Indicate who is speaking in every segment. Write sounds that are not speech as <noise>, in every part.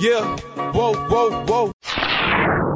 Speaker 1: Yeah, whoa, whoa, whoa.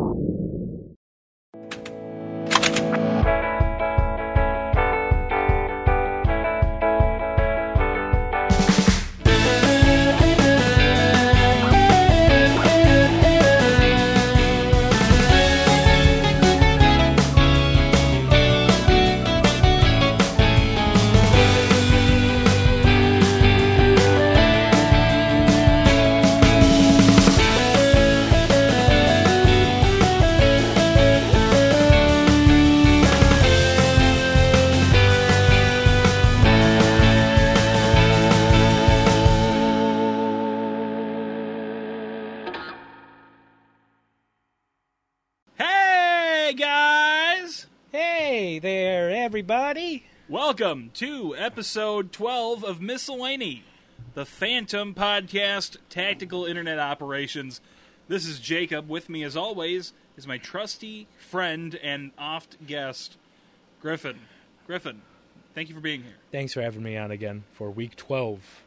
Speaker 2: Hey, guys!
Speaker 3: Hey there, everybody.
Speaker 2: Welcome to episode 12 of Miscellany, the Phantom Podcast Tactical Internet Operations. This is Jacob. With me, as always, is my trusty friend and oft guest, Griffin. Griffin, thank you for being here.
Speaker 3: Thanks for having me on again for week 12.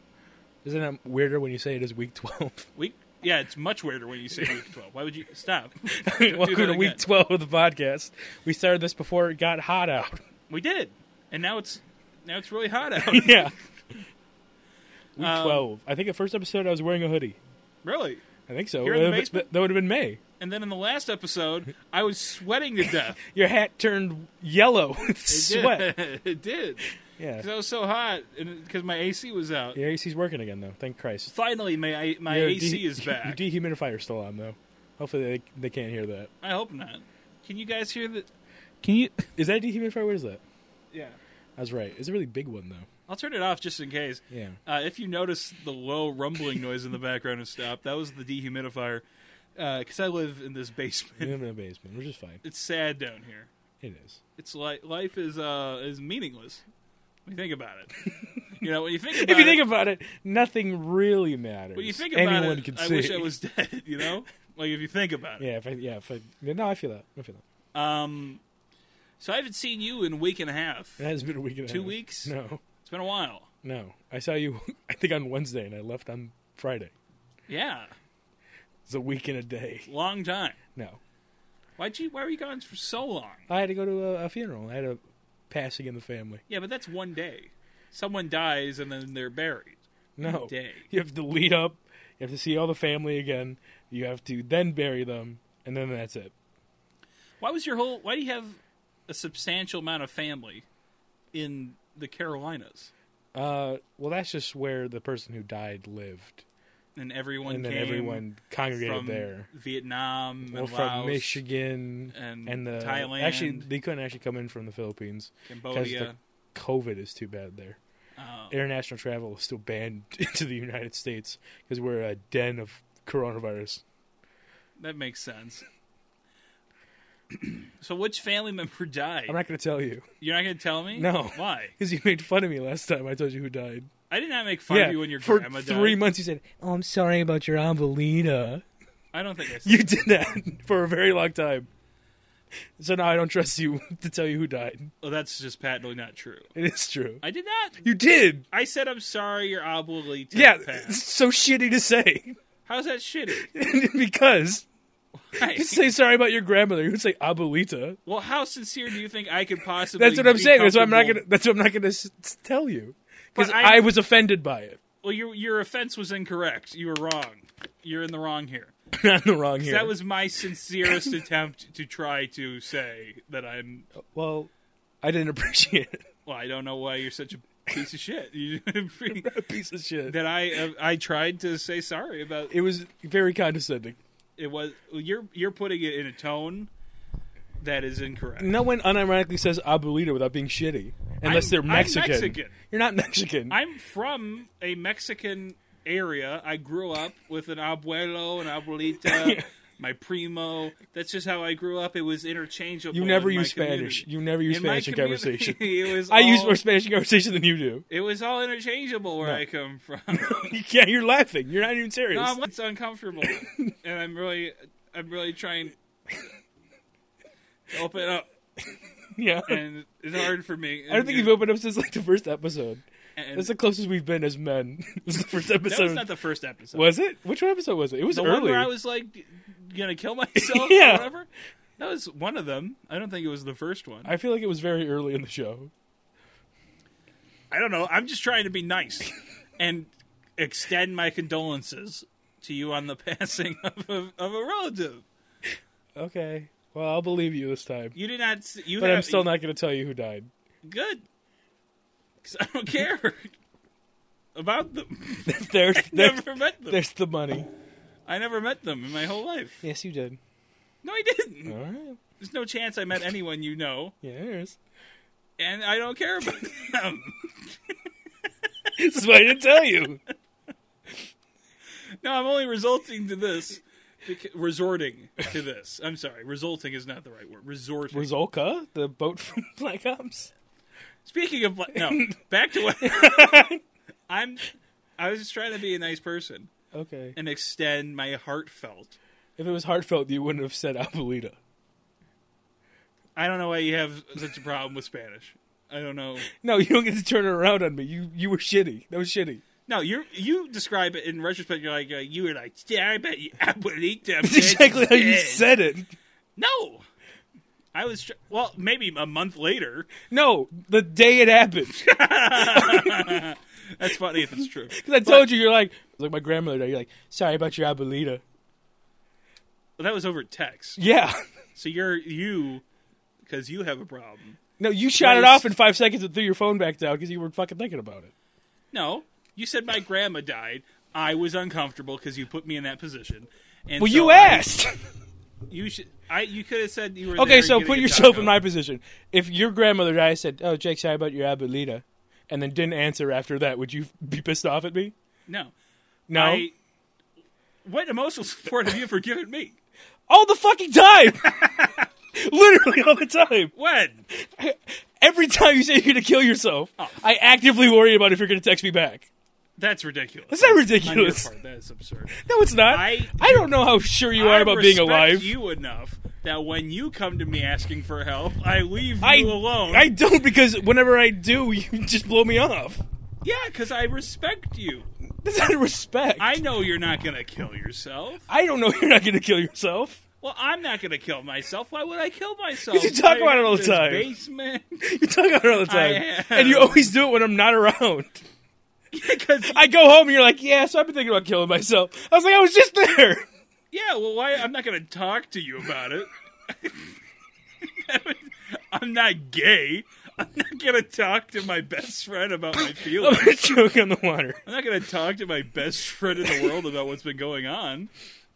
Speaker 3: Isn't it weirder when you say it is
Speaker 2: <laughs>
Speaker 3: week 12?
Speaker 2: Week. Yeah, it's much weirder when you say week 12. Why would you stop?
Speaker 3: <laughs> Welcome to week
Speaker 2: again.
Speaker 3: 12 of the podcast. We started this before it got hot out. <laughs>
Speaker 2: We did. And now it's now it's really hot out.
Speaker 3: yeah. Week
Speaker 2: Um,
Speaker 3: 12. I think the first episode I was wearing a hoodie.
Speaker 2: really.
Speaker 3: I think so.
Speaker 2: Here in the
Speaker 3: That would've-
Speaker 2: basement?
Speaker 3: that would have been May.
Speaker 2: And then in the last episode, I was sweating to death.
Speaker 3: Your hat turned yellow <laughs>
Speaker 2: <laughs>
Speaker 3: with sweat.
Speaker 2: it did. Because
Speaker 3: Yeah.
Speaker 2: I was so hot, and because my AC was out.
Speaker 3: Your AC's working again, though. Thank Christ.
Speaker 2: Finally, my my
Speaker 3: Your
Speaker 2: AC
Speaker 3: de- <laughs>
Speaker 2: is back.
Speaker 3: Your dehumidifier's still on, though. Hopefully they, they can't hear that.
Speaker 2: I hope not. Can you guys hear that?
Speaker 3: Can you? Is that a dehumidifier? What is that?
Speaker 2: Yeah.
Speaker 3: I was right. It's a really big one, though.
Speaker 2: I'll turn it off just in case.
Speaker 3: Yeah.
Speaker 2: Uh, if you notice the low rumbling noise in the background has stopped, that was the dehumidifier. Because I live in this basement.
Speaker 3: I'm in a basement, which is fine.
Speaker 2: It's sad down here.
Speaker 3: It is.
Speaker 2: It's like life is uh, is meaningless. When you think about it, you know when you think about
Speaker 3: <laughs> If you think
Speaker 2: it,
Speaker 3: about it, nothing really matters.
Speaker 2: when you think about
Speaker 3: Anyone
Speaker 2: it,
Speaker 3: can
Speaker 2: I
Speaker 3: see.
Speaker 2: wish I was <laughs> dead. You know, like if you think about it.
Speaker 3: <laughs> Yeah, if I, yeah, if I, yeah, no, I feel that. I feel that.
Speaker 2: Um, so I haven't seen you in a week and a half.
Speaker 3: It has been a week and a
Speaker 2: Two
Speaker 3: half.
Speaker 2: weeks?
Speaker 3: No,
Speaker 2: It's been a while.
Speaker 3: no. I saw you. <laughs> I think on Wednesday, and I left on Friday.
Speaker 2: Yeah,
Speaker 3: It's a week and a day.
Speaker 2: long time.
Speaker 3: No,
Speaker 2: Why'd you? Why were you gone for so long?
Speaker 3: I had to go to a, a funeral. I had a passing in the family.
Speaker 2: Yeah, but that's one day. Someone dies and then they're buried.
Speaker 3: No,
Speaker 2: Day.
Speaker 3: you have to lead up. You have to see all the family again. You have to then bury them, and then that's it.
Speaker 2: Why was your whole? Why do you have a substantial amount of family in the Carolinas?
Speaker 3: Uh, well, that's just where the person who died lived,
Speaker 2: And everyone
Speaker 3: and then
Speaker 2: came
Speaker 3: everyone congregated
Speaker 2: from
Speaker 3: there.
Speaker 2: Vietnam and
Speaker 3: Well,
Speaker 2: Laos,
Speaker 3: from Michigan
Speaker 2: and
Speaker 3: the
Speaker 2: Thailand.
Speaker 3: Actually, they couldn't actually come in from the Philippines because the
Speaker 2: Cambodia.
Speaker 3: COVID is too bad there.
Speaker 2: Oh.
Speaker 3: International travel is still banned <laughs> into the United States because we're a den of coronavirus.
Speaker 2: That makes sense. <clears throat> so, which family member died?
Speaker 3: I'm not going to tell you
Speaker 2: You're not going to tell me?
Speaker 3: No.
Speaker 2: Why?
Speaker 3: because you made fun of me last time. I told you who died.
Speaker 2: I did not make fun
Speaker 3: yeah,
Speaker 2: of you when your
Speaker 3: for
Speaker 2: grandma died.
Speaker 3: three months you said, "Oh, I'm sorry about your Avelina."
Speaker 2: I don't think I said
Speaker 3: <laughs> You did that for a very long time. So now I don't trust you <laughs> to tell you who died.
Speaker 2: oh, that's just patently not true.
Speaker 3: It is true.
Speaker 2: I did not.
Speaker 3: You did.
Speaker 2: I said I'm sorry your obligate
Speaker 3: Yeah, it's
Speaker 2: passed.
Speaker 3: so shitty to say. <laughs>
Speaker 2: How's that shitty?
Speaker 3: because
Speaker 2: Right.
Speaker 3: you say sorry about your grandmother, you would say abuelita.
Speaker 2: well, how sincere do you think I could possibly
Speaker 3: That's what I'm
Speaker 2: be
Speaker 3: saying. That's what I'm not gonna.
Speaker 2: comfortable-
Speaker 3: That's what I'm not gonna s- s- tell you because
Speaker 2: But I-
Speaker 3: I, was offended by it. <laughs>
Speaker 2: Well, your, your offense was incorrect. You were wrong. You're in the wrong here.
Speaker 3: not in the wrong here.
Speaker 2: That was my sincerest <laughs> attempt to try to say that I'm.
Speaker 3: well, I didn't appreciate it. <laughs>
Speaker 2: Well, I don't know why you're such a piece of shit. <laughs> You,
Speaker 3: Piece of shit.
Speaker 2: that I I tried to say sorry about
Speaker 3: it was very condescending.
Speaker 2: it was you're you're putting it in a tone that is incorrect.
Speaker 3: No one unironically says abuelita without being shitty, unless
Speaker 2: I'm-
Speaker 3: they're
Speaker 2: I'm
Speaker 3: Mexican.
Speaker 2: Mexican.
Speaker 3: You're not Mexican.
Speaker 2: I'm from a Mexican area. I grew up with an abuelo and
Speaker 3: <laughs>
Speaker 2: abuelita, my primo. That's just how I grew up. It was interchangeable.
Speaker 3: you never
Speaker 2: in my
Speaker 3: use Spanish.
Speaker 2: community.
Speaker 3: You never use
Speaker 2: In my
Speaker 3: Spanish in
Speaker 2: community,
Speaker 3: conversation.
Speaker 2: <laughs> It was
Speaker 3: <laughs> I use
Speaker 2: all-
Speaker 3: more Spanish in conversation than you do.
Speaker 2: It was all interchangeable where
Speaker 3: No.
Speaker 2: I come
Speaker 3: <laughs>
Speaker 2: from.
Speaker 3: You can't. You're laughing. You're not even serious.
Speaker 2: No, I'm- it's uncomfortable, and I'm really I'm really trying to open up.
Speaker 3: yeah.
Speaker 2: and it's hard for me.
Speaker 3: I don't think you've opened up since like the first episode.
Speaker 2: And
Speaker 3: That's the closest we've been as men. <laughs> this is the first
Speaker 2: that
Speaker 3: episode.
Speaker 2: was not the first episode.
Speaker 3: Was it? Which episode was it? It was
Speaker 2: the one
Speaker 3: early.
Speaker 2: where I was like gonna
Speaker 3: <laughs>
Speaker 2: kill myself
Speaker 3: Yeah.
Speaker 2: or whatever. That was one of them. I don't think it was the first one. I,
Speaker 3: I feel like it was very early in the show.
Speaker 2: don't know. I'm just trying to be nice and extend my condolences to you on the <laughs> passing of a, of a relative.
Speaker 3: Okay. Well, I'll believe you this time.
Speaker 2: You did not. s- You
Speaker 3: But
Speaker 2: have,
Speaker 3: I'm still not going to tell you
Speaker 2: <laughs>
Speaker 3: who died. <laughs>
Speaker 2: good because I don't care <laughs> about them.
Speaker 3: <laughs> There's, there's,
Speaker 2: Never met them.
Speaker 3: there's the money.
Speaker 2: I never met them in my whole life.
Speaker 3: Yes, you did.
Speaker 2: No, I didn't.
Speaker 3: All right.
Speaker 2: There's no chance I met anyone you know,
Speaker 3: Yeah, there is.
Speaker 2: and I don't care about <laughs> them.
Speaker 3: This is why I didn't tell <laughs> you.
Speaker 2: No, I'm only resulting to this. bec- <laughs> Resorting to this. I'm sorry. Resulting is not the right word. Resorting.
Speaker 3: Rizolka, the boat from <laughs> Black Ops.
Speaker 2: Speaking of, bla-
Speaker 3: <laughs>
Speaker 2: no, back to what I'm. I was just trying to be a nice person
Speaker 3: Okay.
Speaker 2: and extend my heartfelt.
Speaker 3: If it was heartfelt, you wouldn't have said Abuelita.
Speaker 2: I don't know why you have such a problem with Spanish. I don't know.
Speaker 3: No, you don't get to turn it around on me. You you were shitty. That was shitty.
Speaker 2: No, you you describe it in retrospect. You're like uh, you were like, yeah, I bet you
Speaker 3: <laughs>
Speaker 2: abuelita.
Speaker 3: That's exactly how you
Speaker 2: dead."
Speaker 3: said it.
Speaker 2: No, I was tr- well, maybe a month later.
Speaker 3: No, the day it happened.
Speaker 2: <laughs> That's funny if it's true.
Speaker 3: Because I told you, you're like, like my grandmother died. You're like, sorry about your Abuelita.
Speaker 2: Well, that was over text.
Speaker 3: Yeah. <laughs>
Speaker 2: So you're you because you have a problem.
Speaker 3: No, you shot it
Speaker 2: Nice.
Speaker 3: off in five seconds and threw your phone back down because you were fucking thinking about it.
Speaker 2: No, you said my grandma died. I was uncomfortable because you put me in that position. And
Speaker 3: Well,
Speaker 2: so
Speaker 3: you
Speaker 2: I-
Speaker 3: asked.
Speaker 2: You should. I. You could have said you were. there
Speaker 3: <laughs> okay,
Speaker 2: and
Speaker 3: so
Speaker 2: getting
Speaker 3: put
Speaker 2: a
Speaker 3: yourself
Speaker 2: taco.
Speaker 3: in my position. If your grandmother died, I said, oh, Jake, sorry about your Abuelita, and then didn't answer after that, would you be pissed off at me?
Speaker 2: No.
Speaker 3: No.
Speaker 2: I, what emotional <laughs> support have you ever given me?
Speaker 3: All the fucking time!
Speaker 2: <laughs>
Speaker 3: <laughs> Literally all the time.
Speaker 2: When?
Speaker 3: Every time you say you're going to kill yourself,
Speaker 2: Oh.
Speaker 3: I actively worry about if you're going to text me back.
Speaker 2: That's ridiculous.
Speaker 3: That's not
Speaker 2: On your
Speaker 3: ridiculous.
Speaker 2: part, that is absurd.
Speaker 3: No, it's not.
Speaker 2: I-
Speaker 3: I, don't know how sure <laughs> you
Speaker 2: I
Speaker 3: are about being
Speaker 2: respect
Speaker 3: alive.
Speaker 2: You enough that when you come to me asking for help, I leave
Speaker 3: I,
Speaker 2: you alone.
Speaker 3: I don't because whenever I do, <laughs> you just blow me off.
Speaker 2: yeah, because I respect you.
Speaker 3: That's out of respect.
Speaker 2: I know you're not gonna kill yourself.
Speaker 3: I don't know <laughs> you're not going to kill yourself.
Speaker 2: Well, I'm not gonna kill myself. Why would I kill myself?
Speaker 3: You
Speaker 2: I
Speaker 3: talk about it all
Speaker 2: this
Speaker 3: the time.
Speaker 2: Basement.
Speaker 3: You talk about it all the time,
Speaker 2: am.
Speaker 3: and you always do it when I'm not around.
Speaker 2: <laughs> Because
Speaker 3: I go home, and you're like, "Yeah, so I've been thinking about killing myself." I was like, "I was just there." <laughs>
Speaker 2: yeah, well, why? I'm not gonna talk to you about it. <laughs> I'm not gay. I'm not gonna talk to my best friend about my
Speaker 3: I'm
Speaker 2: feelings.
Speaker 3: gonna choke on the water.
Speaker 2: I'm not going to talk to my best friend in the world about what's been going on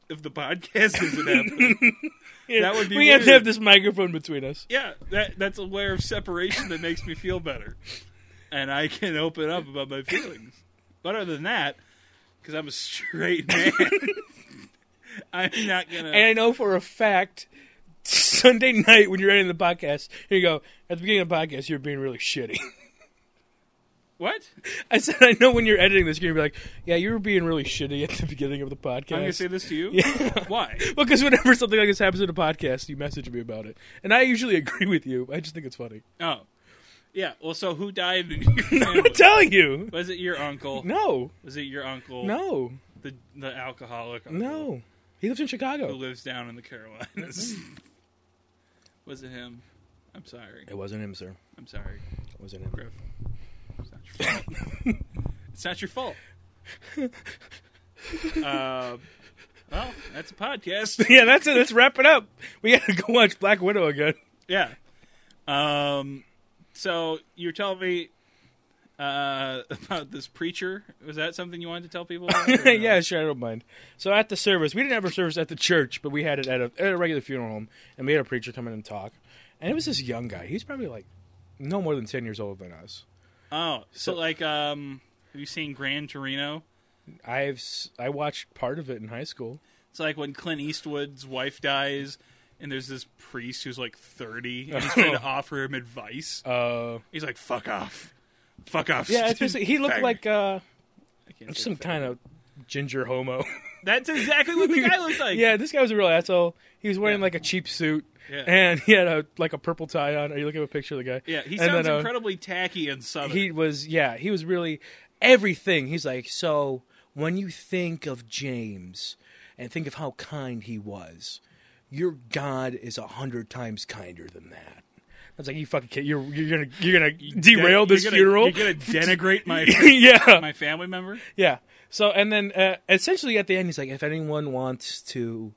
Speaker 2: if the podcast isn't happening. That would be
Speaker 3: we have to
Speaker 2: weird.
Speaker 3: have this microphone between us.
Speaker 2: Yeah, that that's a layer of separation that makes me feel better, and I can open up about my feelings. But other than that, because I'm a straight man, <laughs> I'm not gonna.
Speaker 3: And I know for a fact, Sunday night when you're editing the podcast, here you go. At the beginning of the podcast, you're being really shitty. <laughs>
Speaker 2: what?
Speaker 3: I said, I know when you're editing this, you're gonna be like, "Yeah, you were being really shitty at the beginning of the podcast."
Speaker 2: I'm gonna say this to you. Why?
Speaker 3: because whenever something like this happens in a podcast, you message me about it, and I usually <laughs> agree with you. I just think it's funny. <laughs>
Speaker 2: Oh, yeah. Well, so who died? In your family?
Speaker 3: I'm telling you,
Speaker 2: Was it your uncle?
Speaker 3: no.
Speaker 2: Was it your uncle?
Speaker 3: No,
Speaker 2: The the alcoholic. Uncle?
Speaker 3: no. He lives in
Speaker 2: who
Speaker 3: Chicago.
Speaker 2: lives down in the Carolinas. Was it him? I'm sorry.
Speaker 3: It wasn't him, sir.
Speaker 2: I'm sorry,
Speaker 3: It wasn't him. <laughs>
Speaker 2: Griff. It's not your fault. it's not your fault. Uh, well, that's a podcast. <laughs>
Speaker 3: Yeah, that's it. Let's wrap it up. We gotta go watch Black Widow again.
Speaker 2: Yeah. Um. So you're telling me uh, <laughs> about this preacher? Was that something you wanted to tell people? About or no?
Speaker 3: <laughs> yeah, sure. I don't mind. So at the service, we didn't have a service at the church, but we had it at a, at a regular funeral home, and we had a preacher come in and talk. And it was this young guy. He's probably like no more than ten years older than us.
Speaker 2: Oh, so,
Speaker 3: So-
Speaker 2: like, um, have you seen Gran Torino?
Speaker 3: I've s- I watched part of it in high school.
Speaker 2: It's like when Clint Eastwood's wife dies, and there's this priest who's like 30,
Speaker 3: <laughs>
Speaker 2: and he's trying to offer him advice.
Speaker 3: Uh,
Speaker 2: He's like, "Fuck off, fuck off."
Speaker 3: yeah,
Speaker 2: stupid
Speaker 3: it's just, he looked
Speaker 2: faggot."
Speaker 3: like uh,
Speaker 2: I can't say
Speaker 3: some
Speaker 2: faggot.
Speaker 3: kind of ginger homo. <laughs>
Speaker 2: That's exactly what the guy looks like.
Speaker 3: yeah, this guy was a real asshole. He was wearing like a cheap suit,
Speaker 2: Yeah.
Speaker 3: and he had a like a purple tie on. Are you looking at a picture of the guy?
Speaker 2: Yeah, he
Speaker 3: And
Speaker 2: sounds
Speaker 3: then, uh,
Speaker 2: incredibly tacky and southern.
Speaker 3: He was yeah, he was really everything. He's like so when you think of James and think of how kind he was, your God is a hundred times kinder than that. I was like, you fucking kid, you're you're gonna you're gonna derail
Speaker 2: You're
Speaker 3: this
Speaker 2: gonna-
Speaker 3: funeral.
Speaker 2: You're gonna denigrate my
Speaker 3: <laughs> yeah,
Speaker 2: my family member.
Speaker 3: yeah. So and then uh, essentially at the end, he's like, if anyone wants to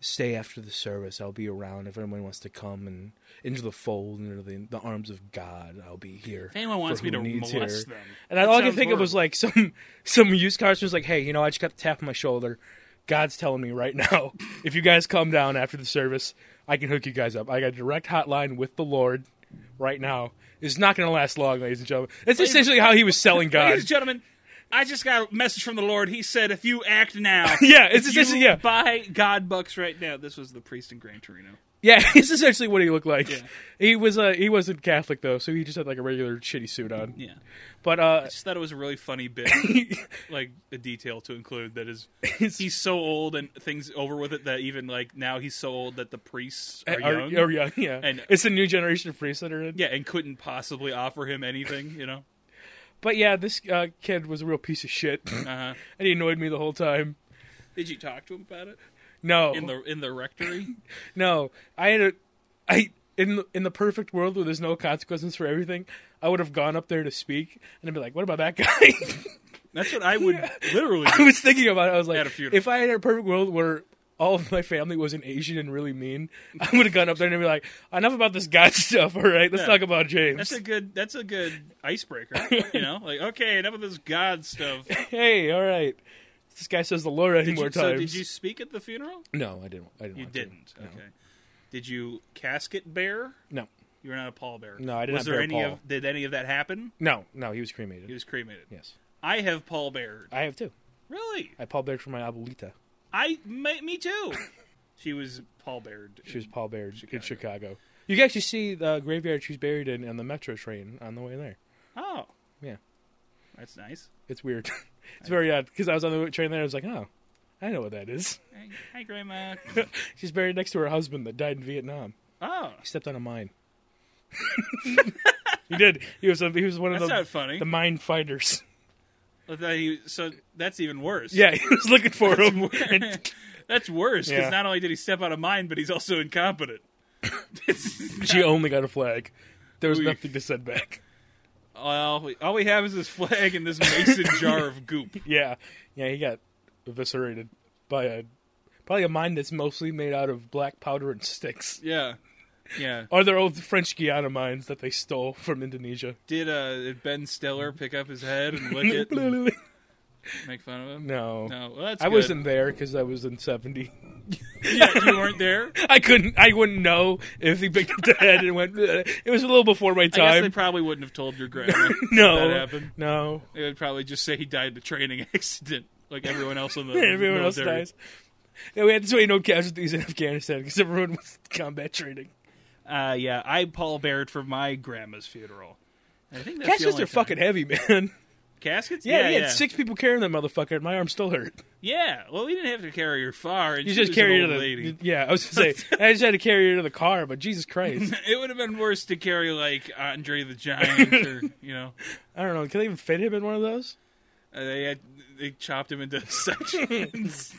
Speaker 3: stay after the service, I'll be around. If anyone wants to come and into the fold, into the, the arms of God, I'll be here. If
Speaker 2: anyone wants me to molest them.
Speaker 3: and
Speaker 2: That
Speaker 3: all I could
Speaker 2: sounds
Speaker 3: think of was
Speaker 2: horrible.
Speaker 3: like some <laughs> some used car was like, hey, you know, I just got to tap on my shoulder. God's telling me right <laughs> now, if you guys come down after the service, I can hook you guys up. I got a direct hotline with the Lord right now. It's not going to last long, ladies and gentlemen. That's essentially how he
Speaker 2: <laughs>
Speaker 3: was selling God.
Speaker 2: Ladies and gentlemen, I just got a message from the Lord. He said, "If you act now,
Speaker 3: <laughs> Yeah, it's
Speaker 2: if
Speaker 3: just-
Speaker 2: you
Speaker 3: yeah.
Speaker 2: buy God bucks right now." This was the priest in Gran Torino.
Speaker 3: Yeah, <laughs> it's essentially what he looked like. He was uh, he wasn't Catholic though, so he just had like a regular shitty suit on.
Speaker 2: Yeah,
Speaker 3: But uh,
Speaker 2: just thought it was a really funny
Speaker 3: <laughs>
Speaker 2: bit, like a detail to include that is he's so old and things over with it that even like now he's so old that the priests are
Speaker 3: Uh, are-
Speaker 2: young.
Speaker 3: are young, yeah. <laughs>
Speaker 2: And-
Speaker 3: it's the new generation of priests that are in.
Speaker 2: yeah, and couldn't possibly offer him anything, you know.
Speaker 3: But yeah, this uh, kid was a real piece of shit, <laughs> and
Speaker 2: Uh-huh.
Speaker 3: he annoyed me the whole time.
Speaker 2: Did you talk to him about it
Speaker 3: No,
Speaker 2: in the in the rectory?
Speaker 3: no, I had a, I in the, in the perfect world where there's no consequences for everything, I would have gone up there to speak and I'd be like, "What about that guy?" <laughs>
Speaker 2: That's what I would literally.
Speaker 3: I was thinking about it. I was like,
Speaker 2: At a funeral.
Speaker 3: if I had a perfect world where all of my family wasn't Asian and really mean, <laughs> I would have gone up there and be like, enough about this God <laughs> stuff, all right? Let's
Speaker 2: Yeah.
Speaker 3: talk about James.
Speaker 2: That's a good. That's a good icebreaker. You know, like okay, enough of this God stuff.
Speaker 3: <laughs> hey, all right. This guy says the Lord any
Speaker 2: Did
Speaker 3: more
Speaker 2: you,
Speaker 3: times.
Speaker 2: so, did you speak at the funeral?
Speaker 3: No, I didn't. I didn't
Speaker 2: You
Speaker 3: want to.
Speaker 2: didn't. Okay. Did you casket bear?
Speaker 3: No.
Speaker 2: You were not a pallbearer.
Speaker 3: No, I did
Speaker 2: Was
Speaker 3: not
Speaker 2: there
Speaker 3: bear a
Speaker 2: any
Speaker 3: pall.
Speaker 2: of? Did any of that happen?
Speaker 3: No, no, he was cremated.
Speaker 2: He was cremated.
Speaker 3: yes.
Speaker 2: I have pallbearer.
Speaker 3: I have two.
Speaker 2: Really?
Speaker 3: I Paul Baird for my abuelita.
Speaker 2: I me, me
Speaker 3: <laughs>
Speaker 2: too. she was pallbeared.
Speaker 3: She was Paul Baird in
Speaker 2: Chicago.
Speaker 3: Chicago. You can actually see the graveyard she's buried in on the metro train on the way there.
Speaker 2: Oh.
Speaker 3: Yeah.
Speaker 2: That's nice.
Speaker 3: It's weird. <laughs> it's very odd because I was on the train there. I was like, oh, I know what that is.
Speaker 2: Hey, Hi,
Speaker 3: <laughs>
Speaker 2: Grandma.
Speaker 3: She's buried next to her husband that died in Vietnam.
Speaker 2: Oh,
Speaker 3: He stepped on
Speaker 2: <laughs>
Speaker 3: a mine. he did. He was a, he was one of
Speaker 2: that's not
Speaker 3: the
Speaker 2: funny.
Speaker 3: the mine finders.
Speaker 2: But that he- so that's even worse.
Speaker 3: <laughs> Yeah, he was looking for him. And
Speaker 2: <laughs> That's worse because
Speaker 3: Yeah.
Speaker 2: not only did he step out of mine, but he's also
Speaker 3: <laughs>
Speaker 2: incompetent.
Speaker 3: she only got a flag. There was
Speaker 2: Ooh.
Speaker 3: nothing to send back.
Speaker 2: Well, we, all we have is this flag and this mason jar of goop.
Speaker 3: Yeah, yeah, he got eviscerated by a probably a mine that's mostly made out of black powder and sticks.
Speaker 2: Yeah, yeah.
Speaker 3: Or their old French Guiana mines that they stole from Indonesia.
Speaker 2: Did uh did Ben Stiller pick up his head and lick
Speaker 3: <laughs>
Speaker 2: it, and make fun of him?
Speaker 3: no.
Speaker 2: no. Well, that's
Speaker 3: I
Speaker 2: good.
Speaker 3: wasn't there because I was in seventy.
Speaker 2: Yeah, you weren't
Speaker 3: <laughs>
Speaker 2: there.
Speaker 3: I couldn't. I wouldn't know if he picked up the head and went. "Bleh." It was a little before my
Speaker 2: I guess they
Speaker 3: time.
Speaker 2: probably wouldn't have told your
Speaker 3: <laughs>
Speaker 2: grandma
Speaker 3: no,
Speaker 2: that happened.
Speaker 3: no.
Speaker 2: They would probably just say he died in a training <laughs> accident, like everyone else in the
Speaker 3: <laughs> Everyone else
Speaker 2: military.
Speaker 3: dies. Yeah, we had to say no casualties in Afghanistan because everyone was combat training.
Speaker 2: Uh, yeah, I Paul Baird for my grandma's funeral. I think that's the
Speaker 3: Caskets
Speaker 2: only
Speaker 3: are
Speaker 2: time.
Speaker 3: fucking heavy, man. <laughs>
Speaker 2: caskets.
Speaker 3: Yeah,
Speaker 2: yeah,
Speaker 3: he had six people carrying that motherfucker, and my arm still hurt.
Speaker 2: Yeah, well, we didn't have to carry her far. And
Speaker 3: You
Speaker 2: she
Speaker 3: just
Speaker 2: was
Speaker 3: carried
Speaker 2: an
Speaker 3: her
Speaker 2: old
Speaker 3: to the <laughs>
Speaker 2: lady.
Speaker 3: yeah. I was gonna say I just had to carry her to the car, but
Speaker 2: <laughs>
Speaker 3: Jesus Christ,
Speaker 2: It would have been worse to carry like Andre the Giant,
Speaker 3: <laughs>
Speaker 2: or you know,
Speaker 3: I don't know. Can they even fit him in one of those?
Speaker 2: uh, they had, they chopped him into <laughs>
Speaker 3: <laughs>
Speaker 2: sections.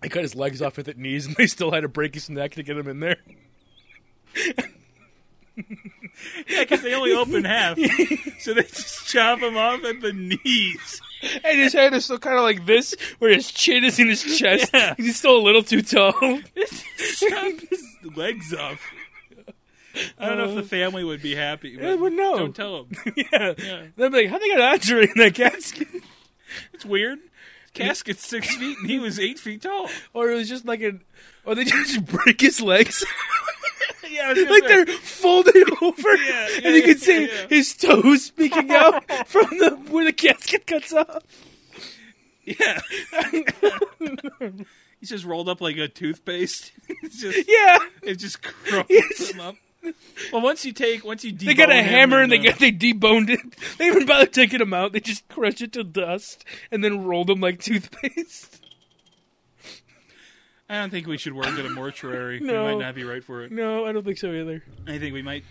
Speaker 3: I cut his legs off with at knees, and they still had to break his neck to get him in there.
Speaker 2: yeah, because they only open half, so they just chop him off at the knees.
Speaker 3: And his head is still kind of like this, where his chin is in his chest.
Speaker 2: Yeah.
Speaker 3: <laughs> He's still a little too <laughs> tall.
Speaker 2: chop his legs off. I don't know if the family would be happy. But
Speaker 3: Uh, I would know.
Speaker 2: Don't tell them.
Speaker 3: yeah. They'd be like, "How they got Andre in that casket?"
Speaker 2: It's weird. Casket's six feet, and he was eight feet tall.
Speaker 3: <laughs> Or it was just like an, or they just <laughs> break his legs.
Speaker 2: Yeah,
Speaker 3: like they're folded over,
Speaker 2: Yeah, yeah,
Speaker 3: and you can
Speaker 2: yeah,
Speaker 3: see
Speaker 2: yeah.
Speaker 3: his toes peeking out <laughs> from the where the casket cuts off. <laughs>
Speaker 2: Yeah. <laughs> He's just rolled up like a toothpaste. <laughs> it's just,
Speaker 3: Yeah,
Speaker 2: it just curls
Speaker 3: Yes.
Speaker 2: him up. Well, once you take, once you debone
Speaker 3: They got a
Speaker 2: him
Speaker 3: hammer and they
Speaker 2: uh,
Speaker 3: got they deboned it. They even bother taking them out. They just crush it to dust and then roll them like toothpaste.
Speaker 2: I don't think we should work at a mortuary.
Speaker 3: No.
Speaker 2: We might not be right for it.
Speaker 3: No, I don't think so either.
Speaker 2: I think we might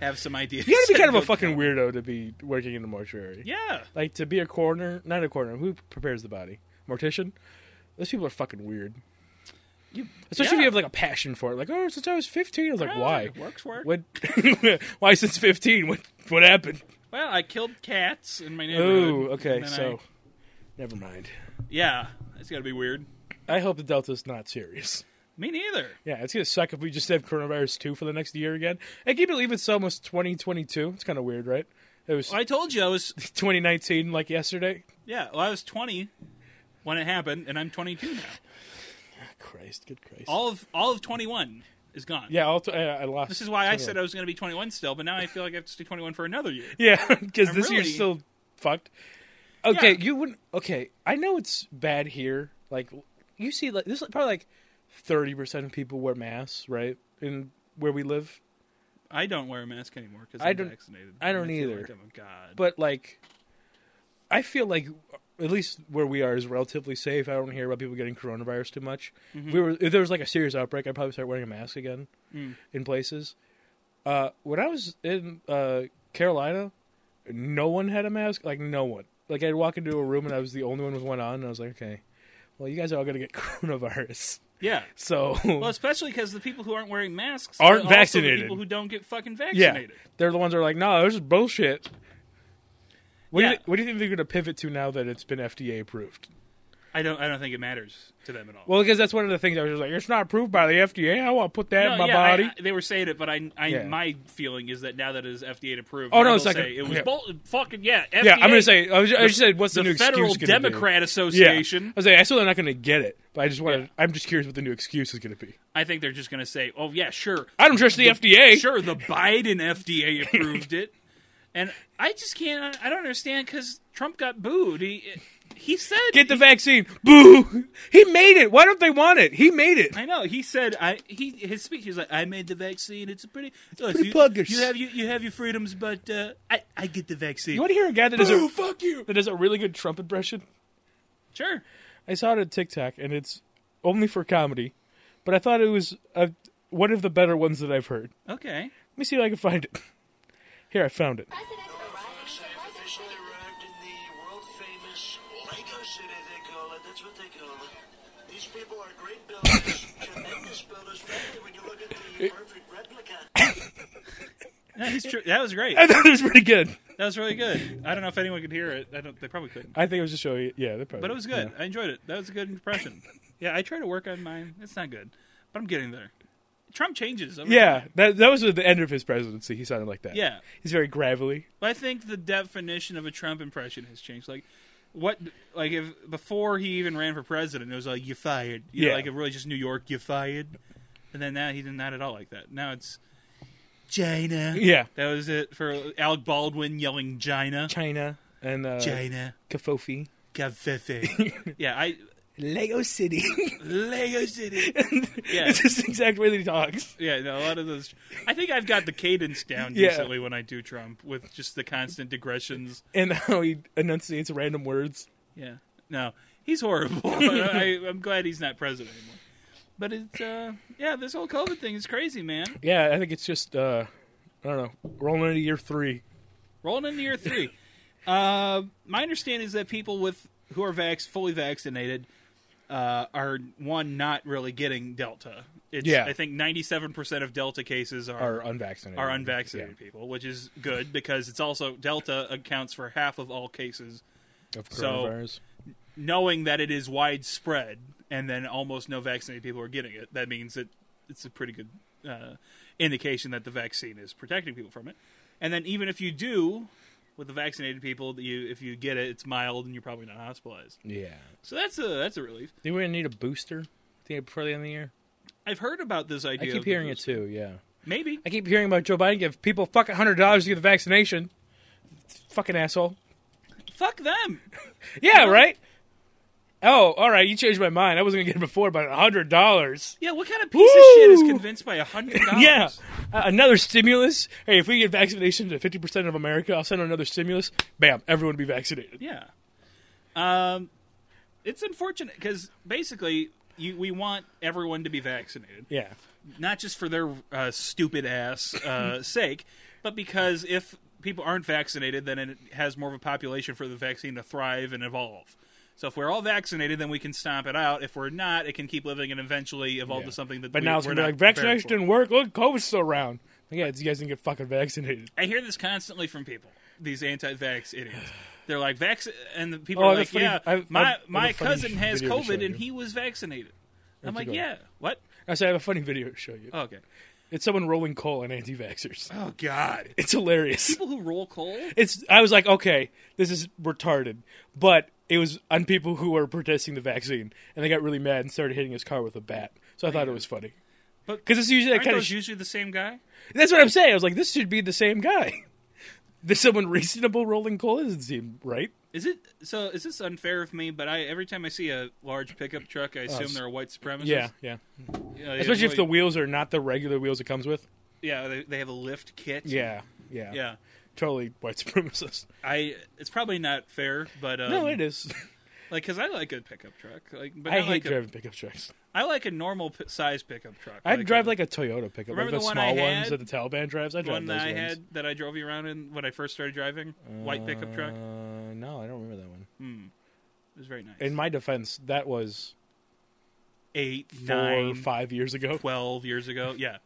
Speaker 2: have some ideas.
Speaker 3: You gotta be
Speaker 2: <laughs>
Speaker 3: kind of a fucking weirdo to be working in a mortuary.
Speaker 2: Yeah.
Speaker 3: Like to be a coroner, not a coroner. Who prepares the body? Mortician. Those people are fucking weird. Especially if
Speaker 2: yeah.
Speaker 3: you have like a passion for it. Like, oh, since I was fifteen, I was like,
Speaker 2: Yeah,
Speaker 3: why?
Speaker 2: Works work.
Speaker 3: What? <laughs> why since fifteen? What? What happened?
Speaker 2: Well, I killed cats in my neighborhood.
Speaker 3: Oh, okay.
Speaker 2: and then
Speaker 3: So,
Speaker 2: I-
Speaker 3: never mind.
Speaker 2: yeah, it's gotta be weird.
Speaker 3: I hope the Delta's not serious.
Speaker 2: Me neither.
Speaker 3: Yeah, it's gonna suck if we just have coronavirus two for the next year again. I can't believe it's almost 2022. It's kind of weird, right? It was
Speaker 2: Well, I told you I was. <laughs>
Speaker 3: 2019, like yesterday.
Speaker 2: Yeah, well, I was 20 when it happened, and I'm 22 now.
Speaker 3: Christ, good Christ.
Speaker 2: All of all of 21 is gone.
Speaker 3: yeah, all t- I, I lost.
Speaker 2: This is why I said I was going to be 21 still, but now I feel like I have to stay 21 for another year.
Speaker 3: Yeah, <laughs> because
Speaker 2: uh, I'm
Speaker 3: this
Speaker 2: really-
Speaker 3: year's still fucked. Okay,
Speaker 2: Yeah.
Speaker 3: you wouldn't. Okay, I know it's bad here. Like you see, like this is probably like 30 percent of people wear masks, right? In where we live,
Speaker 2: I don't wear a mask anymore because
Speaker 3: I
Speaker 2: I'm
Speaker 3: don't-
Speaker 2: vaccinated.
Speaker 3: I don't
Speaker 2: and feel
Speaker 3: either.
Speaker 2: like I'm a god.
Speaker 3: but like, I feel like at least where we are is relatively safe. I don't hear about people getting coronavirus too much.
Speaker 2: Mm-hmm.
Speaker 3: If we were if there was like a serious outbreak, I'd probably start wearing a mask again
Speaker 2: Mm.
Speaker 3: in places. Uh, when I was in uh, Carolina, no one had a mask. Like no one. Like I'd walk into a room and I was the only one with one on, and I was like, okay, well, you guys are all gonna get <laughs> coronavirus.
Speaker 2: yeah.
Speaker 3: So
Speaker 2: Well, especially because the people who aren't wearing masks
Speaker 3: Aren't
Speaker 2: are also the
Speaker 3: vaccinated.
Speaker 2: people who don't get fucking
Speaker 3: <laughs> yeah,
Speaker 2: vaccinated.
Speaker 3: they're the ones that are like, no, this is bullshit. What, do
Speaker 2: Yeah.
Speaker 3: you, what do you think they're going to pivot to now that it's been FDA approved?
Speaker 2: I don't. I don't think it matters to them at all.
Speaker 3: Well, because that's one of the things I was just like, it's not approved by the FDA. I want to put that
Speaker 2: No,
Speaker 3: in my
Speaker 2: yeah, I-
Speaker 3: body.
Speaker 2: I- they were saying it, but I, I
Speaker 3: Yeah.
Speaker 2: my feeling is that now that it is FDA approved,
Speaker 3: Oh, no,
Speaker 2: they'll
Speaker 3: it's like a-
Speaker 2: say it was
Speaker 3: yeah.
Speaker 2: bull- fucking yeah. FDA,
Speaker 3: yeah, I'm gonna say. I, was, I just said, what's the,
Speaker 2: the
Speaker 3: new
Speaker 2: Federal
Speaker 3: excuse gonna be?
Speaker 2: Democrat
Speaker 3: Yeah.
Speaker 2: Association.
Speaker 3: I was like, I still am not gonna get it, but I just want to.
Speaker 2: Yeah.
Speaker 3: I'm just curious what the new excuse is gonna be.
Speaker 2: I think they're just gonna say, oh yeah, sure,
Speaker 3: I don't trust the, FDA.
Speaker 2: sure the Biden FDA approved it, and I just can't. I don't understand because Trump got booed. He he said
Speaker 3: Get the vaccine. Boo! <laughs> He made it. Why don't they want it? He made it.
Speaker 2: I know. He said, "I he his speech. He was like, I made the vaccine. It's a pretty, look,
Speaker 3: pretty
Speaker 2: you,
Speaker 3: buggers."
Speaker 2: You have you, you have your freedoms, but uh, I I get the vaccine.
Speaker 3: You want to hear a guy that does
Speaker 2: Boo,
Speaker 3: a fuck you that does a really good Trump impression?
Speaker 2: Sure.
Speaker 3: I saw it on TikTok, and it's only for comedy, but I thought it was a, one of the better ones that I've heard.
Speaker 2: Okay.
Speaker 3: Let me see if I can find it. Here, I found it.
Speaker 4: They officially arrived in the world famous Lego City, they call it. That's what they call it. These people are great builders, tremendous builders, frankly, when you look at the perfect replica.
Speaker 2: No, he's true. That was great.
Speaker 3: I thought it was pretty good.
Speaker 2: That was really good. I don't know if anyone could hear it. I don't. They probably couldn't.
Speaker 3: I think it was just showing you. Yeah, they probably.
Speaker 2: But it was good. I enjoyed it. That was a good impression. Yeah, I try to work on mine. It's not good, but I'm getting there. Trump changes. over
Speaker 3: Yeah,
Speaker 2: time.
Speaker 3: that that was at the end of his presidency. He sounded like that.
Speaker 2: Yeah.
Speaker 3: he's very gravelly.
Speaker 2: But I think the definition of a Trump impression has changed. Like, what, like if before he even ran for president, it was like you fired. You know,
Speaker 3: Yeah.
Speaker 2: like it really just New York, you fired. And then now he's not at all like that. Now it's China.
Speaker 3: Yeah,
Speaker 2: That was it for Alec Baldwin yelling China,
Speaker 3: China and uh,
Speaker 2: China,
Speaker 3: Kafofi, <laughs>
Speaker 2: Cavite. yeah, I
Speaker 3: Lego <laughs> City.
Speaker 2: Lego City. Yeah.
Speaker 3: it's just the exact way that he talks.
Speaker 2: Yeah, no, a lot of those. I think I've got the cadence down
Speaker 3: Yeah.
Speaker 2: decently when I do Trump with just the constant digressions.
Speaker 3: and how he enunciates random words.
Speaker 2: Yeah. No, he's horrible. <laughs> I, I'm glad he's not president anymore. But it's, uh, yeah, this whole COVID thing is crazy, man.
Speaker 3: Yeah, I think it's just uh, I don't know, rolling into year three.
Speaker 2: Rolling into year
Speaker 3: <laughs>
Speaker 2: three. Uh, my understanding is that people with who are vax fully vaccinated uh, are one not really getting Delta. It's,
Speaker 3: Yeah.
Speaker 2: I think 97% of Delta cases
Speaker 3: Are unvaccinated.
Speaker 2: are unvaccinated people, which is good because it's also Delta accounts for half of all cases.
Speaker 3: Yeah, of
Speaker 2: So-
Speaker 3: coronavirus.
Speaker 2: Knowing that it is widespread and then almost no vaccinated people are getting it, that means that it's a pretty good uh, indication that the vaccine is protecting people from it. And then even if you do with the vaccinated people, that you if you get it, it's mild and you're probably not hospitalized.
Speaker 3: yeah.
Speaker 2: So that's a that's a relief.
Speaker 3: Do we need a booster? Think before the end of the year.
Speaker 2: I've heard about this
Speaker 3: I
Speaker 2: idea.
Speaker 3: keep
Speaker 2: of the
Speaker 3: hearing it
Speaker 2: booster.
Speaker 3: too. Yeah.
Speaker 2: Maybe
Speaker 3: I keep hearing about Joe Biden give people fucking hundred dollars to get the vaccination. Fucking asshole.
Speaker 2: fuck them.
Speaker 3: Yeah, right. Oh, all right. You changed my mind. I wasn't gonna get it before, but hundred dollars.
Speaker 2: Yeah, what kind of piece of shit is
Speaker 3: Woo!
Speaker 2: convinced by a
Speaker 3: <laughs>
Speaker 2: hundred dollars?
Speaker 3: Yeah, Uh, another stimulus. Hey, if we get vaccination to fifty percent of America, I'll send another stimulus. Bam, everyone be vaccinated.
Speaker 2: Yeah. Um, it's unfortunate because basically you, we want everyone to be vaccinated,
Speaker 3: Yeah,
Speaker 2: not just for their uh, stupid ass
Speaker 3: <laughs>
Speaker 2: uh, sake, but because if people aren't vaccinated, then it has more of a population for the vaccine to thrive and evolve. So if we're all vaccinated, then we can stomp it out. If we're not, it can keep living and eventually evolve
Speaker 3: Yeah.
Speaker 2: to something that.
Speaker 3: but
Speaker 2: we,
Speaker 3: now it's
Speaker 2: we're
Speaker 3: gonna
Speaker 2: not
Speaker 3: be like
Speaker 2: prepared
Speaker 3: vaccination
Speaker 2: for.
Speaker 3: didn't work. Look, COVID's still around. Like, yeah, it's- you guys didn't get fucking vaccinated.
Speaker 2: I hear this constantly from people. These anti-vax idiots.
Speaker 3: <sighs>
Speaker 2: They're like vax, and the people
Speaker 3: Oh,
Speaker 2: are
Speaker 3: the
Speaker 2: like,
Speaker 3: funny-
Speaker 2: yeah,
Speaker 3: I- I- I
Speaker 2: my
Speaker 3: have
Speaker 2: my
Speaker 3: a funny
Speaker 2: cousin has
Speaker 3: video to show
Speaker 2: COVID and
Speaker 3: you.
Speaker 2: he was vaccinated. I'm like,
Speaker 3: go.
Speaker 2: yeah, what?
Speaker 3: I said I have a funny video to show you.
Speaker 2: Oh, okay.
Speaker 3: It's someone rolling coal on anti-vaxxers.
Speaker 2: Oh God.
Speaker 3: It's
Speaker 2: <laughs>
Speaker 3: hilarious.
Speaker 2: People who roll coal.
Speaker 3: It's. I was like, okay, this is retarded, but it was on people who were protesting the vaccine, and they got really mad and started hitting his car with a bat. So I thought it was funny.
Speaker 2: Oh, But-
Speaker 3: Because it's usually that
Speaker 2: Aren't
Speaker 3: kind of
Speaker 2: those usually the same guy?
Speaker 3: That's what I'm saying. I was like, this should be the same guy. <laughs> There's someone reasonable rolling coal doesn't seem right.
Speaker 2: Is it so? Is this unfair of me? But I every time I see a large pickup truck, I assume
Speaker 3: s-
Speaker 2: they're a white supremacist.
Speaker 3: Yeah, yeah.
Speaker 2: Yeah, they
Speaker 3: Especially if the
Speaker 2: really-
Speaker 3: wheels are not the regular wheels it comes with.
Speaker 2: yeah they, they have a lift kit.
Speaker 3: Yeah, yeah,
Speaker 2: yeah.
Speaker 3: Totally white supremacist.
Speaker 2: I it's probably not fair, but um,
Speaker 3: no, it is.
Speaker 2: like because I like a pickup truck. Like,
Speaker 3: <laughs>
Speaker 2: but
Speaker 3: I
Speaker 2: not
Speaker 3: hate
Speaker 2: like a-
Speaker 3: driving pickup trucks.
Speaker 2: I like a normal p- size pickup truck.
Speaker 3: I'd drive
Speaker 2: a-
Speaker 3: like a Toyota pickup,
Speaker 2: Remember
Speaker 3: like the,
Speaker 2: the one
Speaker 3: small
Speaker 2: I
Speaker 3: ones
Speaker 2: had?
Speaker 3: that the Taliban drives. I
Speaker 2: the
Speaker 3: drive
Speaker 2: one
Speaker 3: those
Speaker 2: that I
Speaker 3: ones.
Speaker 2: had that I drove you around in when I first started driving. White pickup truck. It
Speaker 3: Uh, no, I don't remember that one.
Speaker 2: was very nice.
Speaker 3: In my defense, that was
Speaker 2: Eight,
Speaker 3: four,
Speaker 2: nine,
Speaker 3: five years ago.
Speaker 2: 12 years
Speaker 3: <laughs>
Speaker 2: ago. Yeah.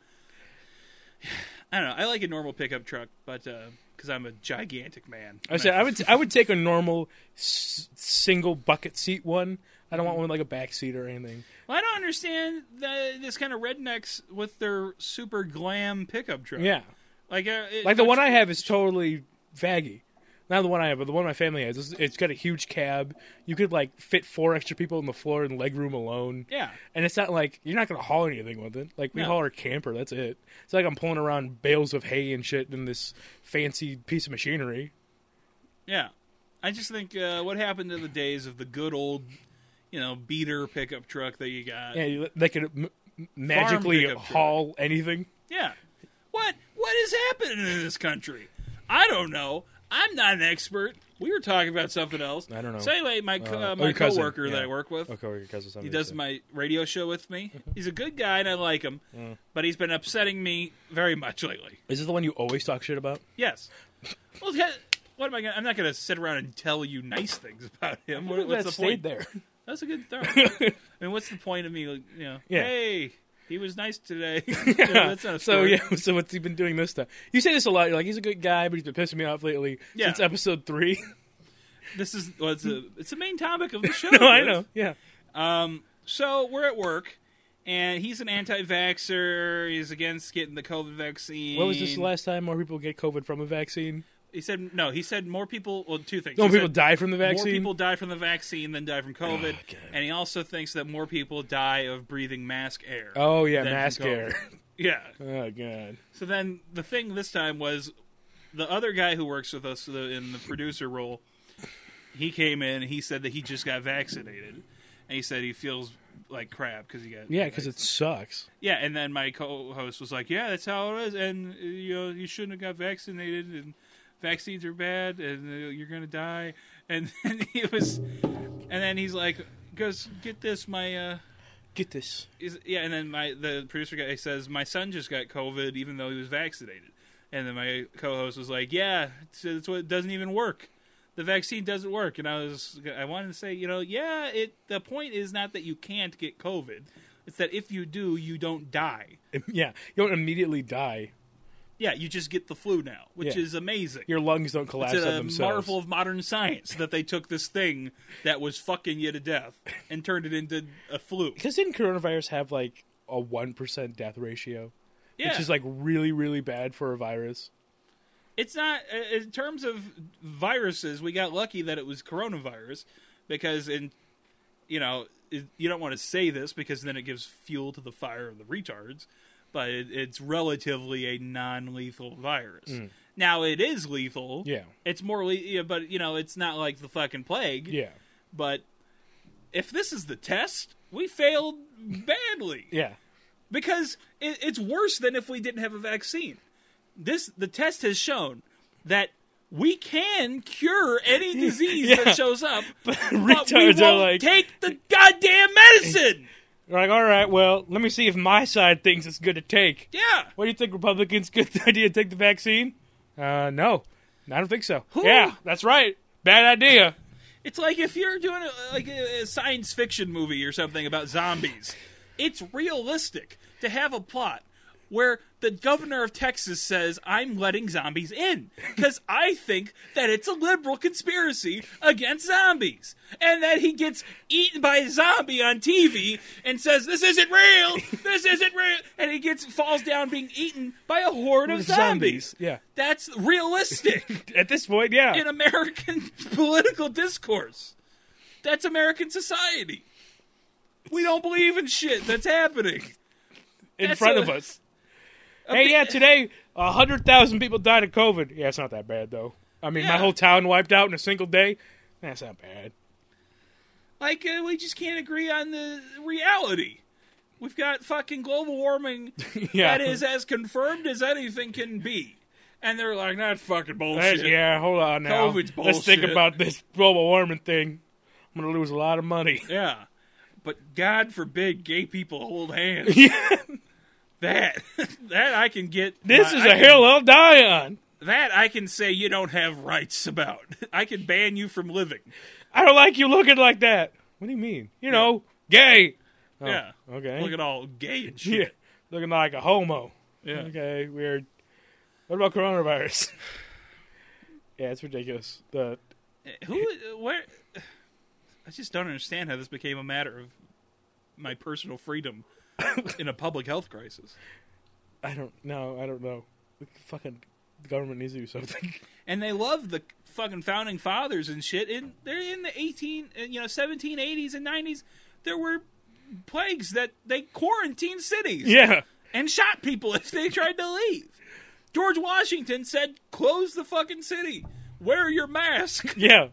Speaker 2: I don't know. I like a normal pickup truck, but because I'm a gigantic man.
Speaker 3: I said I would I would take a normal s- single bucket seat one. I don't want one like a back seat or anything.
Speaker 2: Well, I don't understand the, this kind of rednecks with their super glam pickup truck.
Speaker 3: Yeah,
Speaker 2: Like, uh, it
Speaker 3: like the one
Speaker 2: looks-
Speaker 3: I have is totally faggy. Not the one I have, but the one my family has. It's- it's got a huge cab. You could like fit four extra people on the floor in legroom alone.
Speaker 2: Yeah.
Speaker 3: and it's not like you're not gonna haul anything with it. Like we
Speaker 2: No.
Speaker 3: haul our camper. That's it. It's like I'm pulling around bales of hay and shit in this fancy piece of machinery.
Speaker 2: Yeah. I just think uh, what happened to the days of the good old, you know, beater pickup truck that you got.
Speaker 3: Yeah, you- they could m- m- magically
Speaker 2: pickup truck.
Speaker 3: haul anything.
Speaker 2: Yeah. What what is happening in this country? I don't know. I'm not an expert. We were talking about something else.
Speaker 3: I don't know.
Speaker 2: So anyway, my co-
Speaker 3: Uh,
Speaker 2: uh,
Speaker 3: oh,
Speaker 2: my
Speaker 3: your cousin,
Speaker 2: coworker that
Speaker 3: yeah.
Speaker 2: I work with,
Speaker 3: Okay, Mm-hmm. because
Speaker 2: he does my radio show with me. He's a good guy and I like him, but he's been upsetting me very much lately.
Speaker 3: Is this the one you always talk shit about?
Speaker 2: Yes. Well, yeah, what am I gonna? I'm not gonna sit around and tell you nice things about him. What, what's
Speaker 3: That
Speaker 2: the point? <laughs>
Speaker 3: stayed there.
Speaker 2: That's a good
Speaker 3: <laughs>
Speaker 2: throw. I mean, what's the point of me? Like, you know,
Speaker 3: Yeah.
Speaker 2: hey, he was nice
Speaker 3: <laughs>
Speaker 2: today. <laughs> That's not a
Speaker 3: So
Speaker 2: story.
Speaker 3: yeah, so what's he been doing this time? You say this a lot. You're like, he's a good guy, but he's been pissing me off lately
Speaker 2: Yeah.
Speaker 3: since episode three. <laughs>
Speaker 2: This is well, it's a it's the main topic of the show.
Speaker 3: no, Oh, I
Speaker 2: dude.
Speaker 3: know. Yeah,
Speaker 2: So we're at work, and he's an anti-vaxxer. He's against getting the COVID vaccine.
Speaker 3: what was this the last time more people get COVID from a vaccine?
Speaker 2: He said no. He said more people. Well, two things.
Speaker 3: No,
Speaker 2: He
Speaker 3: people
Speaker 2: said
Speaker 3: die from the
Speaker 2: More
Speaker 3: vaccine. Oh,
Speaker 2: people die from the vaccine than die from COVID, and he also thinks that more people die of breathing mask air.
Speaker 3: oh yeah,
Speaker 2: than from
Speaker 3: mask
Speaker 2: COVID.
Speaker 3: air. <laughs>
Speaker 2: Yeah.
Speaker 3: oh god.
Speaker 2: So then the thing this time was the other guy who works with us the- in the producer role. He came in. He said that he just got vaccinated, and he said he feels like crap because he got
Speaker 3: Yeah, because it sucks.
Speaker 2: Yeah, and then my co-host was like, "Yeah, that's how it is, and uh, you know, you shouldn't have got vaccinated, and vaccines are bad, and uh, you're gonna die." And <laughs> then he was, and then he's like, "Goes get this, my uh,
Speaker 3: Get this.
Speaker 2: is, yeah." And then my the producer guy says, "My son just got COVID, even though he was vaccinated." And then my co-host was like, "Yeah, it's, it's what it doesn't even work. The vaccine doesn't work." And I was, I wanted to say, you know, yeah, it. The point is not that you can't get COVID; it's that if you do, you don't die.
Speaker 3: Yeah, you don't immediately die.
Speaker 2: Yeah, you just get the flu now, which
Speaker 3: Yeah.
Speaker 2: is amazing.
Speaker 3: Your lungs don't collapse
Speaker 2: it's
Speaker 3: on
Speaker 2: a
Speaker 3: themselves.
Speaker 2: marvel of modern science that they took this thing that was fucking you to death and turned it into a flu.
Speaker 3: Because didn't coronavirus have like a one percent death ratio,
Speaker 2: Yeah,
Speaker 3: which is like really really bad for a virus?
Speaker 2: it's not uh, in terms of viruses. We got lucky that it was coronavirus because in you know it, you don't want to say this because then it gives fuel to the fire of the retards, but it, it's relatively a non-lethal virus. Now it is lethal.
Speaker 3: Yeah.
Speaker 2: it's more, le- yeah, but you know it's not like the fucking plague.
Speaker 3: Yeah.
Speaker 2: but if this is the test, we failed badly
Speaker 3: Yeah.
Speaker 2: because it, it's worse than if we didn't have a vaccine. This the test has shown that we can cure any disease
Speaker 3: <laughs> Yeah.
Speaker 2: that shows up, <laughs> but we
Speaker 3: Retards
Speaker 2: won't
Speaker 3: are like,
Speaker 2: take the goddamn
Speaker 3: <laughs>
Speaker 2: medicine.
Speaker 3: they're like, all right, well, let me see if my side thinks it's good to take.
Speaker 2: Yeah,
Speaker 3: What do you think, Republicans? Good idea to take the <laughs> vaccine? Uh, no, I don't think so.
Speaker 2: Who-
Speaker 3: Yeah, that's right. Bad idea.
Speaker 2: it's like if you're doing a, like a, a science fiction movie or something about zombies. It's realistic to have a plot where the governor of Texas says, "I'm letting zombies in because I think that it's a liberal conspiracy against zombies," and that he gets eaten by a zombie on TV and says, "This isn't real. This isn't real," and he gets falls down being eaten by a horde of
Speaker 3: Zombies,
Speaker 2: zombies.
Speaker 3: yeah.
Speaker 2: that's realistic
Speaker 3: At this point, yeah.
Speaker 2: in American <laughs> political discourse. That's American society. We don't believe in shit that's happening.
Speaker 3: in
Speaker 2: That's
Speaker 3: front
Speaker 2: a-
Speaker 3: of us. Hey, yeah, today a hundred thousand people died of COVID. Yeah, it's not that bad though. I mean, my
Speaker 2: Yeah.
Speaker 3: whole town wiped out in a single day. That's not bad. <laughs>
Speaker 2: Like, uh, we just can't agree on the reality. We've got fucking global warming
Speaker 3: <laughs> Yeah,
Speaker 2: that is as confirmed as anything can be. And they're like, that's fucking
Speaker 3: That's-
Speaker 2: bullshit.
Speaker 3: yeah. Hold on now.
Speaker 2: COVID's
Speaker 3: Let's think
Speaker 2: bullshit.
Speaker 3: about this global warming thing. I'm gonna lose a lot
Speaker 2: <laughs>
Speaker 3: of money.
Speaker 2: Yeah. But God forbid gay people hold hands.
Speaker 3: <laughs> Yeah.
Speaker 2: that <laughs> that I can get.
Speaker 3: This
Speaker 2: my-
Speaker 3: is
Speaker 2: I
Speaker 3: a
Speaker 2: can-
Speaker 3: hill I'll die on.
Speaker 2: that I can say you don't have rights about. <laughs> I can ban you from living.
Speaker 3: I don't like you looking like that. What do you mean? You know, gay. Oh,
Speaker 2: yeah.
Speaker 3: Okay.
Speaker 2: Look at all gay and
Speaker 3: yeah.
Speaker 2: shit.
Speaker 3: <laughs> Looking like a homo.
Speaker 2: Yeah.
Speaker 3: Okay, weird. What about coronavirus? <laughs> yeah, it's ridiculous. The
Speaker 2: Who? Where? <sighs> I just don't understand how this became a matter of my personal
Speaker 3: <coughs>
Speaker 2: freedom in a public health crisis.
Speaker 3: I don't know. I don't know. The fucking government needs to do something. <laughs>
Speaker 2: And they love the fucking founding fathers and shit. And they're in the eighteen, uh, you know, seventeen eighties and nineties. There were plagues that they quarantined cities
Speaker 3: yeah.
Speaker 2: and shot people if they tried to leave. George Washington said, "Close the fucking city. Wear your mask." <laughs>
Speaker 3: Yeah.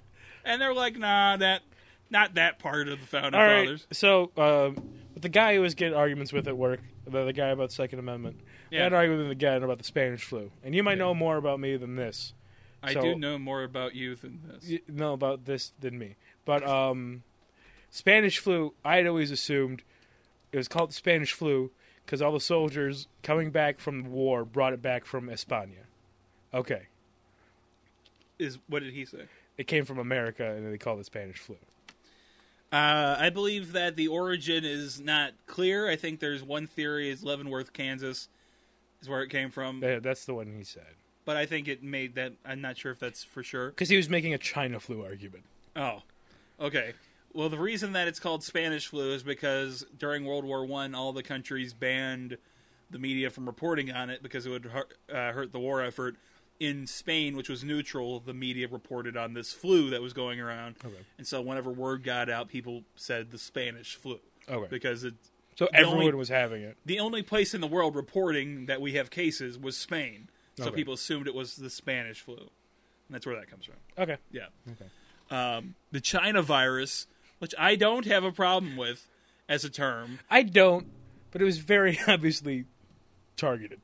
Speaker 2: And they're like, "Nah, that." Not that part of the founding
Speaker 3: All right.
Speaker 2: fathers.
Speaker 3: So, um, with the guy who was getting arguments with at work, the, the guy about Second Amendment, I
Speaker 2: Yeah.
Speaker 3: had an argument with the guy about the Spanish flu. And you might know more about me than this.
Speaker 2: I
Speaker 3: So-
Speaker 2: do know more about you than this.
Speaker 3: you know about this than me. But um, Spanish flu, I had always assumed it was called the Spanish flu because all the soldiers coming back from the war brought it back from España. Okay,
Speaker 2: Is what did he say?
Speaker 3: it came from America and they called it Spanish flu.
Speaker 2: Uh, I believe that the origin is not clear. I think there's one theory is Leavenworth, Kansas, is where it came from.
Speaker 3: Uh, That's the one he said
Speaker 2: But I think it made that. I'm not sure if that's for sure.
Speaker 3: because he was making a China flu argument.
Speaker 2: Oh, okay. Well, the reason that it's called Spanish flu is because during World War One, all the countries banned the media from reporting on it because it would hurt, uh, hurt the war effort. In Spain, which was neutral, the media reported on this flu that was going around, and so whenever word got out, people said the Spanish flu
Speaker 3: Okay.
Speaker 2: because it.
Speaker 3: So
Speaker 2: The
Speaker 3: everyone
Speaker 2: only-
Speaker 3: was having it.
Speaker 2: The only place in the world reporting that we have cases was Spain, so
Speaker 3: Okay.
Speaker 2: people assumed it was the Spanish flu, and that's where that comes from.
Speaker 3: Okay,
Speaker 2: Yeah. Um, the China virus, which I don't have a problem with as a term.
Speaker 3: I don't, but it was very <laughs> obviously targeted.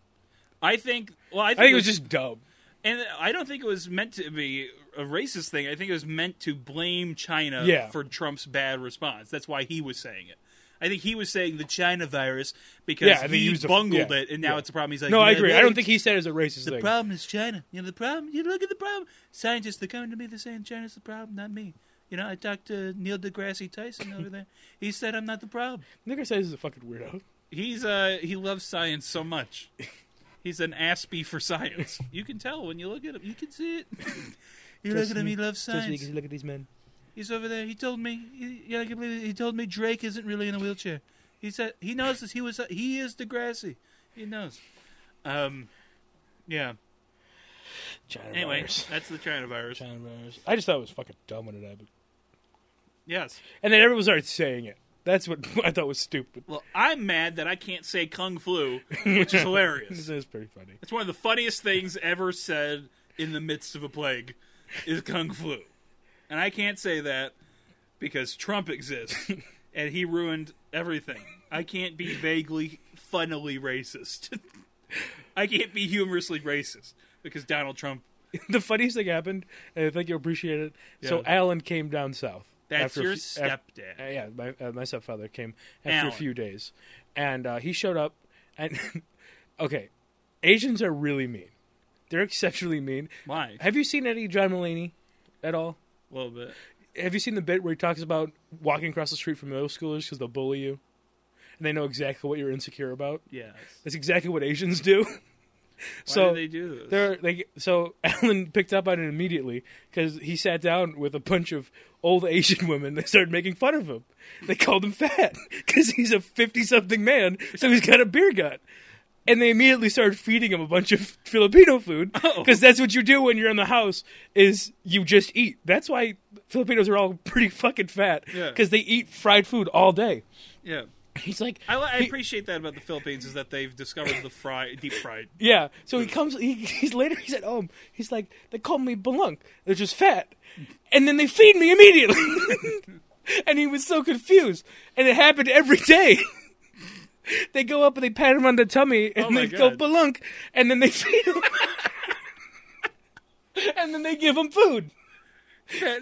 Speaker 2: I think. Well, I think,
Speaker 3: I think it was just dumb.
Speaker 2: and I don't think it was meant to be a racist thing. I think it was meant to blame China
Speaker 3: Yeah.
Speaker 2: for Trump's bad response. That's why he was saying it. I think he was saying the China virus because
Speaker 3: Yeah, they
Speaker 2: he
Speaker 3: used a-
Speaker 2: bungled
Speaker 3: yeah,
Speaker 2: it, and now
Speaker 3: yeah.
Speaker 2: it's a problem. He's like,
Speaker 3: No, I
Speaker 2: "Yeah,
Speaker 3: agree. I don't
Speaker 2: it's-
Speaker 3: think he said it was a racist
Speaker 2: The
Speaker 3: thing.
Speaker 2: problem is China. You know, the problem, you look at the problem. Scientists, they're coming to me, they're saying China's the problem, not me. You know, I talked to Neil deGrasse Tyson over there. He said I'm not the problem.
Speaker 3: Nigger says he's a fucking weirdo.
Speaker 2: He's uh he loves science so much. He's an Aspie for science. You can tell when you look at him. You can see it. You look at him. He loves science.
Speaker 3: Look at these men.
Speaker 2: He's over there. He told me. He, yeah, I can believe it. He told me Drake isn't really in a wheelchair. He said he knows this. He was. He is Degrassi. He knows. Um, yeah.
Speaker 3: China
Speaker 2: Anyway,
Speaker 3: virus.
Speaker 2: that's the China virus.
Speaker 3: China virus. I just thought it was fucking dumb when it happened.
Speaker 2: Yes.
Speaker 3: And then everyone started saying it. That's what <laughs> I thought was stupid.
Speaker 2: Well, I'm mad that I can't say kung flu, which
Speaker 3: <laughs>
Speaker 2: is hilarious.
Speaker 3: This is pretty funny. <laughs>
Speaker 2: It's one of the funniest things ever said in the midst of a plague is kung flu. And I can't say that. because Trump
Speaker 3: <laughs>
Speaker 2: exists and he ruined everything. I can't be vaguely, funnily racist. <laughs> I can't be humorously racist because Donald Trump.
Speaker 3: the funniest thing happened, and I think you'll appreciate it. So
Speaker 2: Yeah.
Speaker 3: Alan came down south.
Speaker 2: That's
Speaker 3: after a
Speaker 2: your
Speaker 3: few- af-
Speaker 2: stepdad.
Speaker 3: uh, yeah, my uh, my stepfather came after
Speaker 2: Alan.
Speaker 3: a few days, and uh, he showed up. And <laughs> okay, Asians are really mean. They're exceptionally mean.
Speaker 2: Why?
Speaker 3: Have you seen any John Mulaney at all?
Speaker 2: A little bit.
Speaker 3: Have you seen the bit where he talks about walking across the street from middle schoolers because they'll bully you, and they know exactly what you're insecure about?
Speaker 2: Yes. Why
Speaker 3: That's exactly what Asians do. <laughs> so
Speaker 2: do they do this?
Speaker 3: they're like so <laughs> Alan picked up on it immediately because he sat down with a bunch of old Asian women. They started making fun of him. They called him fat <laughs> because he's a fifty-something man, so he's got a beer gut. And they immediately started feeding him a bunch of <laughs> Filipino food because that's what you do when you're in the house is you just eat. That's why Filipinos are all <laughs> pretty fucking fat
Speaker 2: Yeah.
Speaker 3: because they eat fried food all day.
Speaker 2: yeah.
Speaker 3: He's like,
Speaker 2: I, li- I
Speaker 3: he-
Speaker 2: appreciate that about the Philippines is that they've discovered the fry, deep fried.
Speaker 3: Yeah. So he comes. He, <laughs> he's later. He's at home. He's like, they call me Belunk. They're just fat, and then they feed me immediately. <laughs> and he was so confused. And it happened every day. <laughs> they go up and they pat him on the tummy, and
Speaker 2: Oh my
Speaker 3: they go
Speaker 2: God.
Speaker 3: Belunk, and then they <laughs> feed him, and then they give him food. <laughs>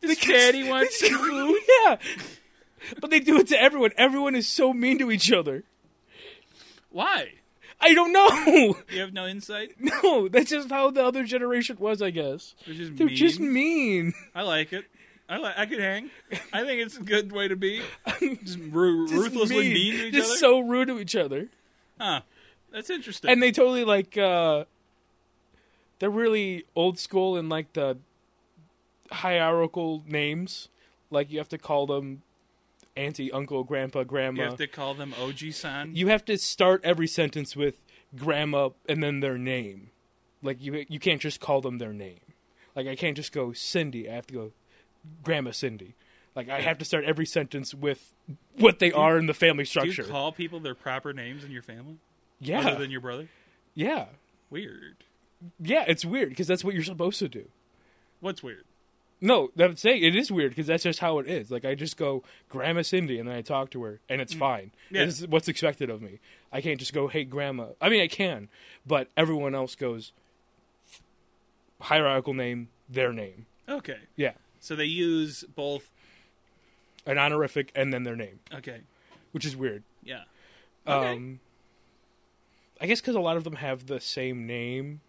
Speaker 3: The
Speaker 2: Daddy wants some
Speaker 3: food. Yeah. But they do it to everyone. Everyone is so mean to each other.
Speaker 2: Why?
Speaker 3: I don't know. <laughs>
Speaker 2: You have no insight?
Speaker 3: No, <laughs> that's just how the other generation was, I guess.
Speaker 2: They're just
Speaker 3: They're
Speaker 2: mean.
Speaker 3: just <laughs> mean.
Speaker 2: I like it. I li- I could hang. I think it's a good way to be.
Speaker 3: <laughs>
Speaker 2: Just ru- ruthlessly mean. to each
Speaker 3: just
Speaker 2: other.
Speaker 3: so rude to each other.
Speaker 2: huh. That's interesting.
Speaker 3: And they totally like uh they're really old school in like the hierarchical names. Like you have to call them auntie, uncle, grandpa, grandma.
Speaker 2: you have to call them OG san.
Speaker 3: you have to start every sentence with grandma and then their name. Like you you can't just call them their name. Like I can't just go Cindy. I have to go Grandma Cindy. Like I have to start every sentence with what they are in the family
Speaker 2: Do you
Speaker 3: structure.
Speaker 2: call people their proper names in your family
Speaker 3: yeah,
Speaker 2: other than your brother?
Speaker 3: yeah,
Speaker 2: Weird.
Speaker 3: yeah. It's weird because that's what you're supposed to do.
Speaker 2: What's weird?
Speaker 3: No, I'm saying it is weird because that's just how it is. Like I just go Grandma Cindy and then I talk to her and it's fine.
Speaker 2: Yeah.
Speaker 3: This is what's expected of me. I can't just go hey Grandma. I mean I can, but everyone else goes hierarchical name, their name.
Speaker 2: Okay.
Speaker 3: Yeah,
Speaker 2: So they use both.
Speaker 3: an honorific and then their name,
Speaker 2: Okay.
Speaker 3: which is weird.
Speaker 2: Yeah.
Speaker 3: Um, I guess because a lot of them have the same name.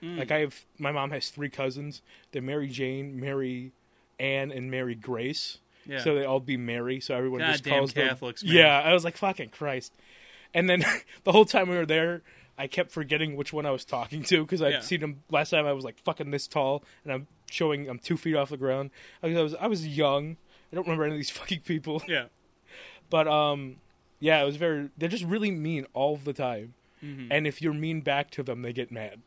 Speaker 2: Hmm.
Speaker 3: Like I have, my mom has three cousins. They're Mary Jane, Mary Anne, and Mary Grace.
Speaker 2: Yeah.
Speaker 3: So they all be Mary. So everyone just
Speaker 2: Goddamn
Speaker 3: calls
Speaker 2: Catholics,
Speaker 3: them.
Speaker 2: man.
Speaker 3: Yeah, I was like, fucking Christ. And then <laughs> the whole time we were there, I kept forgetting which one I was talking to because I'd
Speaker 2: Yeah.
Speaker 3: seen him last time. I was like fucking this tall, and I'm showing I'm two feet off the ground. I was I was, I was young. I don't remember any of these <laughs> fucking people.
Speaker 2: Yeah.
Speaker 3: But um, yeah, it was very. They're just really mean all the time,
Speaker 2: Mm-hmm.
Speaker 3: and if you're mean back to them, they get mad.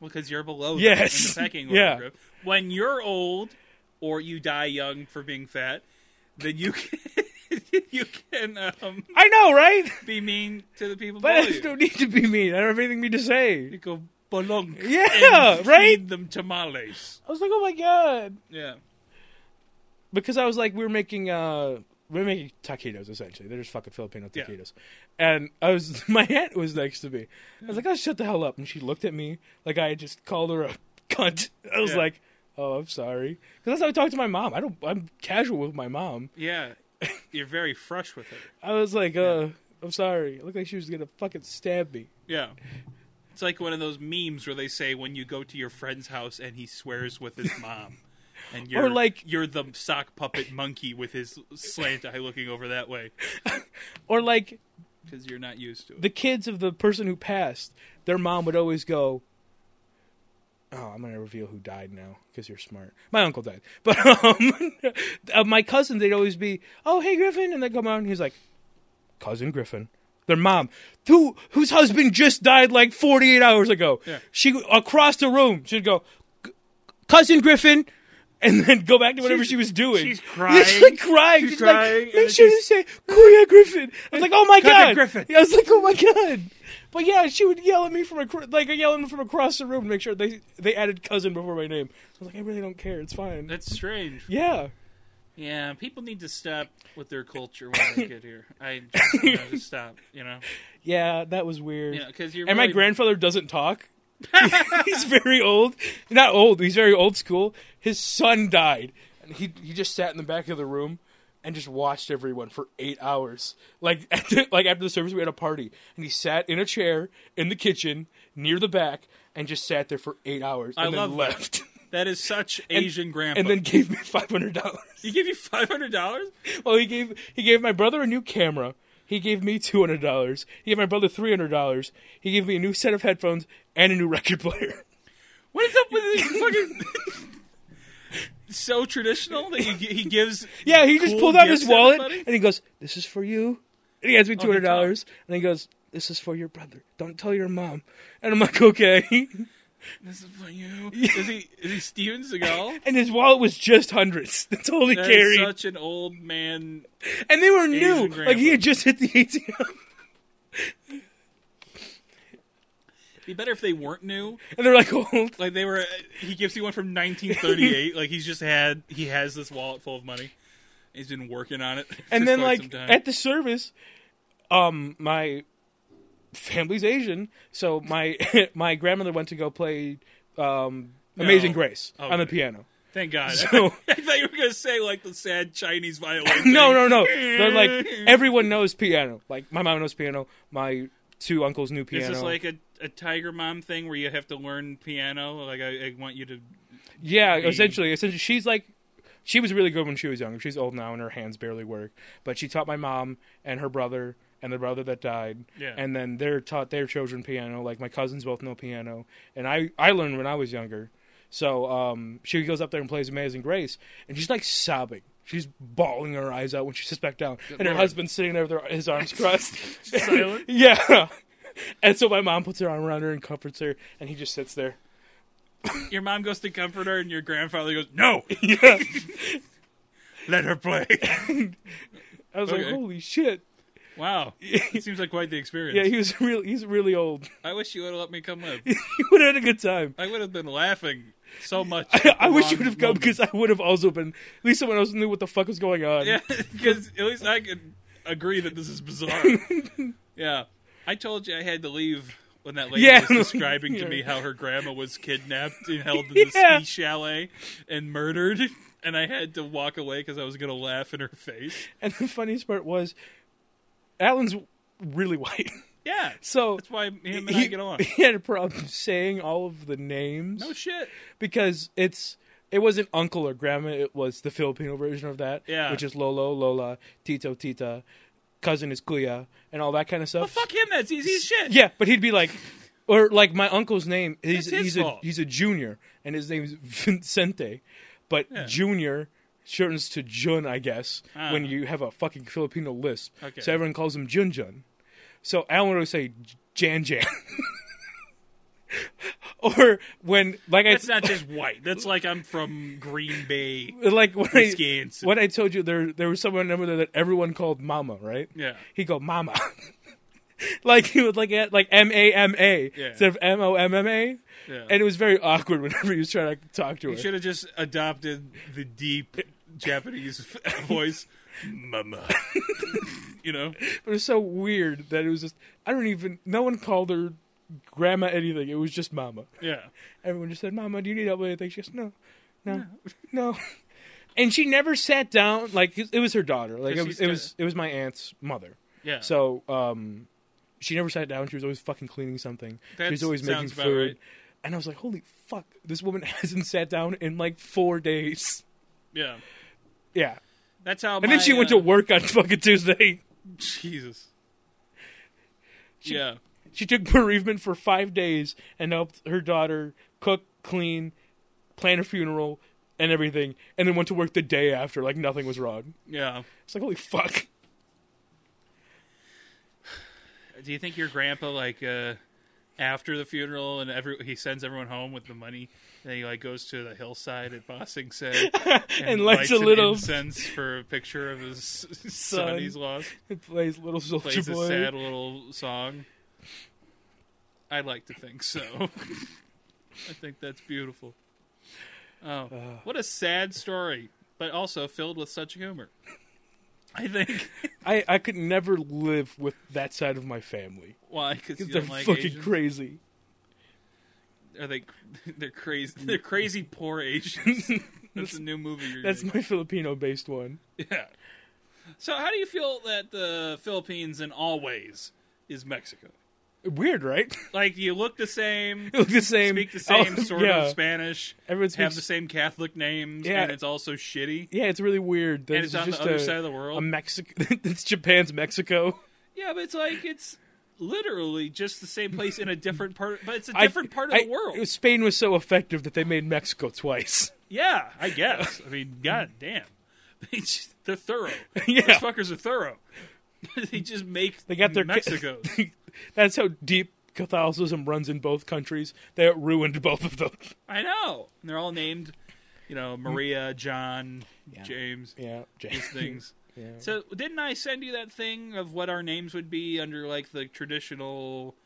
Speaker 2: Well, because you're below. them
Speaker 3: Yes.
Speaker 2: in the
Speaker 3: <laughs>
Speaker 2: pecking
Speaker 3: Yeah.
Speaker 2: order. When you're old, or you die young for being fat, then you can <laughs> you can um,
Speaker 3: I know, right? <laughs>
Speaker 2: be mean to the people.
Speaker 3: But
Speaker 2: below
Speaker 3: I
Speaker 2: you.
Speaker 3: don't need to be mean. I don't have anything mean to
Speaker 2: You
Speaker 3: say.
Speaker 2: go bolong.
Speaker 3: <laughs> Yeah,
Speaker 2: and
Speaker 3: right?
Speaker 2: Feed them tamales.
Speaker 3: I was like, oh my god,
Speaker 2: Yeah.
Speaker 3: because I was like, we were making uh, we were making taquitos essentially. They're just fucking Filipino
Speaker 2: Yeah.
Speaker 3: taquitos, and I was <laughs> my aunt was next to me. I was like, oh shut the hell up, and she looked at me like I had just called her a <laughs> cunt. I was
Speaker 2: Yeah.
Speaker 3: like, oh I'm sorry, because that's how I talk to my mom. I don't. I'm casual with my mom.
Speaker 2: Yeah. You're very fresh with her.
Speaker 3: I was like, uh, I'm sorry. It looked like she was gonna fucking stab me.
Speaker 2: Yeah. It's like one of those memes where they say when you go to your friend's house and he swears with
Speaker 3: <laughs>
Speaker 2: his mom. And you're
Speaker 3: like-
Speaker 2: you're the sock puppet monkey with his slant eye looking over that way
Speaker 3: Or like
Speaker 2: because you're not used to it.
Speaker 3: the kids of the person who passed, their mom would always go, "Oh, I'm gonna reveal who died now because you're smart." My uncle died, <laughs> but um, uh, my cousin, they'd always be, "Oh, hey Griffin," and they come out and he's like, "Cousin Griffin." Their mom, who whose husband just died like 48 hours ago,
Speaker 2: Yeah.
Speaker 3: she across the room, she'd go, "C- "Cousin Griffin." And then go back to whatever
Speaker 2: She's-
Speaker 3: she was doing.
Speaker 2: she's
Speaker 3: Yeah, <laughs> she's
Speaker 2: crying.
Speaker 3: like crying.
Speaker 2: She's
Speaker 3: She's,
Speaker 2: crying,
Speaker 3: like,
Speaker 2: and
Speaker 3: they
Speaker 2: it's
Speaker 3: should have said, Korea Griffin. I was like, oh my
Speaker 2: Cousin
Speaker 3: god.
Speaker 2: Griffin.
Speaker 3: I was like, oh my god. But yeah, she would yell at me from acro- like yelling from across the room to make sure they they added cousin before my name. I was like, I really don't care. It's fine.
Speaker 2: That's strange.
Speaker 3: yeah.
Speaker 2: Yeah, people need to stop with their culture when they get here.
Speaker 3: <laughs>
Speaker 2: I just, you know, just stop, you know,
Speaker 3: Yeah, that was weird.
Speaker 2: you know, because you're
Speaker 3: and my
Speaker 2: really,
Speaker 3: grandfather doesn't talk. <laughs> he's very old. Not old. He's very old school. His son died, and he he just sat in the back of the room and just watched everyone for eight hours. Like <laughs> after, like after the service, we had a party, and he sat in a chair in the kitchen near the back and just sat there for eight hours. And
Speaker 2: I
Speaker 3: then
Speaker 2: love that.
Speaker 3: left, <laughs>
Speaker 2: that is such Asian grandpa.
Speaker 3: and then gave me five hundred dollars.
Speaker 2: he give you five hundred dollars.
Speaker 3: Well, he gave he gave my brother a new camera. He gave me two hundred dollars. He gave my brother three hundred dollars. He gave me a new set of headphones and a new <laughs> record player.
Speaker 2: What is up with this
Speaker 3: <laughs>
Speaker 2: fucking? so traditional that he, he gives.
Speaker 3: Yeah, he just
Speaker 2: cool
Speaker 3: pulled out his
Speaker 2: gifts,
Speaker 3: wallet
Speaker 2: everybody? Oh,
Speaker 3: and he goes, "This is for you." And he hands me two
Speaker 2: he
Speaker 3: hundred dollars and he goes, "This is for your brother. Don't tell your mom." And I'm like, "Okay." <laughs>
Speaker 2: This is for you. Is he is he Steven Seagal?
Speaker 3: And his wallet was just hundreds. <laughs> That's all he
Speaker 2: That is
Speaker 3: carried.
Speaker 2: such an old man.
Speaker 3: and they were new.
Speaker 2: Asian
Speaker 3: Like he had just hit the ATM.
Speaker 2: It'd be better if they weren't new.
Speaker 3: And they're like, "Old."
Speaker 2: Like they were. He gives you one from
Speaker 3: <laughs>
Speaker 2: 1938. like he's just had. He has this wallet full of money. He's been working on it.
Speaker 3: and
Speaker 2: for
Speaker 3: then
Speaker 2: quite
Speaker 3: like
Speaker 2: some time.
Speaker 3: at the service um my family's asian so my <laughs> my grandmother went to go play um amazing
Speaker 2: No.
Speaker 3: grace
Speaker 2: Oh,
Speaker 3: on the
Speaker 2: good.
Speaker 3: piano
Speaker 2: thank God.
Speaker 3: So-
Speaker 2: <laughs> I thought you were gonna say like the sad Chinese
Speaker 3: <laughs>
Speaker 2: violin. thing.
Speaker 3: no no no they're like
Speaker 2: <laughs>
Speaker 3: everyone knows piano like my mom knows piano my two uncles knew
Speaker 2: Is
Speaker 3: piano
Speaker 2: this like a, a Tiger Mom thing where you have to learn piano? Like I, I want you
Speaker 3: <laughs>
Speaker 2: to.
Speaker 3: yeah essentially essentially she's like she was really good when she was younger she's old now and her hands barely work but she taught my mom and her brother and the brother that died
Speaker 2: Yeah.
Speaker 3: and then they're taught their children piano like my cousins both know piano and i i learned when i was younger so um she goes up there and plays amazing grace and she's like sobbing She's bawling her eyes out when she sits back down, and her
Speaker 2: Lord.
Speaker 3: husband's sitting there with her, his arms crossed. <laughs>
Speaker 2: Silent?
Speaker 3: yeah, and so my mom puts her arm around her and comforts her, and he just sits there. <laughs>
Speaker 2: Your mom goes to comfort her, and your grandfather goes, "No, let her
Speaker 3: <laughs>
Speaker 2: play."
Speaker 3: I was
Speaker 2: Okay.
Speaker 3: like, "Holy shit!"
Speaker 2: Wow, it seems like quite the experience.
Speaker 3: Yeah, he was <laughs> real. He's really old. <laughs>
Speaker 2: I wish you would have let me come live.
Speaker 3: He would have had a good time. <laughs>
Speaker 2: I would have been laughing so much.
Speaker 3: I, wish you
Speaker 2: Wrong
Speaker 3: would have come
Speaker 2: moment.
Speaker 3: because I would have also been. At least someone else knew what the fuck was going on.
Speaker 2: yeah, <laughs> because at least I could agree that this is
Speaker 3: <laughs>
Speaker 2: bizarre. yeah, I told you I had to leave when that lady
Speaker 3: Yeah.
Speaker 2: was describing to me
Speaker 3: <laughs> Yeah.
Speaker 2: how her grandma was kidnapped and held in the
Speaker 3: <laughs> Yeah.
Speaker 2: ski chalet and murdered, and I had to walk away because I was gonna laugh in her face.
Speaker 3: <laughs> And the funniest part was, Alan's really <laughs> white,
Speaker 2: Yeah,
Speaker 3: so
Speaker 2: that's why him and I
Speaker 3: he,
Speaker 2: get along.
Speaker 3: <laughs> he had a problem saying all of the names
Speaker 2: No shit.
Speaker 3: because it's. It wasn't uncle or grandma. It was the Filipino version of that,
Speaker 2: Yeah.
Speaker 3: which is Lolo, Lola, Tito, Tita, cousin is Kuya, and all that kind of stuff.
Speaker 2: Well, fuck him. That's easy as shit.
Speaker 3: Yeah, but he'd be like, or like my uncle's name. He's
Speaker 2: That's his
Speaker 3: he's a
Speaker 2: fault.
Speaker 3: he's a junior, and his name's Vincente, but junior shortens to Jun, I guess. When
Speaker 2: Ah.
Speaker 3: you have a fucking Filipino lisp,
Speaker 2: Okay.
Speaker 3: so everyone calls him Jun Jun. So Alan would always say Jan Jan. <laughs> or when like I
Speaker 2: That's not just white. That's like I'm from Green
Speaker 3: <laughs>
Speaker 2: Bay.
Speaker 3: like when I,
Speaker 2: Wisconsin.
Speaker 3: when I told you there there was someone I remember that everyone called Mama, right?
Speaker 2: Yeah.
Speaker 3: He go Mama. <laughs> like he would like at like M A M A
Speaker 2: Yeah.
Speaker 3: instead of M O M M A.
Speaker 2: Yeah.
Speaker 3: And it was very awkward <laughs> whenever he was trying to talk to her.
Speaker 2: You should have just adopted the deep Japanese <laughs> voice, mama. <laughs> you know,
Speaker 3: But it was so weird that it was just I don't even no one called her grandma anything. It was just Mama.
Speaker 2: yeah.
Speaker 3: Everyone just said, "Mama, do you need help with anything?" She goes, "No, no, no." And she never sat down. Like it was her daughter. Like it
Speaker 2: Because
Speaker 3: was,
Speaker 2: she's
Speaker 3: it was, it was my aunt's mother.
Speaker 2: Yeah.
Speaker 3: So um, she never sat down. She was always fucking cleaning something.
Speaker 2: That
Speaker 3: she was always making
Speaker 2: sounds about
Speaker 3: food.
Speaker 2: right.
Speaker 3: And I was like, holy fuck, this woman <laughs> hasn't sat down in like four days.
Speaker 2: yeah.
Speaker 3: Yeah.
Speaker 2: That's how.
Speaker 3: And then she went
Speaker 2: uh,
Speaker 3: to work on <laughs> fucking Tuesday.
Speaker 2: Jesus. yeah.
Speaker 3: She took bereavement for five days and helped her daughter cook, clean, plan a funeral, and everything. And then went to work the day after, like nothing was wrong.
Speaker 2: Yeah.
Speaker 3: It's like, holy fuck.
Speaker 2: Do you think your grandpa like uh after the funeral and every he sends everyone home with the money and he like goes to the hillside at Bossing Say <laughs> and,
Speaker 3: <laughs> And lights a little-
Speaker 2: incense for a picture of
Speaker 3: <laughs>
Speaker 2: his son,
Speaker 3: Son.
Speaker 2: he's lost.
Speaker 3: It <laughs> plays Little Soldier
Speaker 2: Plays
Speaker 3: Boy.
Speaker 2: a sad little song. I'd like to think so. <laughs> I think that's beautiful. Oh, what a sad story. but also filled with such humor. I think. <laughs>
Speaker 3: I, I could never live with that side of my family.
Speaker 2: Why? Because
Speaker 3: 'Cause
Speaker 2: you
Speaker 3: they're
Speaker 2: don't like
Speaker 3: fucking
Speaker 2: Asians?
Speaker 3: crazy.
Speaker 2: Are they? <laughs> They're crazy. They're crazy poor
Speaker 3: <laughs>
Speaker 2: Asians. That's a new movie. You're
Speaker 3: That's
Speaker 2: doing.
Speaker 3: my <laughs> Filipino based one.
Speaker 2: yeah. So how do you feel that the Philippines in all ways is Mexico?
Speaker 3: Weird, right? <laughs>
Speaker 2: Like you look the same,
Speaker 3: Look the same.
Speaker 2: speak the same
Speaker 3: <laughs> oh,
Speaker 2: sort
Speaker 3: yeah.
Speaker 2: of Spanish,
Speaker 3: Everyone
Speaker 2: have
Speaker 3: speaks-
Speaker 2: the same Catholic names,
Speaker 3: Yeah.
Speaker 2: and it's also shitty.
Speaker 3: Yeah, it's really weird. That
Speaker 2: And it's on the
Speaker 3: just
Speaker 2: other
Speaker 3: a,
Speaker 2: side of the world.
Speaker 3: A Mexico. <laughs> it's Japan's Mexico.
Speaker 2: Yeah, but it's like it's literally just the same place in a different part, but it's a
Speaker 3: I-
Speaker 2: different part of
Speaker 3: I-
Speaker 2: the world.
Speaker 3: Spain was so effective that they made Mexico twice. <laughs>
Speaker 2: Yeah, I guess. I mean, god damn. <laughs> They just- They're thorough. These
Speaker 3: <laughs> yeah,
Speaker 2: fuckers are thorough. <laughs> they just make
Speaker 3: they got their
Speaker 2: Mexico.
Speaker 3: <laughs> That's how deep Catholicism runs in both countries. They ruined both of them. <laughs>
Speaker 2: I know. And they're all named, you know, Maria, John, James,
Speaker 3: Yeah,
Speaker 2: these
Speaker 3: James.
Speaker 2: things.
Speaker 3: Yeah.
Speaker 2: So didn't I send you that thing of what our names would be under like the traditional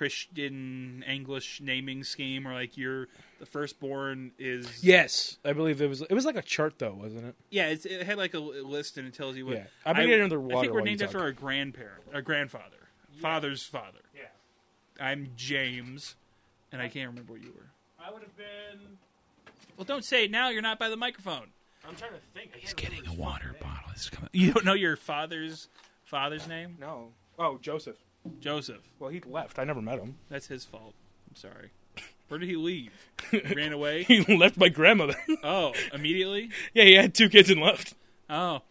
Speaker 2: Christian English naming scheme, or like your the firstborn is
Speaker 3: Yes, I believe it was. It was like a chart, though, wasn't it?
Speaker 2: Yeah, it's, it had like a l- list and it tells you what.
Speaker 3: Yeah. I'm gonna get another
Speaker 2: I
Speaker 3: water
Speaker 2: think we're
Speaker 3: while you
Speaker 2: named after
Speaker 3: talk.
Speaker 2: our grandparent, our grandfather, father's father. Yeah. I'm James, and I can't remember what you were.
Speaker 5: I would have been.
Speaker 2: Well, don't say it now. You're not by the microphone.
Speaker 5: I'm trying to think. He's
Speaker 6: Getting a water bottle is coming.
Speaker 2: You don't know your father's father's name,
Speaker 3: No. Oh, Joseph.
Speaker 2: Joseph.
Speaker 3: Well, he left. I never met him.
Speaker 2: That's his fault. I'm sorry. Where did he leave? Ran
Speaker 3: <laughs>
Speaker 2: away.
Speaker 3: <laughs> He left my grandmother. <laughs>
Speaker 2: Oh, immediately.
Speaker 3: yeah, he had two kids and left.
Speaker 2: Oh,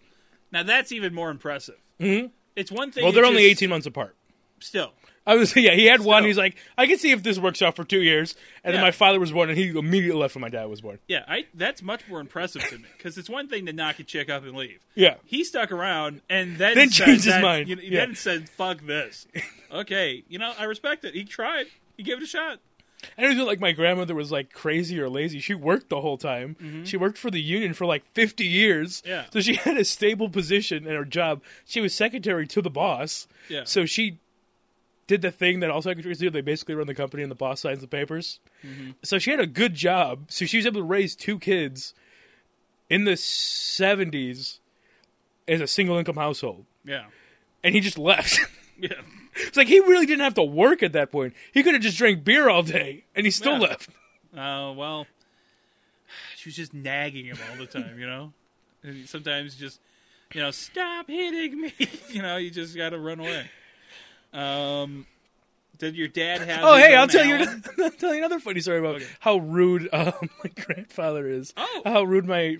Speaker 2: now that's even more impressive. Mm-hmm. It's one thing.
Speaker 3: Well, they're
Speaker 2: to
Speaker 3: only
Speaker 2: just-
Speaker 3: 18 months apart.
Speaker 2: Still,
Speaker 3: I was <laughs> yeah. He had one.
Speaker 2: So-
Speaker 3: He's like, I can see if this works out for two years. And
Speaker 2: Yeah.
Speaker 3: then my father was born, and he immediately left when my dad was born.
Speaker 2: Yeah, I that's much more impressive to me because it's one thing to knock a chick up and leave.
Speaker 3: Yeah.
Speaker 2: he stuck around and then
Speaker 3: Then
Speaker 2: said
Speaker 3: changed his
Speaker 2: that-
Speaker 3: mind.
Speaker 2: You know,
Speaker 3: Yeah.
Speaker 2: Then said, "Fuck
Speaker 3: <laughs>
Speaker 2: this." Okay, you know I respect it. He tried. He gave it a shot.
Speaker 3: I don't feel like my grandmother was like crazy or lazy. She worked the whole time. She worked for the union for like 50 years.
Speaker 2: Mm-hmm. Yeah.
Speaker 3: So she <laughs> had a stable position in her job. She was secretary to the boss.
Speaker 2: Yeah.
Speaker 3: So she did the thing that all secretaries do. They basically run the company and the boss signs the papers.
Speaker 2: Mm-hmm.
Speaker 3: So she had a good job. So she was able to raise two kids in the 70s as a single income household.
Speaker 2: Yeah, <laughs>
Speaker 3: And he just left. <laughs>
Speaker 2: yeah,
Speaker 3: it's like he really didn't have to work at that point. He could have just drank beer all day and he still
Speaker 2: Yeah.
Speaker 3: left.
Speaker 2: Oh well, she was just nagging him all the time. You know, and sometimes just you know stop hitting me. <laughs> You know, you just got to run away. Um, did your dad have?
Speaker 3: Oh,
Speaker 2: his
Speaker 3: hey,
Speaker 2: own
Speaker 3: I'll tell you.
Speaker 2: Allen?
Speaker 3: <laughs> I'll tell you another funny story about how rude <laughs> uh, my grandfather is.
Speaker 2: Oh.
Speaker 3: how rude my.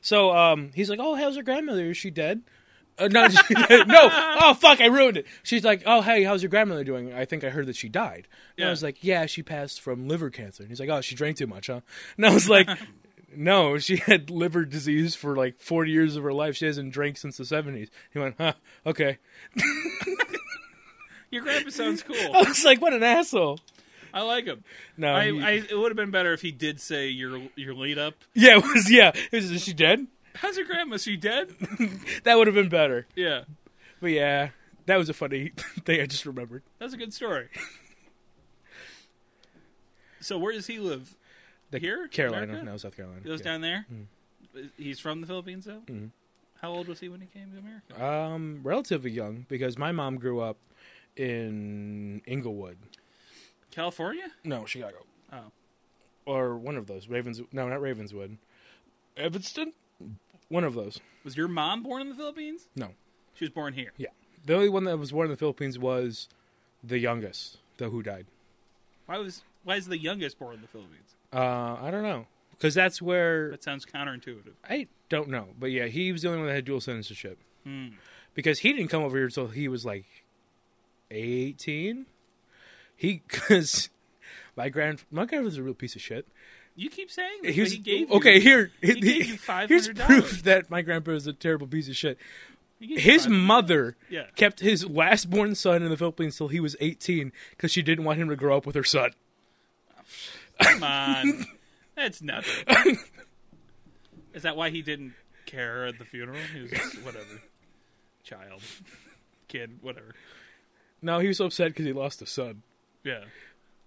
Speaker 3: So, um, he's like, "Oh, how's your grandmother? Is she dead?" Uh,
Speaker 2: <laughs>
Speaker 3: no, <laughs> she- no. Oh, fuck! I ruined it. She's like, "Oh, hey, how's your grandmother doing?" I think I heard that she died. And
Speaker 2: Yeah.
Speaker 3: I was like, "Yeah, she passed from liver cancer." And he's like, "Oh, she drank too much, huh?" And I was
Speaker 2: <laughs>
Speaker 3: like. No, she had liver disease for like 40 years of her life. She hasn't drank since the 70s. He went, huh, okay. <laughs>
Speaker 2: Your grandpa sounds cool.
Speaker 3: I was like, what an asshole.
Speaker 2: I like him.
Speaker 3: No,
Speaker 2: I,
Speaker 3: Oh. he-
Speaker 2: I, it would have been better if he did say your your lead up.
Speaker 3: yeah, <laughs> it was, yeah. It was, is she dead?
Speaker 2: How's your grandma? Is she dead?
Speaker 3: That would have been better.
Speaker 2: Yeah,
Speaker 3: But yeah, that was a funny <laughs> thing I just remembered.
Speaker 2: that's a good story. So where does he live?
Speaker 3: The
Speaker 2: Here?
Speaker 3: Carolina.
Speaker 2: America?
Speaker 3: No, South Carolina.
Speaker 2: He lives
Speaker 3: Yeah. Mm-hmm.
Speaker 2: down there. He's from the Philippines, though. How old was he when he came to America?
Speaker 3: Um, relatively young because my mom grew up in Inglewood.
Speaker 2: California.
Speaker 3: No, Chicago.
Speaker 2: Oh.
Speaker 3: Or one of those. Ravens. No, not Ravenswood. Evanston? One of those.
Speaker 2: Was your mom born in the Philippines?
Speaker 3: No.
Speaker 2: She was born here.
Speaker 3: Yeah. The only one that was born in the Philippines was the youngest, the who died.
Speaker 2: Why was why is the youngest born in the Philippines?
Speaker 3: Uh, I don't know. Because that's where.
Speaker 2: That sounds counterintuitive.
Speaker 3: I don't know, but yeah, he was the only one that had dual citizenship
Speaker 2: Hmm.
Speaker 3: because he didn't come over here until he was like eighteen. He <laughs> because my grand my grandfather's a real piece of shit.
Speaker 2: You keep saying this,
Speaker 3: He
Speaker 2: but
Speaker 3: was
Speaker 2: he gave you-
Speaker 3: okay. here,
Speaker 2: he gave you
Speaker 3: <laughs> here's
Speaker 2: $500.
Speaker 3: proof that my grandpa is a terrible piece of shit.
Speaker 2: he gave you
Speaker 3: His
Speaker 2: five-
Speaker 3: mother
Speaker 2: Yeah.
Speaker 3: kept his last born son in the Philippines till he was eighteen because she didn't want him to grow up with her son.
Speaker 2: Come
Speaker 3: <laughs>
Speaker 2: on, that's nothing. Is that why he didn't care at the funeral? He was just, whatever, child, kid, whatever.
Speaker 3: No, he was so upset because he lost a son.
Speaker 2: Yeah.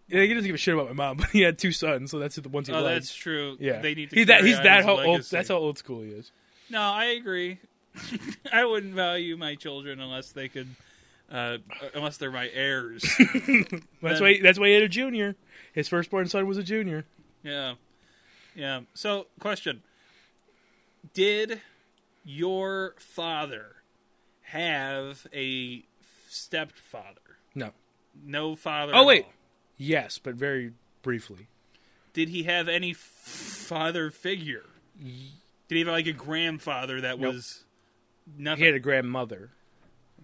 Speaker 3: Yeah, he doesn't give a shit about my mom, <laughs> but he had two sons, so that's the ones he
Speaker 2: Oh,
Speaker 3: loved.
Speaker 2: that's true.
Speaker 3: Yeah,
Speaker 2: They need to.
Speaker 3: He's that.
Speaker 2: carry
Speaker 3: He's
Speaker 2: on
Speaker 3: that. oh,
Speaker 2: his
Speaker 3: How old?
Speaker 2: legacy.
Speaker 3: That's how old school he is.
Speaker 2: No, I agree. <laughs> I wouldn't value my children unless they could, uh, unless they're my
Speaker 3: <laughs>
Speaker 2: heirs.
Speaker 3: That's
Speaker 2: Then-
Speaker 3: why. That's why he had a junior. His firstborn son was a junior.
Speaker 2: yeah, yeah. So, question: Did your father have a stepfather?
Speaker 3: No.
Speaker 2: No father.
Speaker 3: Oh
Speaker 2: at
Speaker 3: wait.
Speaker 2: all.
Speaker 3: Yes, but very briefly.
Speaker 2: did he have any f- father figure? Did he have like a grandfather that
Speaker 3: Nope.
Speaker 2: was
Speaker 3: He
Speaker 2: nothing?
Speaker 3: had a grandmother,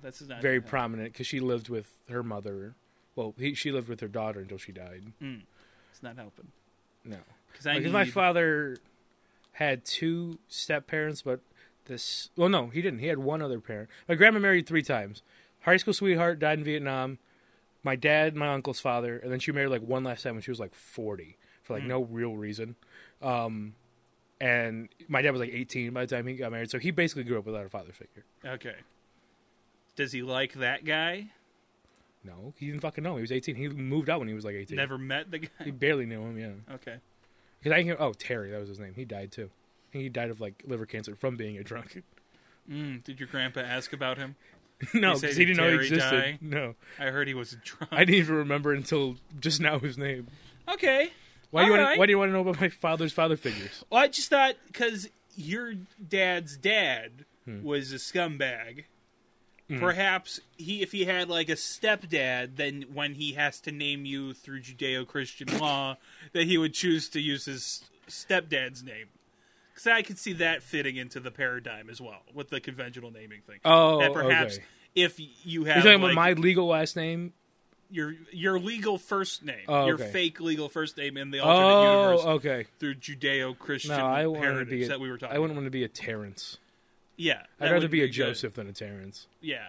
Speaker 2: That's not
Speaker 3: very prominent, because she lived with her mother. Well, he, she lived with her daughter until she died.
Speaker 2: Mm. It's not helping.
Speaker 3: No,
Speaker 2: Because I
Speaker 3: because
Speaker 2: need,
Speaker 3: my father had two step parents, but this. Well, no, he didn't. He had one other parent. My grandma married three times. High school sweetheart died in Vietnam. My dad, my uncle's father, and then she married like one last time when she was like forty for
Speaker 2: Hmm.
Speaker 3: like no real reason. Um, and my dad was like eighteen by the time he got married, so he basically grew up without a father figure.
Speaker 2: Okay. Does he like that guy?
Speaker 3: No, he didn't fucking know. He was 18. He moved out when he was like 18.
Speaker 2: Never met the
Speaker 3: He
Speaker 2: guy.
Speaker 3: barely knew him, yeah.
Speaker 2: Okay.
Speaker 3: Because I can oh, Terry, that was his name. He died too. He died of like liver cancer from being a drunk.
Speaker 2: Mm, did your grandpa ask about him?
Speaker 3: <laughs> no,
Speaker 2: You say
Speaker 3: because he
Speaker 2: did
Speaker 3: didn't know
Speaker 2: Terry
Speaker 3: he existed.
Speaker 2: die?
Speaker 3: No.
Speaker 2: I heard he was drunk.
Speaker 3: I didn't even remember until just now his name.
Speaker 2: okay.
Speaker 3: Why do you want
Speaker 2: Alright.
Speaker 3: to, why do you want to know about my father's father figures?
Speaker 2: Well, I just thought because your dad's dad
Speaker 3: Hmm.
Speaker 2: was a scumbag. Perhaps he, if he had like a stepdad, then when he has to name you through
Speaker 3: <coughs>
Speaker 2: Judeo-Christian law, that he would choose to use his stepdad's name. Because I could see that fitting into the paradigm as well with the conventional naming thing.
Speaker 3: Oh,
Speaker 2: that perhaps
Speaker 3: okay.
Speaker 2: if you
Speaker 3: You're
Speaker 2: have
Speaker 3: talking
Speaker 2: like,
Speaker 3: about my legal last name?
Speaker 2: your your legal first name,
Speaker 3: Oh,
Speaker 2: your
Speaker 3: okay.
Speaker 2: fake legal first name in the alternate universe
Speaker 3: Oh, okay.
Speaker 2: through Judeo-Christian
Speaker 3: No, I want to
Speaker 2: heritage
Speaker 3: be. A,
Speaker 2: that we were talking.
Speaker 3: I wouldn't
Speaker 2: about.
Speaker 3: want to be a Terrence.
Speaker 2: Yeah, that
Speaker 3: I'd rather
Speaker 2: would
Speaker 3: be a
Speaker 2: good.
Speaker 3: Joseph than a Terrence. <laughs>
Speaker 2: Yeah,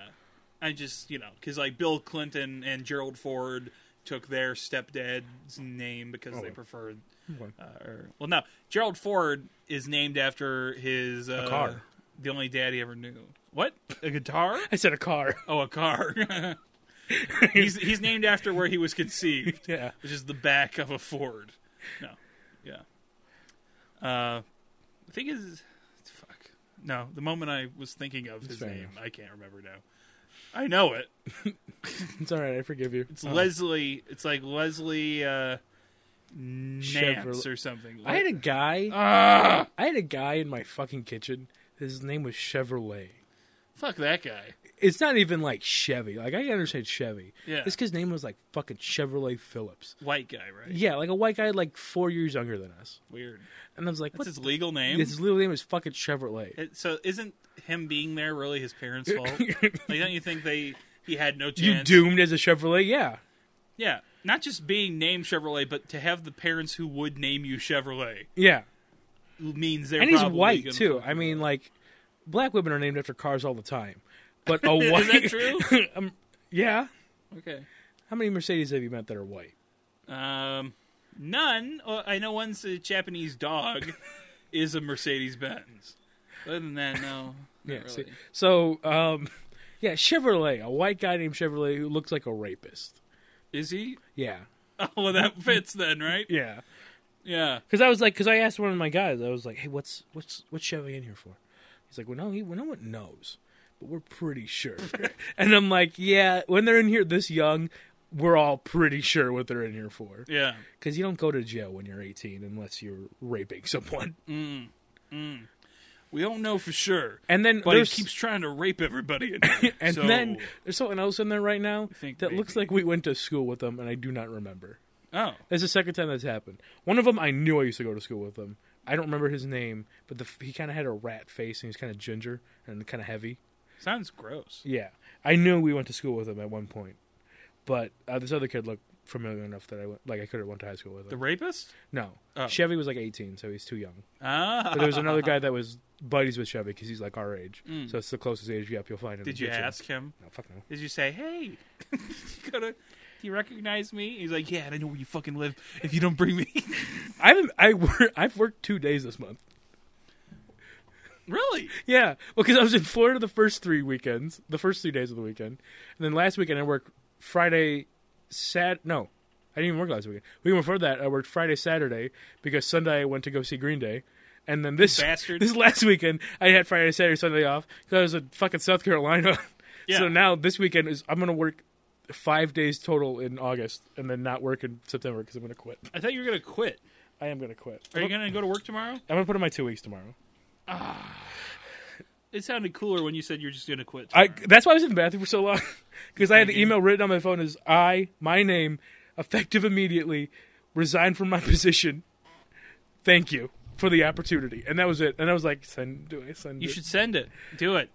Speaker 2: I just you know because like Bill Clinton and Gerald Ford took their stepdad's name because
Speaker 3: Oh.
Speaker 2: they preferred. Uh, or, well, no, Gerald Ford is named after his uh,
Speaker 3: car.
Speaker 2: The only dad he ever knew. What? A guitar?
Speaker 3: I said a
Speaker 2: <laughs>
Speaker 3: car.
Speaker 2: Oh, a car. he's he's named after where he was conceived
Speaker 3: yeah.
Speaker 2: which is the back of a Ford. No, yeah. Uh, I think is fuck. No, the moment I was thinking of his
Speaker 3: fair
Speaker 2: name, I can't remember now. I know it.
Speaker 3: <laughs> It's all right. I forgive you. Uh,
Speaker 2: It's Leslie. It's like Leslie uh, Nance
Speaker 3: Chevrolet-
Speaker 2: or something.
Speaker 3: I had
Speaker 2: <laughs>
Speaker 3: a guy.
Speaker 2: Ah!
Speaker 3: I had a guy in my fucking kitchen. His name was Chevrolet.
Speaker 2: fuck that guy.
Speaker 3: It's not even like Chevy. Like I understand Chevy.
Speaker 2: Yeah.
Speaker 3: This kid's name was like fucking Chevrolet Phillips.
Speaker 2: White guy, right?
Speaker 3: Yeah, like a white guy, like four years younger than us.
Speaker 2: Weird.
Speaker 3: And I was like,
Speaker 2: What's
Speaker 3: what?
Speaker 2: his legal name?
Speaker 3: His little name is fucking Chevrolet.
Speaker 2: It- so isn't him being there really his
Speaker 3: <laughs>
Speaker 2: parents' fault? like, don't you think they he had no chance?
Speaker 3: You doomed as a Chevrolet? Yeah.
Speaker 2: Yeah, not just being named Chevrolet, but to have the parents who would name you Chevrolet
Speaker 3: Yeah.
Speaker 2: means they're
Speaker 3: And he's
Speaker 2: probably
Speaker 3: white
Speaker 2: gonna-
Speaker 3: too. I mean, like, black women are named after cars all the time. But a
Speaker 2: <laughs>
Speaker 3: white.
Speaker 2: <laughs> Is that true?
Speaker 3: <laughs> Yeah.
Speaker 2: okay.
Speaker 3: How many Mercedes have you met that are white?
Speaker 2: Um, none. Well, I know one's a Japanese dog <laughs> is a Mercedes Benz. Other than that, no. Not
Speaker 3: Yeah.
Speaker 2: really.
Speaker 3: See, so, um, <laughs> yeah, Chevrolet, a white guy named Chevrolet who looks like a rapist.
Speaker 2: Is he? <laughs>
Speaker 3: Yeah.
Speaker 2: Oh, well, that fits then, right?
Speaker 3: Yeah.
Speaker 2: Yeah.
Speaker 3: Because I was like, because I asked one of my guys, I was like, hey, what's what's what's Chevy in here for? He's like, well, no, he, well, no one knows, but we're
Speaker 2: <laughs>
Speaker 3: pretty sure. <laughs> and I'm like, yeah, when they're in here this young, we're all pretty sure what they're in here for.
Speaker 2: Yeah.
Speaker 3: Because you don't go to jail when you're 18 unless you're raping someone.
Speaker 2: Mm. We don't know for sure.
Speaker 3: And then
Speaker 2: but he
Speaker 3: there's
Speaker 2: keeps trying to rape everybody. In here.
Speaker 3: <laughs> and
Speaker 2: So-
Speaker 3: then there's someone else in there right now
Speaker 2: think
Speaker 3: that looks
Speaker 2: maybe-
Speaker 3: like we went to school with them, and I do not remember.
Speaker 2: oh,
Speaker 3: That's the second time that's happened. One of them I knew I used to go to school with him. I don't remember his name, but the, he kind of had a rat face and he was kind of ginger and kind of heavy.
Speaker 2: sounds gross.
Speaker 3: Yeah, I knew we went to school with him at one point, but uh, this other kid looked familiar enough that I went, like I could have went to high school with
Speaker 2: The
Speaker 3: him.
Speaker 2: rapist?
Speaker 3: no,
Speaker 2: Oh.
Speaker 3: Chevy was like 18, so he's too young.
Speaker 2: Ah. <laughs>
Speaker 3: But there was another guy that was buddies with Chevy because he's like our age, so it's the closest age gap you'll find. In
Speaker 2: Mm. Did
Speaker 3: the
Speaker 2: you
Speaker 3: kitchen.
Speaker 2: ask him?
Speaker 3: No, fuck no.
Speaker 2: Did you say, "Hey, <laughs> you gotta, do you recognize me?" He's like, "Yeah, and I know where you fucking live. If you don't bring me, <laughs>
Speaker 3: I haven't. I <laughs> wor- I've worked two days this month.
Speaker 2: really?
Speaker 3: Yeah, well, because I was in Florida the first three weekends, the first three days of the weekend, and then last weekend I worked Friday, Sat. No, I didn't even work last weekend. Weekend before that, I worked Friday, Saturday because Sunday I went to go see Green Day, And then this
Speaker 2: bastard.
Speaker 3: this last weekend, I had Friday, Saturday, Sunday off because I was in fucking South Carolina. <laughs>
Speaker 2: Yeah.
Speaker 3: So now this weekend is I'm gonna work five days total in August, and then not work in September because I'm gonna quit.
Speaker 2: I thought you were gonna quit.
Speaker 3: I am gonna quit.
Speaker 2: Are you gonna go to work tomorrow?
Speaker 3: I'm gonna put in my two weeks tomorrow.
Speaker 2: It sounded cooler when you said you're just gonna quit.
Speaker 3: I
Speaker 2: tomorrow.
Speaker 3: that's why I was in the bathroom for so long <laughs> because I had the email written on my phone as I my name effective immediately resign from my <laughs> position. Thank you for the opportunity, and that was it. And I was like, send do I send?
Speaker 2: you
Speaker 3: it?
Speaker 2: should send it. Do it.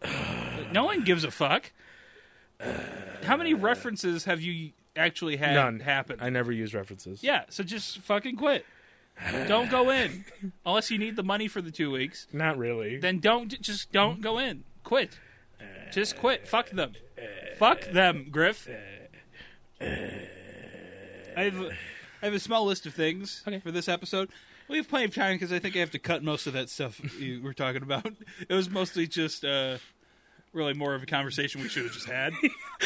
Speaker 2: no one gives a fuck. How many references have you actually had
Speaker 3: none
Speaker 2: happen?
Speaker 3: I never use references.
Speaker 2: Yeah, so just fucking quit. Don't go in unless you need the money for the two weeks.
Speaker 3: not really. <laughs>
Speaker 2: Then don't just don't go in. Quit. Just quit. Fuck them. Fuck them, Griff. I have a, I have a small list of things for this episode. We have plenty of time because I think I have to cut most of that stuff you were talking about. <laughs> It was mostly just uh, really more of a conversation we should have just <laughs> had.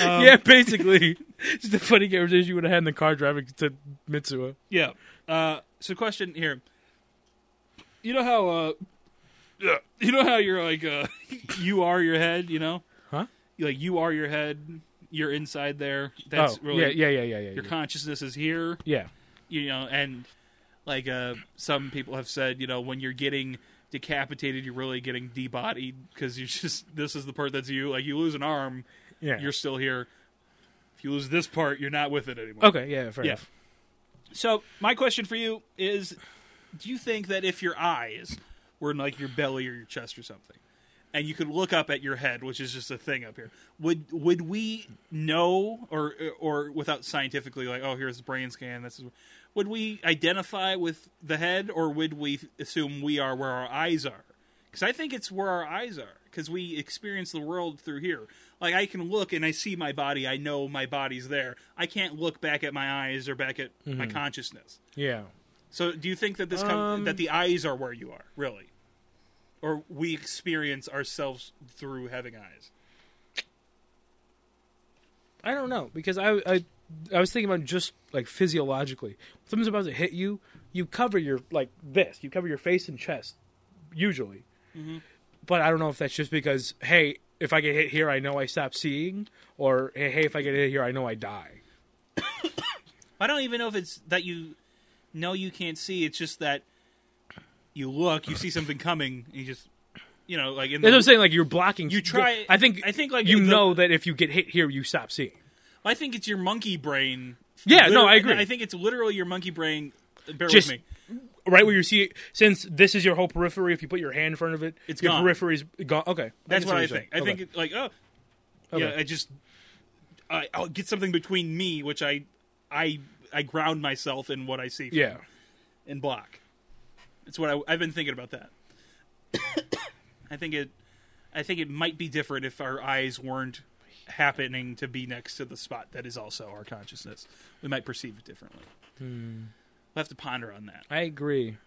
Speaker 2: Um,
Speaker 3: yeah, basically, <laughs> just a funny conversation you would have had in the car driving to Mitsuo.
Speaker 2: Yeah. Uh, so, question here. You know how, uh, yeah, you know how you're like, uh, <laughs> you are your head, you know?
Speaker 3: Huh?
Speaker 2: You- Like, you are your head. You're inside there. That's
Speaker 3: oh,
Speaker 2: really,
Speaker 3: yeah, yeah, yeah, yeah, yeah.
Speaker 2: your
Speaker 3: yeah.
Speaker 2: consciousness is here,
Speaker 3: yeah.
Speaker 2: you know, and like, uh, some people have said, you know, when you're getting decapitated, you're really getting debodied because you just, this is the part that's you. Like, you lose an arm,
Speaker 3: Yeah.
Speaker 2: you're still here. If you lose this part, you're not with it anymore.
Speaker 3: okay. Yeah, fair
Speaker 2: Yeah.
Speaker 3: enough.
Speaker 2: So my question for you is: Do you think that if your eyes were in like your belly or your chest or something, and you could look up at your head, which is just a thing up here, would would we know or or without scientifically like, oh, here's the brain scan, this is would we identify with the head, or would we assume we are where our eyes are? Because I think it's where our eyes are, because we experience the world through here. Like I can look and I see my body, I know my body's there. I can't look back at my eyes or back at my consciousness.
Speaker 3: Yeah.
Speaker 2: So, do you think that this com- that the eyes are where you are really, or we experience ourselves through having eyes?
Speaker 3: I don't know because I I I was thinking about just like physiologically. If something's about to hit you, you cover your like this. You cover your face and chest usually.
Speaker 2: Mm-hmm.
Speaker 3: But I don't know if that's just because hey, if I get hit here, I know I stop seeing, or hey, if I get hit here, I know I die.
Speaker 2: I don't even know if it's that you know you can't see. It's just that you look, you see something coming, and you just you know like in
Speaker 3: That's what I'm
Speaker 2: the,
Speaker 3: saying. Like you're blocking.
Speaker 2: You try-
Speaker 3: I think.
Speaker 2: I think, like,
Speaker 3: you
Speaker 2: the-
Speaker 3: know that if you get hit here, you stop seeing.
Speaker 2: I think it's your monkey brain.
Speaker 3: Yeah, no,
Speaker 2: Liter-
Speaker 3: I agree.
Speaker 2: I think it's literally your monkey brain. Bear
Speaker 3: Just-
Speaker 2: with me.
Speaker 3: Right where you see, since this is your whole periphery, if you put your hand in front of it,
Speaker 2: It's
Speaker 3: your
Speaker 2: gone.
Speaker 3: periphery's gone. Okay,
Speaker 2: That's
Speaker 3: can
Speaker 2: what I
Speaker 3: see
Speaker 2: think. I
Speaker 3: you're saying.
Speaker 2: think it, like oh, yeah,
Speaker 3: Okay.
Speaker 2: I just I, I'll get something between me, which I I I ground myself in what I see. from
Speaker 3: Yeah,
Speaker 2: and block. That's what I, I've been thinking about that. <coughs> I think it, I think it might be different if our eyes weren't happening to be next to the spot that is also our consciousness. We might perceive it differently.
Speaker 3: Hmm.
Speaker 2: We'll have to ponder on that.
Speaker 3: I agree,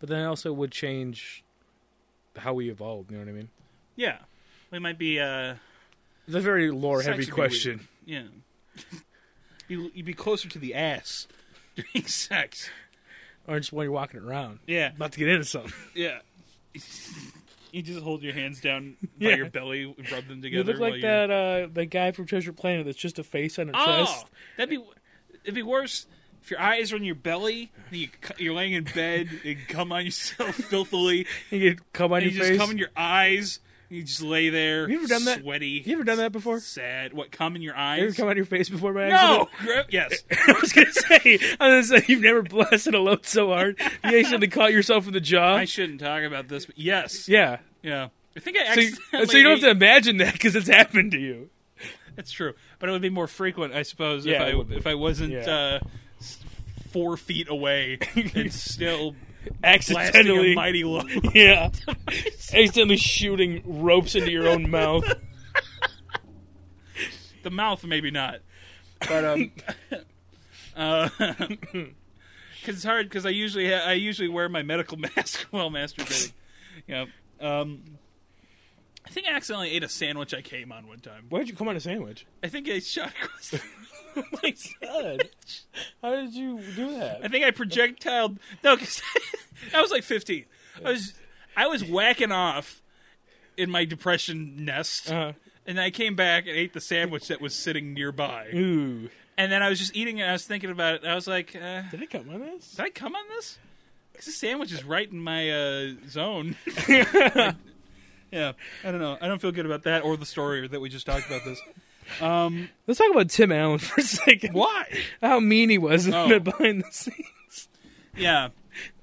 Speaker 3: but then it also would change how we evolved. You know what I mean?
Speaker 2: Yeah, we might be. Uh,
Speaker 3: It's a very
Speaker 2: Sex
Speaker 3: lore-heavy
Speaker 2: would be
Speaker 3: question.
Speaker 2: yeah, <laughs> you, you'd be closer to the <laughs> ass during sex.
Speaker 3: Or just while you're walking around,
Speaker 2: Yeah,
Speaker 3: about to get into something.
Speaker 2: yeah. <laughs> You just hold your hands down by
Speaker 3: Yeah.
Speaker 2: your belly, and rub them
Speaker 3: You
Speaker 2: together.
Speaker 3: look
Speaker 2: while
Speaker 3: like
Speaker 2: you're...
Speaker 3: that uh, the guy from Treasure Planet that's just a face on a
Speaker 2: Oh!
Speaker 3: chest.
Speaker 2: that'd be it'd be worse if your eyes are on your belly and you cu- you're laying in bed and come on yourself <laughs> filthily
Speaker 3: You get cum on
Speaker 2: and you
Speaker 3: your
Speaker 2: just
Speaker 3: face.
Speaker 2: come in your eyes and you just lay there.
Speaker 3: You ever done that?
Speaker 2: Sweaty.
Speaker 3: you ever done that before?
Speaker 2: Sad. What come in your
Speaker 3: You ever
Speaker 2: eyes?
Speaker 3: come on your face before by accident? <laughs>
Speaker 2: no. Grip- <laughs> Yes.
Speaker 3: I was gonna say, I was gonna say you've never blasted a load so hard. You accidentally caught yourself in the jaw.
Speaker 2: I shouldn't talk about this, but yes.
Speaker 3: yeah.
Speaker 2: Yeah. I think I
Speaker 3: So you,
Speaker 2: accidentally.
Speaker 3: so you don't have to imagine that because it's happened to you.
Speaker 2: That's true, but it would be more frequent, I suppose,
Speaker 3: Yeah, it
Speaker 2: if
Speaker 3: would
Speaker 2: I
Speaker 3: be.
Speaker 2: if I wasn't uh,
Speaker 3: Yeah.
Speaker 2: s- four feet away
Speaker 3: <laughs>
Speaker 2: and still blasting a
Speaker 3: Accidentally,
Speaker 2: mighty load.
Speaker 3: yeah. accidentally shooting ropes into your own mouth.
Speaker 2: <laughs> The mouth, maybe not. uh,
Speaker 3: But
Speaker 2: <laughs>
Speaker 3: um,
Speaker 2: Cause it's hard because I usually ha- I usually wear my medical <laughs> mask while masturbating. yeah. Um, I think I accidentally ate a sandwich I came on one time.
Speaker 3: why'd you come on a sandwich?
Speaker 2: I think I shot across. The- <laughs>
Speaker 3: my god! How did you do
Speaker 2: I <laughs>
Speaker 3: that?
Speaker 2: think I projectiled. No, because I was like 15. I was I was whacking off in my depression nest,
Speaker 3: Uh-huh.
Speaker 2: and I came back and ate the sandwich that was sitting nearby.
Speaker 3: Ooh.
Speaker 2: And then I was just eating it. And I was thinking about it. And I was like, uh,
Speaker 3: Did it come on us?
Speaker 2: "Did I come on this? Because the sandwich is right in my uh, zone." <laughs> yeah, I don't know. I don't feel good about that or the story that we just talked about.
Speaker 3: <laughs>
Speaker 2: This
Speaker 3: Let's talk about Tim Allen for a second.
Speaker 2: why?
Speaker 3: How mean he was
Speaker 2: Oh.
Speaker 3: in the <laughs> behind the scenes.
Speaker 2: Yeah,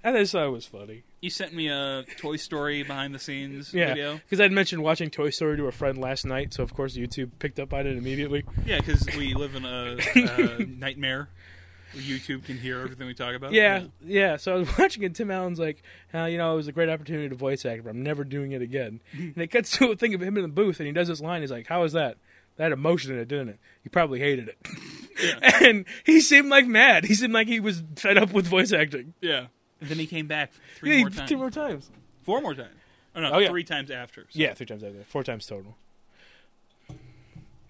Speaker 3: I just thought it was funny.
Speaker 2: you sent me a Toy Story behind the scenes
Speaker 3: Yeah,
Speaker 2: video.
Speaker 3: because I'd mentioned watching Toy Story to a friend last night, so of course YouTube picked up on it immediately.
Speaker 2: Yeah, because we live in a,
Speaker 3: <laughs>
Speaker 2: a nightmare. where YouTube can hear everything we talk about.
Speaker 3: Yeah, yeah. So I was <laughs> watching it. Tim Allen's like, uh, you know, it was a great opportunity to voice act, but I'm never doing
Speaker 2: <laughs>
Speaker 3: it again. and it cuts to a thing of him in the booth, and he does this line. He's like, "How was that? That emotion in it, didn't it? You probably hated it." <laughs> and he seemed like mad. He seemed like he was fed up with voice acting.
Speaker 2: yeah. And then he came back three
Speaker 3: Yeah,
Speaker 2: more
Speaker 3: he-
Speaker 2: times,
Speaker 3: two more times.
Speaker 2: four more times. Oh no,
Speaker 3: Oh, yeah.
Speaker 2: three times after. so.
Speaker 3: Yeah, three times out there, four times total.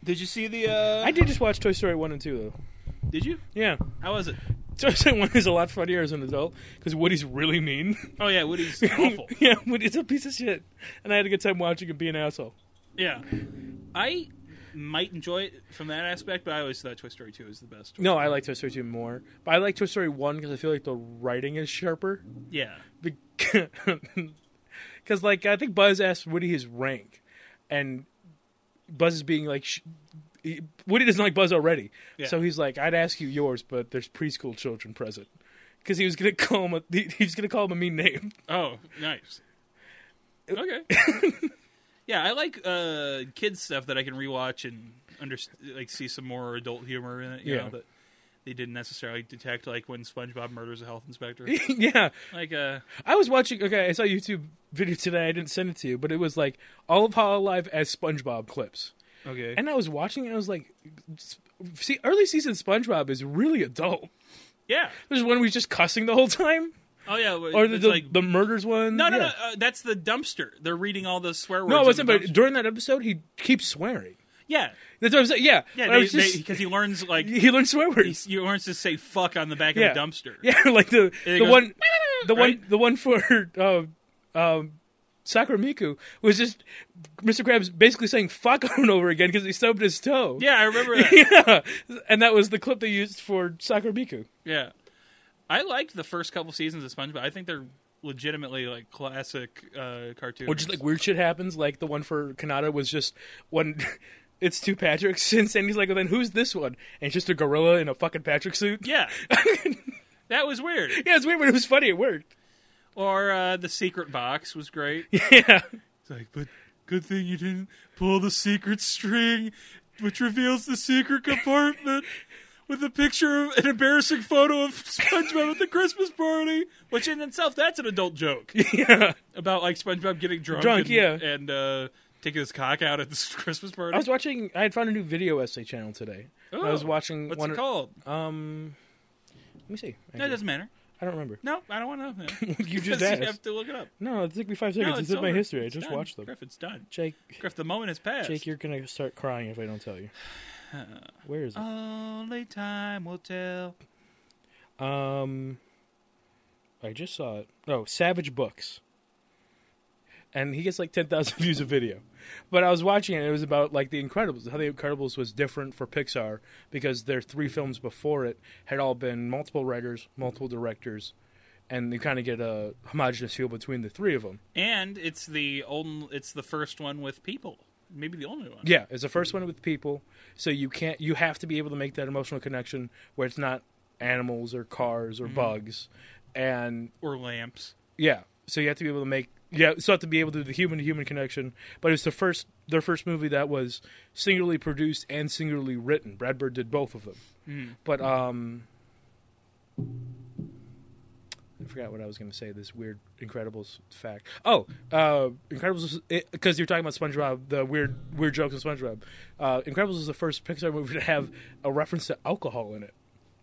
Speaker 2: Did you see the? uh
Speaker 3: I did just watch Toy Story one and two though.
Speaker 2: Did you?
Speaker 3: Yeah, <laughs>
Speaker 2: How was it?
Speaker 3: Toy Story one is a lot funnier as an adult because Woody's really mean.
Speaker 2: Oh yeah, <laughs> Woody's awful.
Speaker 3: <laughs> yeah, Woody's a piece of shit, and I had a good time watching him be an asshole.
Speaker 2: Yeah, I might enjoy it from that aspect, but I always thought Toy Story Two is the best.
Speaker 3: No, I like Toy Story 2 more. But I like Toy Story 1 because I feel like the writing is sharper.
Speaker 2: Yeah,
Speaker 3: <laughs> Because, like, I think Buzz asked Woody his rank. And Buzz is being like, sh- he- Woody doesn't like Buzz already.
Speaker 2: Yeah.
Speaker 3: So he's like, I'd ask you yours, but there's preschool children present. Because he was gonna <laughs> call him a he, he was gonna call him a mean name. <laughs>
Speaker 2: Oh, nice. Okay. yeah, I like uh, kids stuff that I can rewatch and under like see some more adult humor in it. You
Speaker 3: Yeah.
Speaker 2: know, that they didn't necessarily detect, like when SpongeBob murders a health inspector.
Speaker 3: yeah,
Speaker 2: like, uh,
Speaker 3: I was watching. Okay, I saw a YouTube video today. I didn't send it to you, but it was like all of Hollow Live as SpongeBob clips.
Speaker 2: okay,
Speaker 3: And I was watching it, and I was like, s- see, early season SpongeBob is really adult.
Speaker 2: yeah.
Speaker 3: There's one where he's just cussing the whole time,
Speaker 2: Oh yeah, well,
Speaker 3: or the,
Speaker 2: it's
Speaker 3: the,
Speaker 2: like
Speaker 3: the murders one.
Speaker 2: no, no,
Speaker 3: yeah.
Speaker 2: no. Uh, that's the dumpster. They're reading all the swear words.
Speaker 3: no,
Speaker 2: on
Speaker 3: it wasn't.
Speaker 2: the
Speaker 3: But
Speaker 2: dumpster.
Speaker 3: during that episode, he keeps swearing.
Speaker 2: yeah,
Speaker 3: That's what I'm saying. Yeah,
Speaker 2: yeah,
Speaker 3: And I was
Speaker 2: because
Speaker 3: just-
Speaker 2: he learns
Speaker 3: <laughs>
Speaker 2: like
Speaker 3: he learned swear
Speaker 2: he,
Speaker 3: words.
Speaker 2: he learns to say fuck on the back
Speaker 3: Yeah.
Speaker 2: of a dumpster.
Speaker 3: <laughs> Yeah, like the
Speaker 2: And he
Speaker 3: the
Speaker 2: goes,
Speaker 3: one, the one,
Speaker 2: right?
Speaker 3: the one for <laughs> um, um, Sakura Miku was just Mr. Krabs basically saying "fuck" over and over again because he stubbed his toe.
Speaker 2: yeah, I
Speaker 3: <laughs>
Speaker 2: remember that.
Speaker 3: yeah, and that was the clip they used for Sakura Miku.
Speaker 2: Yeah, I liked the first couple seasons of SpongeBob. I think they're legitimately like classic uh, cartoons.
Speaker 3: Or just like weird shit happens, like the one for Kanata was just when <laughs> it's two Patricks, <laughs> and Sandy's like, well, then who's this one? And it's just a gorilla in a fucking Patrick suit. <laughs>
Speaker 2: yeah, that was weird.
Speaker 3: Yeah, it's weird, but it was funny. It worked. <laughs>
Speaker 2: Or uh, the secret box was great.
Speaker 3: Yeah.
Speaker 2: It's like, but good thing you didn't pull the secret string, which reveals the secret compartment. With a picture of an embarrassing photo of SpongeBob at the Christmas party, which in itself that's an adult joke
Speaker 3: yeah.
Speaker 2: about like SpongeBob getting drunk,
Speaker 3: Drunk,
Speaker 2: and,
Speaker 3: yeah.
Speaker 2: and uh, taking his cock out at the Christmas party.
Speaker 3: I was watching, I had found a new video essay channel today. I was
Speaker 2: Oh,
Speaker 3: watching
Speaker 2: What's
Speaker 3: one.
Speaker 2: it called?
Speaker 3: Um, let me see.
Speaker 2: No, it doesn't matter.
Speaker 3: I don't remember.
Speaker 2: <laughs> No, I don't want to know. <laughs>
Speaker 3: You <laughs> just
Speaker 2: Because
Speaker 3: asked.
Speaker 2: you have to look it up.
Speaker 3: No, it took me five seconds.
Speaker 2: No,
Speaker 3: it's
Speaker 2: it's
Speaker 3: in my
Speaker 2: over.
Speaker 3: history. I
Speaker 2: It's
Speaker 3: just
Speaker 2: done.
Speaker 3: watched them.
Speaker 2: Griff, it's done.
Speaker 3: Jake,
Speaker 2: Griff, the moment has passed.
Speaker 3: Jake, you're gonna start crying if I
Speaker 2: <sighs>
Speaker 3: don't tell you. Where
Speaker 2: Uh,
Speaker 3: is it?
Speaker 2: Only time will tell.
Speaker 3: Um, I just saw it. Oh, Savage Books. And he gets like 10,000 <laughs> views a video. But I was watching it, and it was about like The Incredibles, how The Incredibles was different for Pixar because their three films before it had all been multiple writers, multiple directors, and you kind of get a homogenous feel between the three of them.
Speaker 2: And it's the old, it's the first one with people. Maybe the only one.
Speaker 3: Yeah, it's the first one with people, so you can't you have to be able to make that emotional connection where it's not animals or cars or bugs, and
Speaker 2: Or lamps.
Speaker 3: Yeah. So you have to be able to make yeah, so you have to be able to do the human to human connection. But it's the first their first movie that was singularly produced and singularly written. Brad Bird did both of them. But um I forgot what I was going to say. This weird Incredibles fact. Oh, uh, Incredibles because you're talking about SpongeBob, the weird weird jokes in SpongeBob. Uh, Incredibles was the first Pixar movie to have a reference to alcohol in it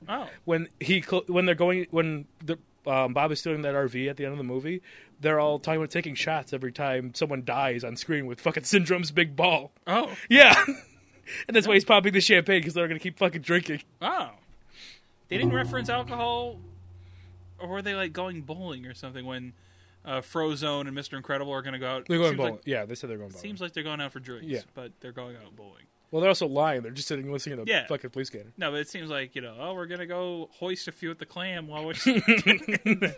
Speaker 2: Oh.
Speaker 3: when he cl- when they're going when the um, Bob is stealing that RV at the end of the movie, they're all talking about taking shots every time someone dies on screen with fucking Syndrome's big ball.
Speaker 2: Oh.
Speaker 3: Yeah, <laughs> and that's why he's popping the champagne because they're gonna keep fucking drinking.
Speaker 2: Oh. They didn't reference alcohol, or were they like going bowling or something when uh, Frozone and Mister Incredible are going to go out.
Speaker 3: They're going
Speaker 2: seems
Speaker 3: bowling.
Speaker 2: Like,
Speaker 3: yeah, they said they're going bowling.
Speaker 2: seems like they're going out for drinks,
Speaker 3: Yeah.
Speaker 2: but they're going out bowling.
Speaker 3: well, they're also lying. They're just sitting listening to the
Speaker 2: Yeah.
Speaker 3: fucking police scanner.
Speaker 2: No, but it seems like you know. Oh, we're gonna go hoist a few at the clam while
Speaker 3: <laughs>
Speaker 2: we're.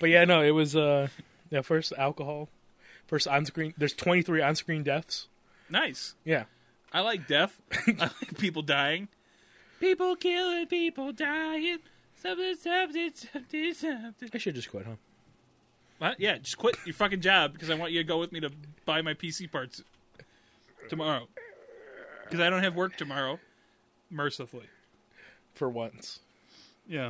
Speaker 3: But yeah, no, it was uh, yeah, first alcohol, first on screen. There's 23 on screen deaths.
Speaker 2: nice.
Speaker 3: Yeah,
Speaker 2: I like death. I like people dying. People killing, people dying. Something, something, something, something.
Speaker 3: I should just quit, huh?
Speaker 2: What? Yeah, just quit your fucking job because I want you to go with me to buy my PC parts tomorrow. Because I don't have work tomorrow, mercifully.
Speaker 3: For once.
Speaker 2: Yeah.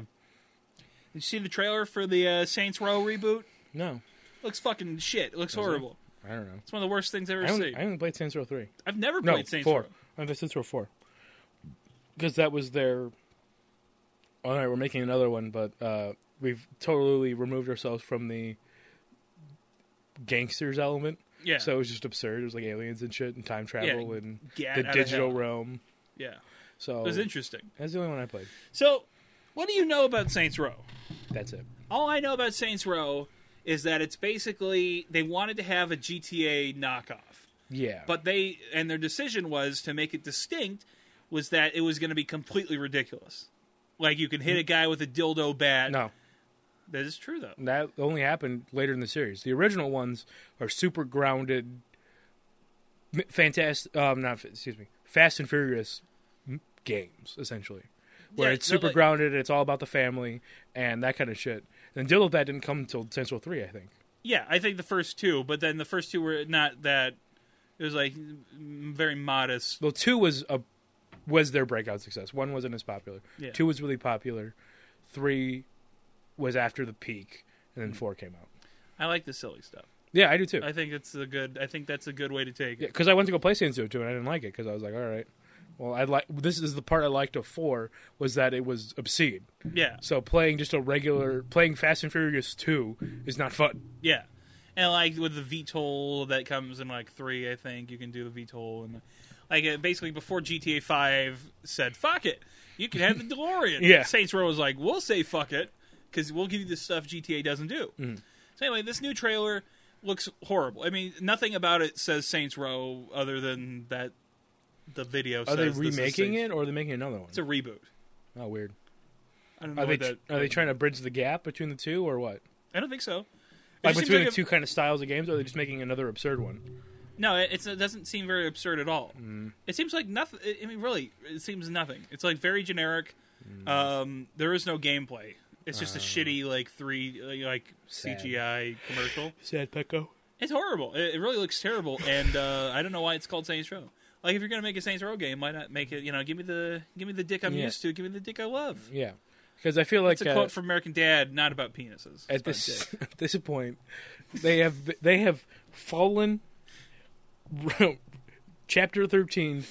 Speaker 2: Did you see the trailer for the uh, Saints Row reboot?
Speaker 3: No,
Speaker 2: Looks fucking shit. It looks
Speaker 3: it?
Speaker 2: horrible.
Speaker 3: I don't know.
Speaker 2: It's one of the worst things I've ever
Speaker 3: I only,
Speaker 2: seen.
Speaker 3: I only played Saints Row three.
Speaker 2: I've never
Speaker 3: No,
Speaker 2: played Saints
Speaker 3: four.
Speaker 2: Row.
Speaker 3: I played Saints Row four. Because that was their. All right, we're making another one, but uh, we've totally removed ourselves from the gangsters element.
Speaker 2: Yeah.
Speaker 3: So it was just absurd. It was like aliens and shit and time travel and
Speaker 2: gat
Speaker 3: the
Speaker 2: outta
Speaker 3: digital
Speaker 2: hell.
Speaker 3: realm.
Speaker 2: Yeah.
Speaker 3: So
Speaker 2: It was interesting.
Speaker 3: that's the only one I played.
Speaker 2: So, what do you know about Saints Row?
Speaker 3: That's it.
Speaker 2: All I know about Saints Row is that it's basically they wanted to have a GTA knockoff.
Speaker 3: Yeah.
Speaker 2: but they and their decision was to make it distinct was that it was going to be completely ridiculous like you can hit a guy with a dildo bat
Speaker 3: no,
Speaker 2: that is true though
Speaker 3: that only happened later in the series. The original ones are super grounded, fantastic. Um, not fa- excuse me, Fast and Furious m- games essentially, where
Speaker 2: Yeah,
Speaker 3: it's
Speaker 2: they're
Speaker 3: super
Speaker 2: like-
Speaker 3: grounded. It's all about the family and that kind of shit. And Dildo Bat didn't come until Central Three, I think.
Speaker 2: yeah i think the first two but then the first two were not that it was like mm, very modest
Speaker 3: Well, two was a was their breakout success. One wasn't as popular.
Speaker 2: Yeah.
Speaker 3: Two was really popular. Three was after the peak, and
Speaker 2: Mm-hmm.
Speaker 3: then four came out.
Speaker 2: i like the silly stuff
Speaker 3: Yeah, I do too.
Speaker 2: i think it's a good i think that's a good way to take it
Speaker 3: because I went to go play Saints Row 2 and I didn't like it because I was like, all right, well, I like this is the part I liked of four was that it was obscene.
Speaker 2: yeah
Speaker 3: So playing just a regular playing Fast and Furious two is not fun.
Speaker 2: yeah and like with the vtol that comes in like three i think you can do the vtol and like uh, basically before gta 5 said fuck it you can have
Speaker 3: <laughs>
Speaker 2: the delorean
Speaker 3: Yeah.
Speaker 2: saints row was like we'll say fuck it because we'll give you the stuff gta doesn't do
Speaker 3: Mm.
Speaker 2: so anyway this new trailer looks horrible i mean nothing about it says saints row other than that the video
Speaker 3: Are
Speaker 2: says
Speaker 3: they
Speaker 2: this is
Speaker 3: remaking
Speaker 2: Saints-
Speaker 3: it or are they making another one?
Speaker 2: it's a reboot
Speaker 3: oh, weird.
Speaker 2: i don't know
Speaker 3: Are they
Speaker 2: what that,
Speaker 3: are they trying to bridge the gap between the two or what?
Speaker 2: i don't think so It
Speaker 3: Like
Speaker 2: just seems
Speaker 3: between
Speaker 2: like
Speaker 3: the
Speaker 2: a-
Speaker 3: two kind of styles of games, or are they just making another absurd one?
Speaker 2: No, it, it's, it doesn't seem very absurd at all. It seems like nothing. I mean, really, it seems nothing. It's like very generic. Um, there is no gameplay. It's just a shitty like three like
Speaker 3: Sad.
Speaker 2: CGI commercial.
Speaker 3: Sad Pecco.
Speaker 2: It's horrible. It, it really looks terrible, and uh, I don't know why it's called Saints Row. Like, if you're gonna make a Saints Row game, why not make it? You know, give me the give me the dick I'm
Speaker 3: Yeah.
Speaker 2: used to. Give me the dick I love.
Speaker 3: Yeah, because I feel like
Speaker 2: It's a
Speaker 3: uh,
Speaker 2: quote from American Dad, not about penises. It's about <laughs>
Speaker 3: at
Speaker 2: dick.
Speaker 3: this <laughs> at this point, they have they have fallen <laughs> chapter thirteen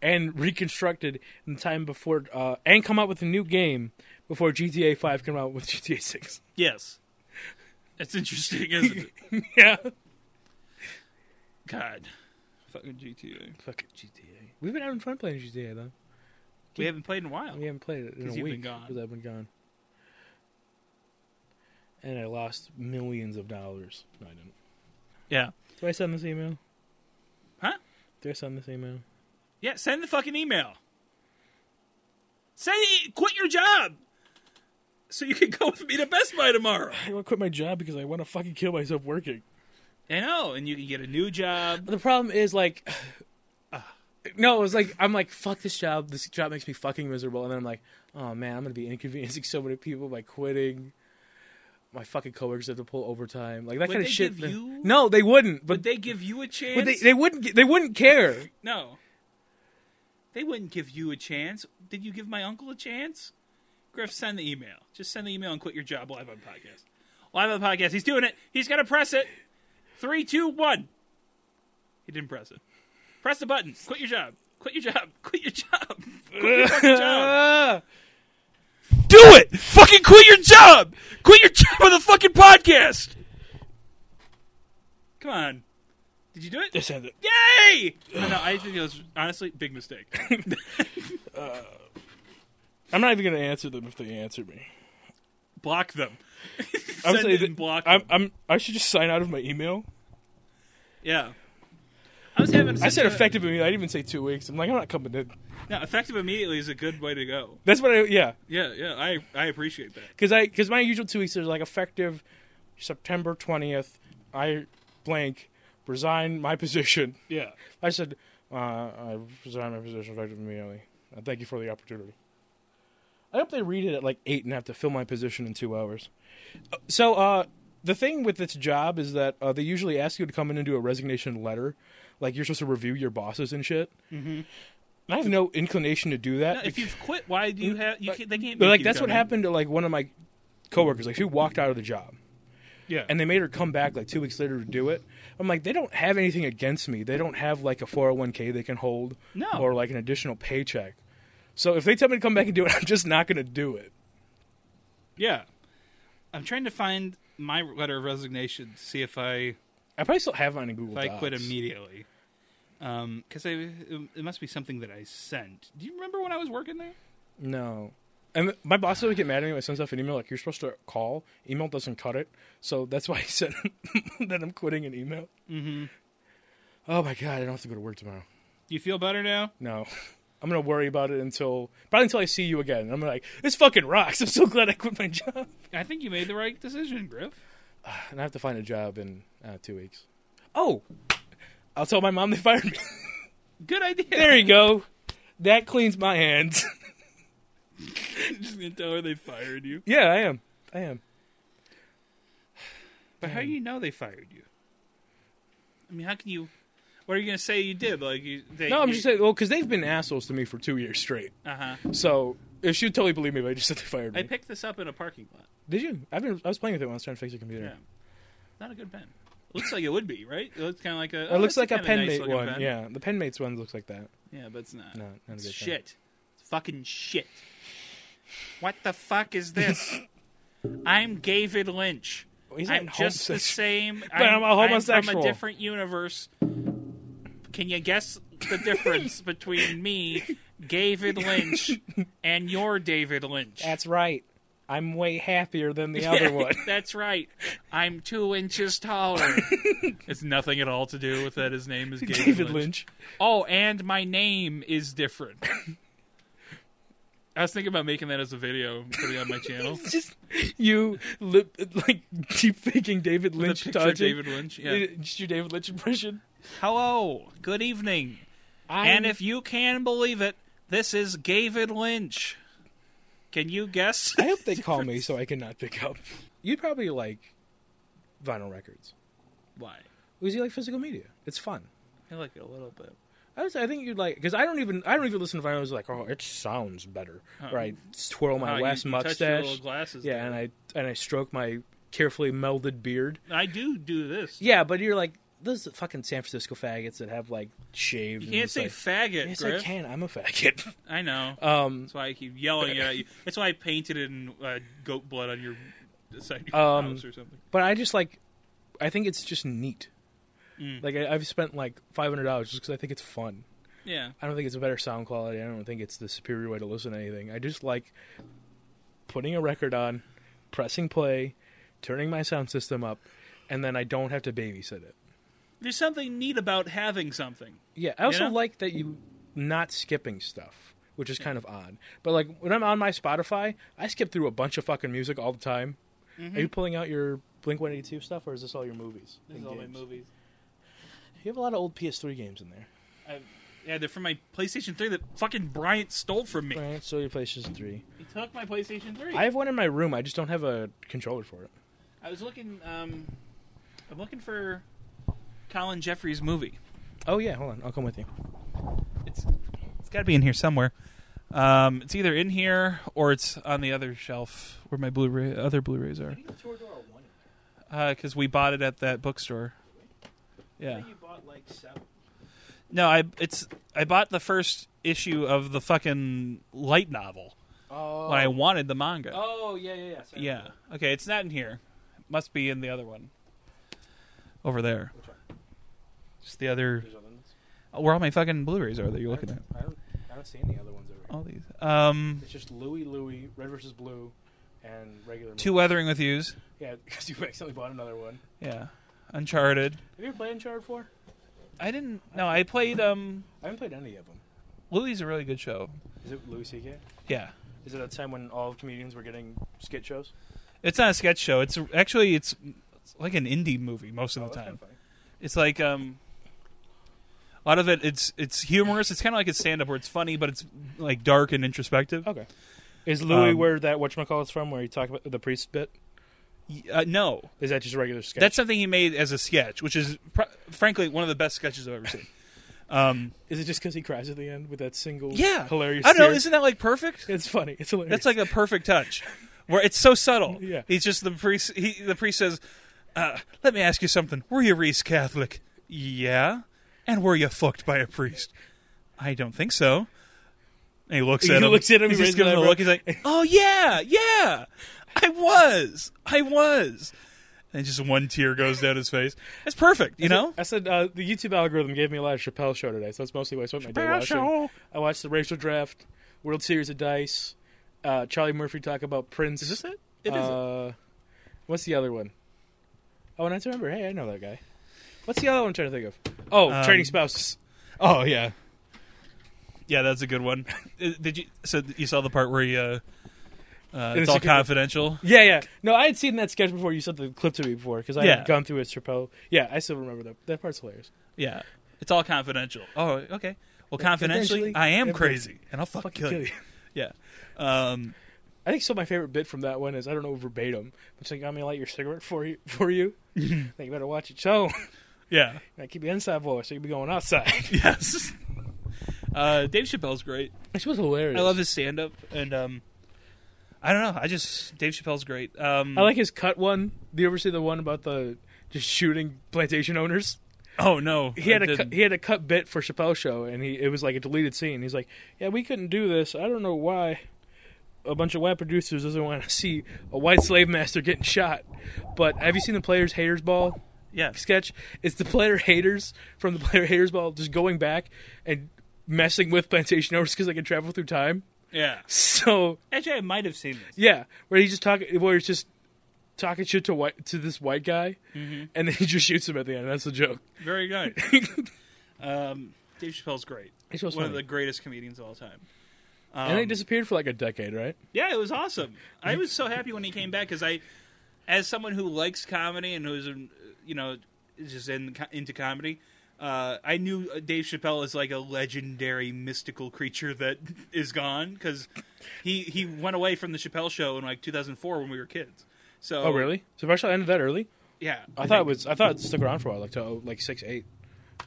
Speaker 3: and reconstructed in time before uh, and come out with a new game before GTA Five came out with <laughs> GTA Six.
Speaker 2: Yes, that's interesting, isn't <laughs> it?
Speaker 3: yeah,
Speaker 2: God, fucking GTA.
Speaker 3: fucking GTA. We've been having fun playing GTA though.
Speaker 2: We haven't played in a while.
Speaker 3: We haven't played it in
Speaker 2: 'Cause
Speaker 3: a
Speaker 2: you've been
Speaker 3: week
Speaker 2: gone.
Speaker 3: because I've been gone. And I lost millions of dollars. No, I didn't.
Speaker 2: Yeah.
Speaker 3: Did I send this email?
Speaker 2: Huh?
Speaker 3: Did I send this email?
Speaker 2: Yeah, send the fucking email. Say quit your job. So you can <laughs> go with me to Best Buy tomorrow.
Speaker 3: I want to quit my job because I want to fucking kill myself working.
Speaker 2: I know, and you can get a new job.
Speaker 3: The problem is like, no, it was like I'm like fuck this job. This job makes me fucking miserable, and then I'm like, oh man, I'm gonna be inconveniencing so many people by quitting. My fucking coworkers have to pull overtime, like that
Speaker 2: Would
Speaker 3: kind of
Speaker 2: they
Speaker 3: shit.
Speaker 2: give you-
Speaker 3: No, they wouldn't. But
Speaker 2: Would they give you a chance?
Speaker 3: would they, they wouldn't. g- They wouldn't care.
Speaker 2: no. They wouldn't give you a chance. Did you give my uncle a chance? Griff, send the email. Just send the email and quit your job live on podcast. Live on podcast. He's doing it. He's gonna press it. Three, two, one. He didn't press it. Press the button. Quit your job. Quit your job. Quit your job. <laughs> Quit your fucking job.
Speaker 3: <laughs> Ah.
Speaker 2: Do it! Fucking quit your job! Quit your job on the fucking podcast! Come on. Did you do it?
Speaker 3: I said it.
Speaker 2: Yay! No, no, I think it was honestly big mistake. <laughs>
Speaker 3: I'm not even gonna answer them if they answer me.
Speaker 2: block them.
Speaker 3: I'm
Speaker 2: Send
Speaker 3: saying
Speaker 2: it
Speaker 3: that-
Speaker 2: and block
Speaker 3: I'm,
Speaker 2: them.
Speaker 3: I'm I should just sign out of my email.
Speaker 2: yeah.
Speaker 7: I was having.
Speaker 3: I
Speaker 7: such
Speaker 3: said
Speaker 7: a-
Speaker 3: effective immediately. I didn't even say two weeks. I'm like, I'm not coming in.
Speaker 2: No, effective immediately is a good way to go.
Speaker 3: That's what I yeah.
Speaker 2: Yeah, yeah. I I appreciate that.
Speaker 3: Because I because my usual two weeks is like effective September twentieth. I blank resign my <laughs> position.
Speaker 2: Yeah.
Speaker 3: I said uh, I resign my position effective immediately. Uh, thank you for the opportunity. I hope they read it at like eight and have to fill my position in two hours. Uh, So uh, the thing with this job is that uh, they usually ask you to come in and do a resignation letter, like you're supposed to review your bosses and shit. Mm-hmm. And I have no inclination to do that.
Speaker 2: If
Speaker 3: because-
Speaker 2: you've quit, why do you have? You can't, they can't.
Speaker 3: but
Speaker 2: make
Speaker 3: like
Speaker 2: you
Speaker 3: that's
Speaker 2: come
Speaker 3: what
Speaker 2: in.
Speaker 3: happened to like one of my coworkers. Like she walked out of the job.
Speaker 2: Yeah.
Speaker 3: And they made her come back like two weeks later to do it. I'm like, they don't have anything against me. They don't have like a 401k they can hold,
Speaker 2: No.
Speaker 3: or like an additional paycheck. So if they tell me to come back and do it, <laughs> I'm just not going to do it.
Speaker 2: Yeah. I'm trying to find my letter of resignation to see if I
Speaker 3: I probably still have mine in Google.
Speaker 2: if I
Speaker 3: Docs.
Speaker 2: quit immediately. Um, because I it must be something that I sent. Do you remember when I was working there?
Speaker 3: No. And my boss would get mad at me when I send stuff an email. Like you're supposed to call. Email doesn't cut it. So that's why I <laughs> said that I'm quitting an email. Mm-hmm. Oh my god, I don't have to go to work tomorrow.
Speaker 2: Do you feel better now?
Speaker 3: No. <laughs> I'm gonna worry about it until probably until I see you again. And I'm like, this fucking rocks. <laughs> I'm so glad I quit my job. <laughs>
Speaker 2: I think you made the right decision, Griff.
Speaker 3: And I have to find a job in uh, two weeks. Oh, I'll tell my mom they fired me. <laughs>
Speaker 2: Good idea. <laughs>
Speaker 3: there you go. That cleans my hands. <laughs>
Speaker 2: Just gonna tell her they fired you.
Speaker 3: yeah, I am. I am.
Speaker 2: But how do you know they fired you? I mean, how can you? What are you gonna say you did? Like you? They,
Speaker 3: No, I'm just saying. Well, because they've been assholes to me for two years straight.
Speaker 2: Uh huh.
Speaker 3: So if she'd totally believe me, if I just said they fired me.
Speaker 2: I picked this up in a parking lot.
Speaker 3: Did you? I've been. I was playing with it when I was trying to fix the computer.
Speaker 2: Yeah. Not a good pen. Looks like it would be, right? It looks kind of like a. oh,
Speaker 3: It looks like a
Speaker 2: pen
Speaker 3: penmate one. Yeah, the penmates one looks like that.
Speaker 2: Yeah, but it's not.
Speaker 3: No, not a
Speaker 2: it's
Speaker 3: good pen.
Speaker 2: shit. It's fucking shit. What the fuck is
Speaker 3: <laughs>
Speaker 2: this? I'm David Lynch.
Speaker 3: Oh, He's not
Speaker 2: I'm just the
Speaker 3: homosexual.
Speaker 2: same.
Speaker 3: <laughs> But I'm a
Speaker 2: from
Speaker 3: homosexual.
Speaker 2: a different universe. Can you guess the
Speaker 3: <laughs>
Speaker 2: difference between me, David Lynch, and your David Lynch?
Speaker 3: That's right. I'm way happier
Speaker 2: <laughs>
Speaker 3: than the other one.
Speaker 2: That's right. I'm two inches
Speaker 3: <laughs>
Speaker 2: taller. it's nothing at all to do with that. His name is David,
Speaker 3: David
Speaker 2: Lynch.
Speaker 3: Lynch.
Speaker 2: Oh, and my name is different. <laughs> I was thinking about making that as a video and putting it on my channel.
Speaker 3: <laughs> Just you lip, like deep faking David
Speaker 2: The
Speaker 3: Lynch
Speaker 2: picture of
Speaker 3: dodging.
Speaker 2: David Lynch. Yeah.
Speaker 3: Just your David Lynch impression.
Speaker 2: <laughs> Hello. Good evening. And if you can believe it, this is David Lynch. Can you guess? <laughs>
Speaker 3: I hope they call me so I can not pick up. You'd probably like vinyl records.
Speaker 2: Why?
Speaker 3: Because you like physical media. It's fun.
Speaker 2: I like it a little bit.
Speaker 3: I, was, I think you'd like because I don't even I don't even listen to vinyl. It's like oh, it sounds better. Or I twirl my
Speaker 2: Oh, you-
Speaker 3: last
Speaker 2: you touched your
Speaker 3: mustache.
Speaker 2: little glasses
Speaker 3: yeah,
Speaker 2: there.
Speaker 3: and I and I stroke my carefully melded beard.
Speaker 2: I do do this.
Speaker 3: Yeah, but you're like those fucking San Francisco faggots that have like shaved.
Speaker 2: You
Speaker 3: and
Speaker 2: can't
Speaker 3: it's
Speaker 2: say
Speaker 3: like,
Speaker 2: faggot,
Speaker 3: Yes,
Speaker 2: Griff.
Speaker 3: I can. I'm a faggot. <laughs>
Speaker 2: I know.
Speaker 3: Um,
Speaker 2: That's why I keep yelling at
Speaker 3: <laughs>
Speaker 2: you. That's why I painted it in uh, goat blood on your side of your
Speaker 3: Um,
Speaker 2: house or something.
Speaker 3: but I just like, I think it's just neat. Like I, I've spent like five hundred dollars just because I think it's fun.
Speaker 2: Yeah.
Speaker 3: I don't think it's a better sound quality. I don't think it's the superior way to listen to anything. I just like putting a record on, pressing play, turning my sound system up, and then I don't have to babysit it.
Speaker 2: There's something neat about having something.
Speaker 3: Yeah, I also
Speaker 2: know?
Speaker 3: like that you not skipping stuff, which is kind of odd. But like when I'm on my Spotify, I skip through a bunch of fucking music all the time. Are you pulling out your Blink One Eighty Two stuff, or is Mm-hmm. this all your movies? and games?
Speaker 2: movies.
Speaker 3: You have a lot of old PS3 games in there.
Speaker 2: Yeah, they're from my PlayStation 3 that fucking Bryant stole from me.
Speaker 3: All right, so your PlayStation Three.
Speaker 2: He took my PlayStation 3.
Speaker 3: I
Speaker 2: I,
Speaker 3: have one in my room. I just don't have a controller for it.
Speaker 2: was looking. Um, I'm looking for Colin Jeffrey's movie.
Speaker 3: Oh yeah, hold on. I'll come with you.
Speaker 2: It's it's got to be in here somewhere. Um, it's either in here or it's on the other shelf where my Blu-ray other Blu-rays are. Because we bought it at that bookstore. Yeah. No, I it's I bought the first issue of the fucking light novel
Speaker 3: Oh.
Speaker 2: when I wanted the manga.
Speaker 3: Oh yeah, yeah, yeah. Sorry.
Speaker 2: Yeah. Okay, it's not in here. It must be in the other one. Over there.
Speaker 3: Which one?
Speaker 2: Just the other
Speaker 3: There's other ones.
Speaker 2: oh, where all my fucking Blu-rays are that you're looking at.
Speaker 3: I don't, I don't see any other ones over here.
Speaker 2: All these. Um
Speaker 3: It's just Louie Louie, Red versus Blue, and regular.
Speaker 8: Two Weathering with Yous.
Speaker 3: Yeah, <laughs> because you accidentally bought another one.
Speaker 8: Yeah. Uncharted.
Speaker 3: Have you ever played Uncharted 4?
Speaker 8: I didn't. No, I played. Um,
Speaker 3: I haven't played any of them.
Speaker 8: Lily's a really good show.
Speaker 3: Is it Louis C.K.?
Speaker 8: Yeah.
Speaker 3: Is it a time when all comedians were getting skit shows?
Speaker 8: It's not a sketch show. It's actually it's it's like an indie movie most
Speaker 3: Oh,
Speaker 8: of the time. It's like um, a lot of it. It's it's humorous. It's kind of like a stand up where it's funny, but it's like dark and introspective.
Speaker 3: Okay. Is Louis
Speaker 8: Um,
Speaker 3: where that whatchamacallit's from, where you talk about the priest bit?
Speaker 8: Uh, no,
Speaker 3: Is that just a regular sketch?
Speaker 8: that's something he made as a sketch, which is pr- frankly one of the best sketches I've ever seen. Um,
Speaker 3: Is it just because he cries at the end with that single
Speaker 8: yeah,
Speaker 3: hilarious
Speaker 8: I don't know.
Speaker 3: tear?
Speaker 8: Isn't that like perfect?
Speaker 3: It's funny. It's hilarious.
Speaker 8: That's like a perfect
Speaker 3: <laughs>
Speaker 8: touch, where it's so subtle.
Speaker 3: Yeah.
Speaker 8: he's just the priest. He, the priest says, uh, "Let me ask you something. Were you raised Catholic? Yeah, and were you fucked by a priest? I don't think so." And he looks
Speaker 3: He
Speaker 8: at him.
Speaker 3: looks at him,
Speaker 8: He's
Speaker 3: he
Speaker 8: just
Speaker 3: raises
Speaker 8: giving
Speaker 3: an
Speaker 8: him a
Speaker 3: eyebrow.
Speaker 8: look. He's like, "Oh yeah, yeah, I was, I was." And just one tear goes down his face. It's perfect, you know.
Speaker 3: I said uh, the YouTube algorithm gave me a lot of Chappelle Show today, so that's mostly what I spent my day watching.
Speaker 8: Show.
Speaker 3: I watched the Racial Draft, World Series of Dice, uh, Charlie Murphy talk about Prince. Is this it? It is. uh, What's the other one? Oh, and I remember. Hey, I know that guy. What's the other one I'm trying to think of? Oh,
Speaker 8: Um,
Speaker 3: Trading Spouses.
Speaker 8: Oh yeah, yeah, that's a good one. <laughs> Uh, Did you? So you saw the part where he, uh, uh, it's
Speaker 3: it's
Speaker 8: all
Speaker 3: a good-
Speaker 8: confidential.
Speaker 3: Yeah, yeah. No, I had seen that sketch before. You sent the clip to me before because I
Speaker 8: Yeah.
Speaker 3: had gone through his Chappelle. Yeah, I still remember that. That part's hilarious.
Speaker 8: Yeah, it's all confidential. Oh, okay. Well, confidentially,
Speaker 3: Confidentially,
Speaker 8: I am
Speaker 3: everybody-
Speaker 8: crazy, and I'll fuck,
Speaker 3: Fucking
Speaker 8: kill,
Speaker 3: kill
Speaker 8: you.
Speaker 3: you.
Speaker 8: Yeah. Um,
Speaker 3: I think still my favorite bit from that one is I don't know verbatim, but it's like I'm gonna light your cigarette for you for <laughs> you. like you better watch it show. <laughs>
Speaker 8: yeah. <laughs>
Speaker 3: Like keep your inside voice, so you be going outside.
Speaker 8: Yes. Uh, Dave Chappelle's great.
Speaker 3: This was hilarious.
Speaker 8: I love his stand-up, and um, I don't know. I just Dave Chappelle's great. Um,
Speaker 3: I like his cut one. Do you ever see the one about the just shooting plantation owners?
Speaker 8: Oh no, I
Speaker 3: He had a
Speaker 8: didn't.
Speaker 3: cut, he had a cut bit for Chappelle show, and he it was like a deleted scene. He's like, "Yeah, we couldn't do this. I don't know why." A bunch of white producers doesn't want to <laughs> see a white slave master getting shot. But have you seen the Players Haters Ball?
Speaker 8: yeah.
Speaker 3: sketch. It's the player haters from the <laughs> player haters ball just going back and messing with plantation owners because they can travel through time. <laughs>
Speaker 2: Yeah.
Speaker 3: So
Speaker 2: Actually, I might have seen this.
Speaker 3: yeah, where he's just talking, where he's just talking shit to white to this white guy, and then he just shoots him at the end. That's the joke.
Speaker 2: Very <laughs> good. um, Dave Chappelle's great.
Speaker 3: He's
Speaker 2: One
Speaker 3: so
Speaker 2: of
Speaker 3: funny.
Speaker 2: the greatest comedians of all time.
Speaker 3: and they disappeared for like a decade, right?
Speaker 2: Yeah, it was awesome. I was so happy when he came back because I, as someone who likes comedy and who's in, you know is just in, into comedy, uh, I knew Dave Chappelle is like a legendary mystical creature that <laughs> is gone because he he went away from the Chappelle Show in like 2004 when we were kids. So
Speaker 3: Oh, really? So Marshall ended that early.
Speaker 2: Yeah,
Speaker 3: I thought it was. I thought it stuck around for a while, like to oh, like six, eight.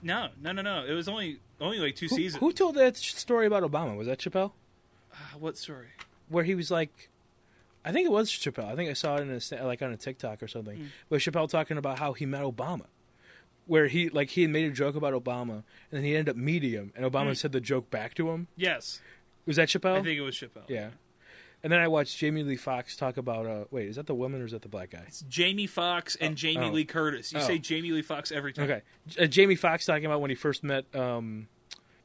Speaker 2: no, no, no, no. It was only only like two
Speaker 3: Who,
Speaker 2: seasons.
Speaker 3: who told that sh- story about Obama? Was that Chappelle?
Speaker 2: Ah, What story?
Speaker 3: where he was like, I think it was Chappelle. I think I saw it in a, sta- like on a TikTok or something. But Chappelle talking about how he met Obama, where he like he had made a joke about Obama, and then he ended up meeting him, and Obama said the joke back to him.
Speaker 2: Yes,
Speaker 3: Was that Chappelle?
Speaker 2: I think it was Chappelle.
Speaker 3: yeah. And then I watched Jamie Lee Foxx talk about. Uh, wait, is that the woman or is that the black guy?
Speaker 2: It's Jamie Foxx and Jamie
Speaker 3: oh.
Speaker 2: Lee Curtis. You
Speaker 3: Oh.
Speaker 2: say Jamie Lee Foxx every time.
Speaker 3: Okay, J- uh, Jamie Foxx talking about when he first met um,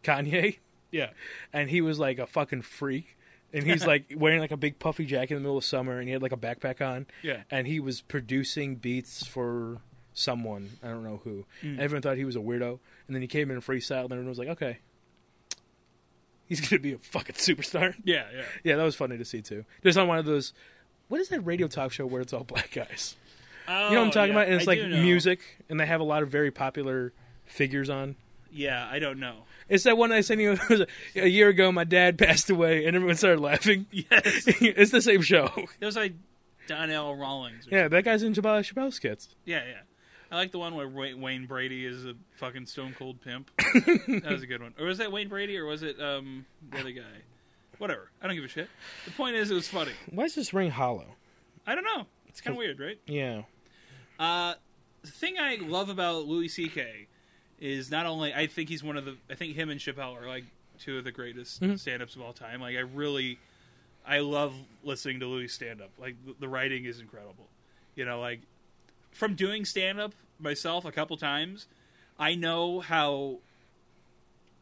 Speaker 3: Kanye.
Speaker 2: Yeah.
Speaker 3: and he was like a fucking freak. And
Speaker 2: <laughs>
Speaker 3: he's like wearing like a big puffy jacket in the middle of summer, and he had like a backpack on.
Speaker 2: Yeah.
Speaker 3: And he was producing beats for someone I don't know who.
Speaker 2: Mm.
Speaker 3: And Everyone thought he was a weirdo, and then he came in and freestyle, and everyone was like, "Okay, he's gonna be a fucking superstar."
Speaker 2: Yeah, yeah.
Speaker 3: Yeah, that was funny to see too. Just on one of those, what is that radio talk show where it's all <laughs> black guys? You know what I'm
Speaker 2: Oh,
Speaker 3: talking
Speaker 2: yeah,
Speaker 3: about? And it's
Speaker 2: I
Speaker 3: like
Speaker 2: do know.
Speaker 3: music, and they have a lot of very popular figures on.
Speaker 2: Yeah, I don't know.
Speaker 3: It's that one I sent you <laughs> it was a, a year ago. My dad <laughs> passed away, and everyone started laughing.
Speaker 2: Yes. it
Speaker 3: <laughs> it's the same show. <laughs>
Speaker 2: was like Donnell Rawlings. Or yeah.
Speaker 3: Yeah, that guy's in Jabal Chappelle skits.
Speaker 2: yeah, yeah. I like the one where Wa- Wayne Brady is a fucking stone cold
Speaker 3: <laughs>
Speaker 2: pimp. that was a good one. Or was that Wayne Brady or was it um the other guy? Whatever. I don't give a shit. The point is, it was funny.
Speaker 3: Why does this ring hollow?
Speaker 2: I don't know. It's kind of weird, right?
Speaker 3: Yeah,
Speaker 2: Uh, the thing I love about Louis C.K. is not only I think he's one of the I think him and Chappelle are like two of the greatest stand-ups of all time. Like I really, I love listening to Louis stand up. Like the, the writing is incredible. You know, like from doing stand up myself a couple times, I know how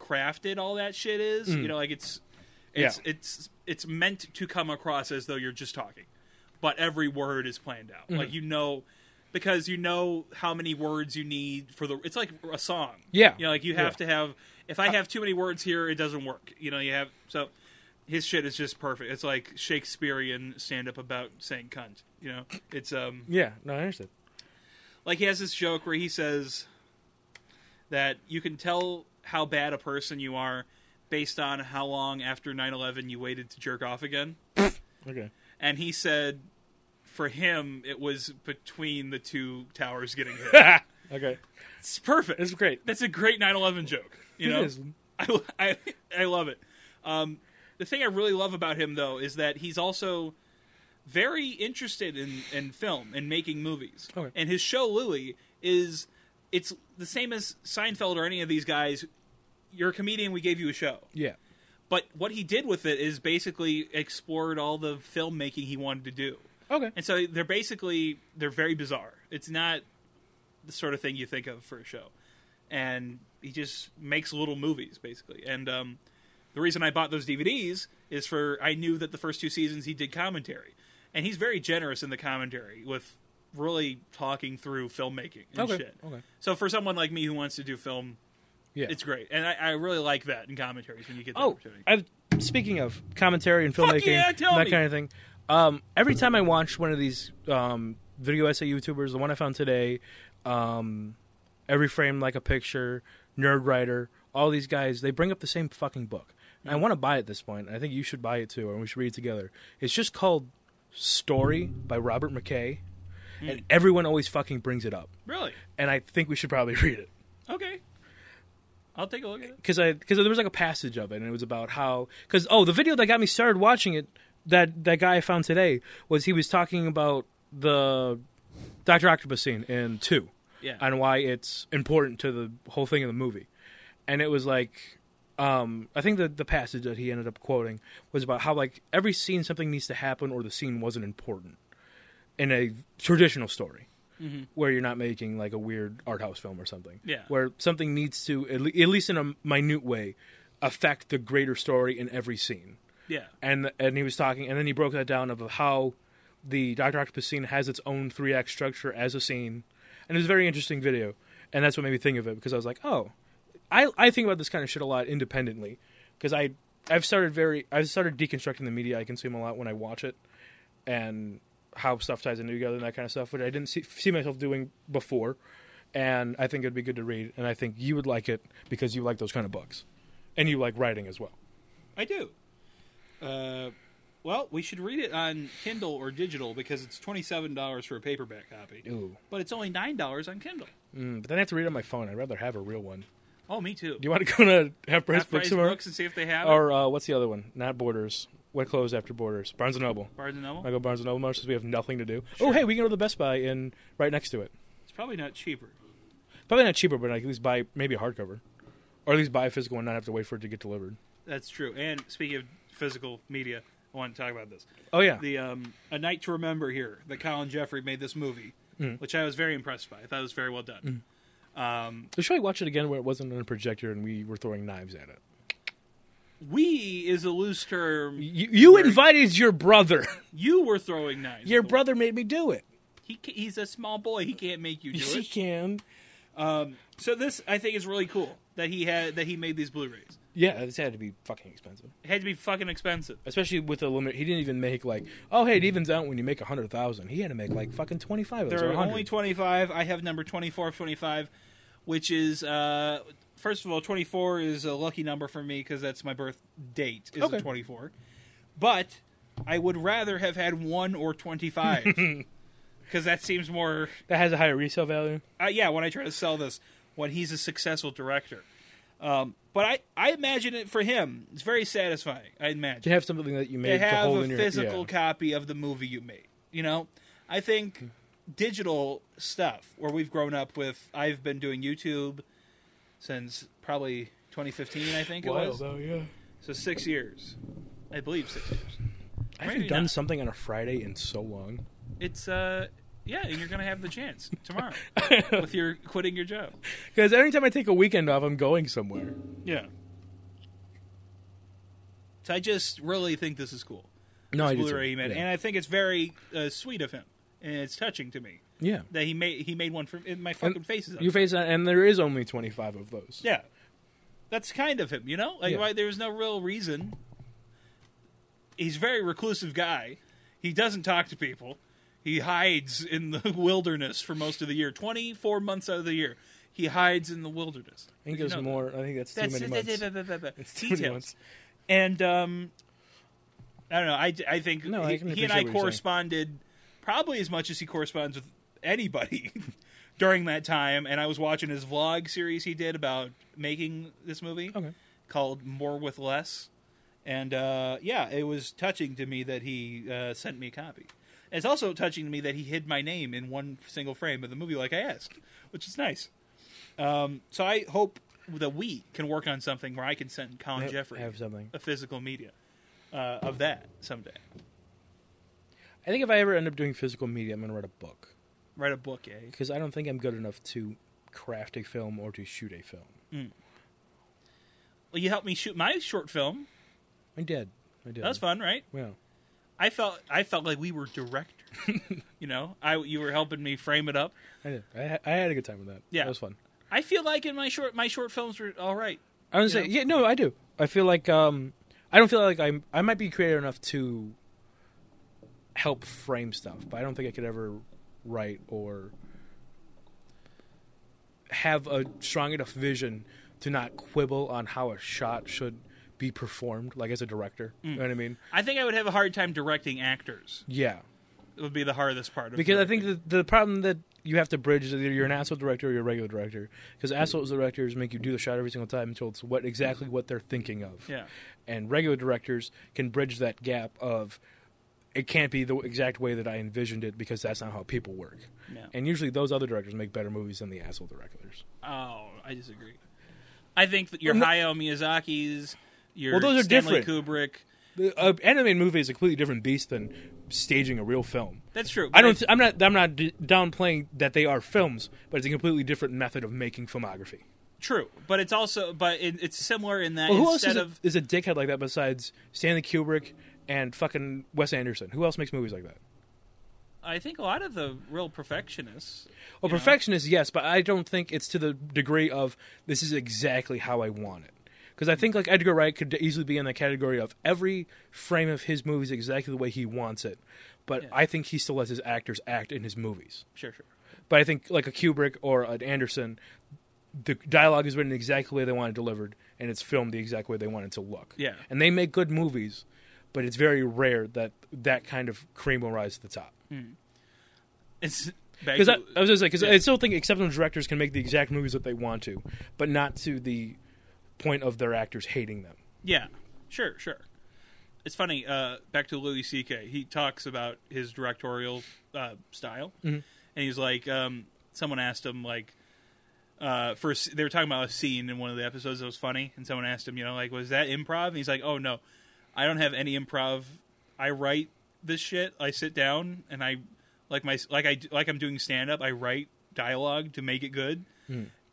Speaker 2: crafted all that shit is. You know, like it's it's it's it's meant to come across as though you're just talking. but every word is planned out.
Speaker 3: Mhm.
Speaker 2: Like you know, because you know how many words you need for the. It's like a song.
Speaker 3: Yeah. Uh,
Speaker 2: you know, like you have to have. If I have too many words here, it doesn't work. You know, you have so. His shit is just perfect. It's like Shakespearean stand up about saying cunt. You know, it's um
Speaker 3: Yeah, no, I understand.
Speaker 2: like he has this joke where he says that you can tell how bad a person you are based on how long after 9-11 you waited to jerk off again
Speaker 3: Okay.
Speaker 2: and he said for him it was between the two towers getting
Speaker 3: <laughs>
Speaker 2: hit
Speaker 3: Okay.
Speaker 2: it's perfect
Speaker 3: It's great.
Speaker 2: that's a great 9-11 joke you know <laughs> I, I, I love it. Um, the thing I really love about him, though, is that he's also very interested in, in film and making movies.
Speaker 3: Okay.
Speaker 2: And his show, Louie, is it's the same as Seinfeld or any of these guys. You're a comedian. We gave you a show.
Speaker 3: Yeah.
Speaker 2: But what he did with it is basically explored all the filmmaking he wanted to do.
Speaker 3: Okay.
Speaker 2: And so they're basically they're very bizarre. It's not the sort of thing you think of for a show. And he just makes little movies basically. And um, the reason I bought those DVDs is for I knew that the first two seasons he did commentary, and he's very generous in the commentary with really talking through filmmaking and
Speaker 3: Okay,
Speaker 2: shit.
Speaker 3: okay.
Speaker 2: So for someone like me who wants to do film.
Speaker 3: Yeah.
Speaker 2: It's great, and I, I really like that in commentaries when you get the
Speaker 3: Oh,
Speaker 2: opportunity.
Speaker 3: I've, speaking of commentary and
Speaker 2: Fuck
Speaker 3: filmmaking,
Speaker 2: yeah, tell
Speaker 3: that
Speaker 2: me.
Speaker 3: kind of thing. Um, every time I watch one of these um, video essay YouTubers, the one I found today, um, every frame like a picture, Nerd Writer, all these guys, they bring up the same fucking book. And
Speaker 2: Mm.
Speaker 3: I want to buy it at this point. and I think you should buy it too, and we should read it together. It's just called Story by Robert McKay,
Speaker 2: Mm.
Speaker 3: and everyone always fucking brings it up.
Speaker 2: Really?
Speaker 3: And I think we should probably <laughs> read it
Speaker 2: Okay. I'll take a look at it.
Speaker 3: because I because there was like a passage of it, and it was about how because oh the video that got me started watching it that that guy I found today was he was talking about the Doctor Octopus scene in two,
Speaker 2: Yeah.
Speaker 3: and why it's important to the whole thing of the movie, and it was like. Um, I think the the passage that he ended up quoting was about how like every scene something needs to happen or the scene wasn't important in a traditional story where you're not making like a weird art house film or something.
Speaker 2: Yeah.
Speaker 3: Where something needs to, at le- at least in a minute way, affect the greater story in every scene.
Speaker 2: Yeah.
Speaker 3: And and he was talking, and then he broke that down of how the Doctor Octopus scene has its own three act structure as a scene, and it was a very interesting video, and that's what made me think of it because I was like, oh, I I think about this kind of shit a lot independently because I I've started very I've started deconstructing the media I consume a lot when I watch it, and how stuff ties in together and that kind of stuff, which I didn't see, see myself doing before. And I think it'd be good to read, and I think you would like it because you like those kind of books, and you like writing as well.
Speaker 2: I do. Uh, well, we should read it on Kindle or digital because it's twenty-seven dollars for a paperback copy,
Speaker 3: Ooh.
Speaker 2: but it's only nine dollars on Kindle.
Speaker 3: Mm, But then I have to read it on my phone. I'd rather have a real one.
Speaker 2: Oh, me too.
Speaker 3: Do you want to <laughs> go to Half Price
Speaker 2: Half
Speaker 3: Books
Speaker 2: price
Speaker 3: tomorrow?
Speaker 2: books and see if they have it.
Speaker 3: Or uh, what's the other one? Not Borders. What closed after Borders? Barnes and Noble.
Speaker 2: Barnes and
Speaker 3: I
Speaker 2: Noble.
Speaker 3: go Barnes and Noble tomorrow since we have nothing to do. Oh, hey, we can go to the Best Buy in right next to it.
Speaker 2: It's probably not cheaper.
Speaker 3: Probably not cheaper, but I can at least buy maybe a hardcover, or at least buy a physical one, and not have to wait for it to get delivered.
Speaker 2: That's true. And speaking of physical media, I want to talk about this.
Speaker 3: Oh yeah,
Speaker 2: The um, A Night to Remember here that Colin Jeffrey made this movie,
Speaker 3: Mm.
Speaker 2: which I was very impressed by. I thought it was very well done. Um,
Speaker 3: we should probably watch it again where it wasn't on a projector and we were throwing knives at it.
Speaker 2: we is a loose term.
Speaker 3: You, you invited your brother. <laughs>
Speaker 2: You were throwing knives. <laughs>
Speaker 3: Your
Speaker 2: at the wall.
Speaker 3: brother made me do it.
Speaker 2: He, ca- he's a small boy. He can't make
Speaker 3: <laughs>
Speaker 2: you do
Speaker 3: Yes, he
Speaker 2: it.
Speaker 3: can.
Speaker 2: So this I think is really cool that he had that he made these Blu-rays.
Speaker 3: Yeah, this had to be fucking expensive,
Speaker 2: It had to be fucking expensive.
Speaker 3: especially with the limit. He didn't even make like, oh hey, it evens out when you make a hundred thousand. He had to make like fucking twenty five of those.
Speaker 2: There
Speaker 3: or
Speaker 2: are
Speaker 3: 100.
Speaker 2: only 25. I have number 24 of 25, which is uh first of all 24 is a lucky number for me cuz that's my birth date is
Speaker 3: Okay.
Speaker 2: a 24. But I would rather have had 1 or 25 cuz that seems more
Speaker 3: that has a higher resale value.
Speaker 2: uh, yeah, when I try to sell this, when he's a successful director. Um, but I, I imagine it for him. It's very satisfying. I imagine.
Speaker 3: To have something that you made
Speaker 2: to have
Speaker 3: hold
Speaker 2: a
Speaker 3: in your
Speaker 2: physical
Speaker 3: yeah. Hmm.
Speaker 2: copy of the movie you made. You know, I think digital stuff where we've grown up with. I've been doing YouTube since probably 2015. I think it was
Speaker 3: though, yeah.
Speaker 2: so six years, I believe six years.
Speaker 3: I haven't
Speaker 2: Maybe
Speaker 3: done
Speaker 2: not.
Speaker 3: something on a Friday in so long.
Speaker 2: It's uh. Yeah, and you're gonna have the chance tomorrow
Speaker 3: <laughs>
Speaker 2: with your quitting your job.
Speaker 3: Because every time I take a weekend off, I'm going somewhere.
Speaker 2: Yeah. So I just really think this is cool.
Speaker 9: No, I do too.
Speaker 2: Blu-ray he made,
Speaker 9: Yeah.
Speaker 2: and I think it's very uh, sweet of him, and it's touching to me
Speaker 9: Yeah.
Speaker 2: that he made he made one for and my fucking face is up.
Speaker 3: You face that, and there is only 25 of those.
Speaker 2: Yeah, that's kind of him, you know. Like,
Speaker 3: Yeah.
Speaker 2: why there was no real reason. He's a very reclusive guy. He doesn't talk to people. He hides in the <laughs> wilderness for most of the year. Twenty-four months out of the year, he hides in the wilderness.
Speaker 3: I think
Speaker 2: You
Speaker 3: there's
Speaker 2: know that.
Speaker 3: more. I think that's too
Speaker 2: That's
Speaker 3: many
Speaker 2: <laughs>
Speaker 3: months. <laughs> too many
Speaker 2: details.
Speaker 3: months.
Speaker 2: And um, I don't know. I, I think
Speaker 3: No, I
Speaker 2: he,
Speaker 3: can
Speaker 2: he and
Speaker 3: appreciate
Speaker 2: I
Speaker 3: what you're saying.
Speaker 2: corresponded probably as much as he corresponds with anybody <laughs> during that time. And I was watching his vlog series he did about making this movie
Speaker 3: Okay.
Speaker 2: called More with Less. And uh, yeah, it was touching to me that he uh, sent me a copy. It's also touching to me that he hid my name in one single frame of the movie, like I asked, which is nice. Um, so I hope that we can work on something where I can send Colin
Speaker 3: Have-
Speaker 2: Jeffrey
Speaker 3: have something.
Speaker 2: a physical media uh, of that someday.
Speaker 3: I think if I ever end up doing physical media, I'm going to write a book
Speaker 2: Write a book, eh?
Speaker 3: because I don't think I'm good enough to craft a film or to shoot a film.
Speaker 2: Well, you helped me shoot my short film.
Speaker 3: I did. I did.
Speaker 2: That was fun, right?
Speaker 3: Yeah.
Speaker 2: I felt I felt like we were directors.
Speaker 3: <laughs>
Speaker 2: you know, I you were helping me frame it up.
Speaker 3: I did. I, ha- I had a good time with that.
Speaker 2: Yeah.
Speaker 3: That was fun.
Speaker 2: I feel like in my short my short films were all right.
Speaker 3: I was say, yeah, no, I do. I feel like um, I don't feel like I'm. I might be creative enough to help frame stuff, but I don't think I could ever write or have a strong enough vision to not quibble on how a shot should be performed, like as a director.
Speaker 2: Mm.
Speaker 3: You know what I mean?
Speaker 2: I think I would have a hard time directing actors.
Speaker 3: Yeah,
Speaker 2: It would be the hardest part of
Speaker 3: because I
Speaker 2: directing.
Speaker 3: think that the problem that you have to bridge is either you're an asshole director or you're a regular director. Because asshole directors make you do the shot every single time until it's what exactly what they're thinking of.
Speaker 2: Yeah.
Speaker 3: and regular directors can bridge that gap of it can't be the exact way that I envisioned it because that's not how people work.
Speaker 2: Yeah.
Speaker 3: And usually those other directors make better movies than the asshole directors.
Speaker 2: Oh, I disagree. I think that your Hayao Miyazaki's, your
Speaker 3: Well, those are
Speaker 2: Stanley
Speaker 3: different.
Speaker 2: Kubrick.
Speaker 3: The uh, animated movie is a completely different beast than staging a real film.
Speaker 2: That's true.
Speaker 3: I
Speaker 2: but
Speaker 3: don't. I'm not. I'm not d- downplaying that they are films, but it's a completely different method of making filmography.
Speaker 2: True, but it's also but it, it's similar in that
Speaker 3: Well, who else
Speaker 2: instead
Speaker 3: is,
Speaker 2: of
Speaker 3: a, is a dickhead like that besides Stanley Kubrick and fucking Wes Anderson? Who else makes movies like that?
Speaker 2: I think a lot of the real perfectionists.
Speaker 3: Well, perfectionist, yes, but I don't think it's to the degree of this is exactly how I want it. Because I
Speaker 2: Hmm.
Speaker 3: think like Edgar Wright could easily be in the category of every frame of his movies exactly the way he wants it, but I think he still lets his actors act in his movies.
Speaker 2: Sure, sure.
Speaker 3: But I think like a Kubrick or an Anderson, the dialogue is written exactly the way they want it delivered, and it's filmed the exact way they want it to look.
Speaker 2: Yeah.
Speaker 3: and they make good movies, but it's very rare that that kind of cream will rise to the top.
Speaker 2: It's back
Speaker 3: Because I,
Speaker 2: to-
Speaker 3: I was just like, because
Speaker 2: Mm. Yeah.
Speaker 3: I still think exceptional directors can make the exact movies that they want to, but not to the point of their actors hating them.
Speaker 2: yeah, sure, sure. It's funny. Uh, back to Louis C.K. He talks about his directorial uh, style, and he's like, um, someone asked him like, uh, first they were talking about a scene in one of the episodes that was funny, and someone asked him, you know, like, was that improv? And he's like, oh no, I don't have any improv. I write this shit. I sit down and I like my like I like I'm doing stand up. I write dialogue to make it good.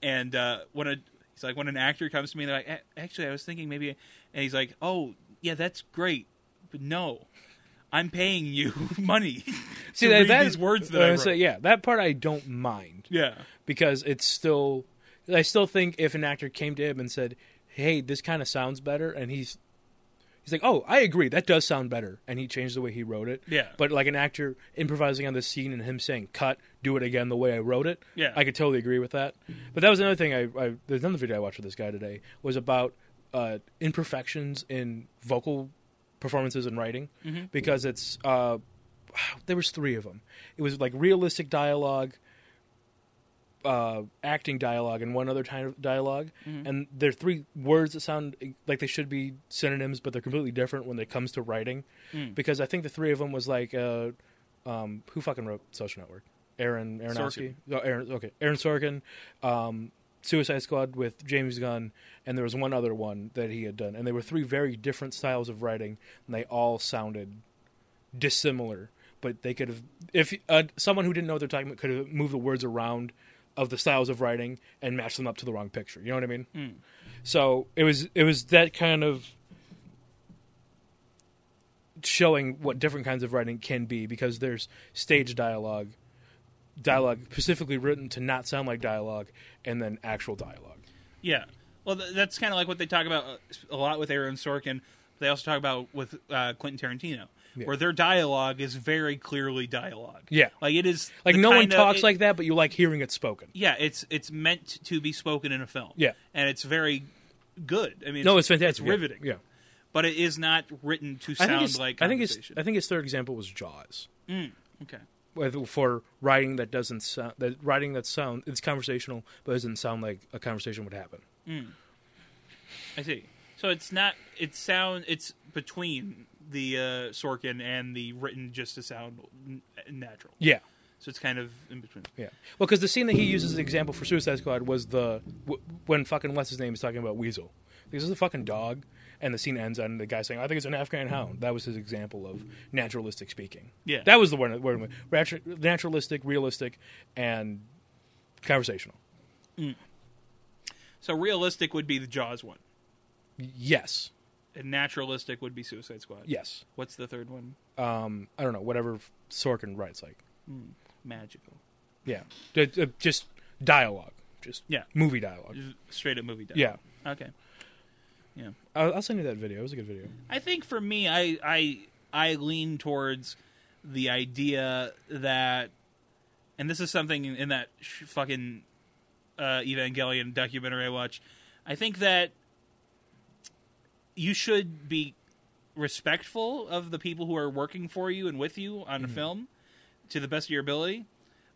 Speaker 2: And uh, when a he's like when an actor comes to me, they're like, "A- actually, I was thinking maybe, and he's like, oh yeah, that's great, but no. I'm paying you <laughs> money. See, to
Speaker 3: that,
Speaker 2: read these words that I wrote.
Speaker 3: yeah, that part I don't mind
Speaker 2: yeah,
Speaker 3: because it's still, I still think if an actor came to him and said, "Hey, this kind of sounds better," and he's, he's like, "Oh, I agree, that does sound better," and he changed the way he wrote it.
Speaker 2: Yeah.
Speaker 3: but like an actor improvising on the scene and him saying, "Cut, do it again the way I wrote it."
Speaker 2: Yeah.
Speaker 3: I could totally agree with that. But that was another thing. I, I there's another video I watched with this guy today was about uh, imperfections in vocal performances and writing
Speaker 2: Mm-hmm.
Speaker 3: because it's uh, there was three of them. It was like realistic dialogue, uh, acting dialogue, and one other kind of dialogue. And they're three words that sound like they should be synonyms, but they're completely different when it comes to writing. Because I think the three of them was like, uh, um, who fucking wrote Social Network? Aaron Aronofsky. Oh, Aaron, okay, Aaron Sorkin. Um, Suicide Squad with James Gunn, and there was one other one that he had done, and they were three very different styles of writing, and they all sounded dissimilar, but they could have if uh, someone who didn't know what they're talking about could have moved the words around of the styles of writing and matched them up to the wrong picture. You know what I mean?
Speaker 2: Hmm.
Speaker 3: So it was it was that kind of showing what different kinds of writing can be because there's stage dialogue, dialogue specifically written to not sound like dialogue, and then actual dialogue.
Speaker 2: Yeah. Well, th- that's kind of like what they talk about uh, a lot with Aaron Sorkin. They also talk about with uh, Quentin Tarantino, where their dialogue is very clearly dialogue.
Speaker 3: Yeah.
Speaker 2: like it is
Speaker 3: Like
Speaker 2: the
Speaker 3: no one
Speaker 2: kinda-
Speaker 3: talks
Speaker 2: it-
Speaker 3: like that, but you like hearing it spoken.
Speaker 2: Yeah, it's it's meant to be spoken in a film.
Speaker 3: Yeah.
Speaker 2: and it's very good. I mean,
Speaker 3: No, it's fantastic.
Speaker 2: It's riveting.
Speaker 3: Yeah,
Speaker 2: but it is not written to
Speaker 3: yeah. I
Speaker 2: sound
Speaker 3: think his,
Speaker 2: like.
Speaker 3: I think his
Speaker 2: conversation.
Speaker 3: I think his third example was Jaws.
Speaker 2: okay.
Speaker 3: with- for writing that doesn't sound that writing that sound it's conversational but doesn't sound like a conversation would happen.
Speaker 2: I see. So it's not. It sound. It's between the uh, Sorkin and the written just to sound n- natural.
Speaker 3: Yeah,
Speaker 2: So it's kind of in between.
Speaker 3: yeah. Well, because the scene that he uses as an example for Suicide Squad was the w- when fucking what's his name is talking about Weasel. This is a fucking dog, and the scene ends on the guy saying, "I think it's an Afghan hound." That was his example of naturalistic speaking.
Speaker 2: Yeah.
Speaker 3: that was the word. word natu- naturalistic, realistic, and conversational.
Speaker 2: So realistic would be the Jaws one,
Speaker 3: Yes,
Speaker 2: and naturalistic would be Suicide Squad.
Speaker 3: yes.
Speaker 2: What's the third one?
Speaker 3: I don't know whatever Sorkin writes like.
Speaker 2: Magical.
Speaker 3: Yeah, D- d- just dialogue, just
Speaker 2: Yeah.
Speaker 3: movie dialogue.
Speaker 2: Straight up movie. Dialogue.
Speaker 3: Yeah,
Speaker 2: Okay.
Speaker 3: I'll, I'll send you that video. It was a good video.
Speaker 2: I think for me, I I I lean towards the idea that, and this is something in, in that sh- fucking uh, Evangelion documentary I watched. I think that you should be respectful of the people who are working for you and with you on a film to the best of your ability.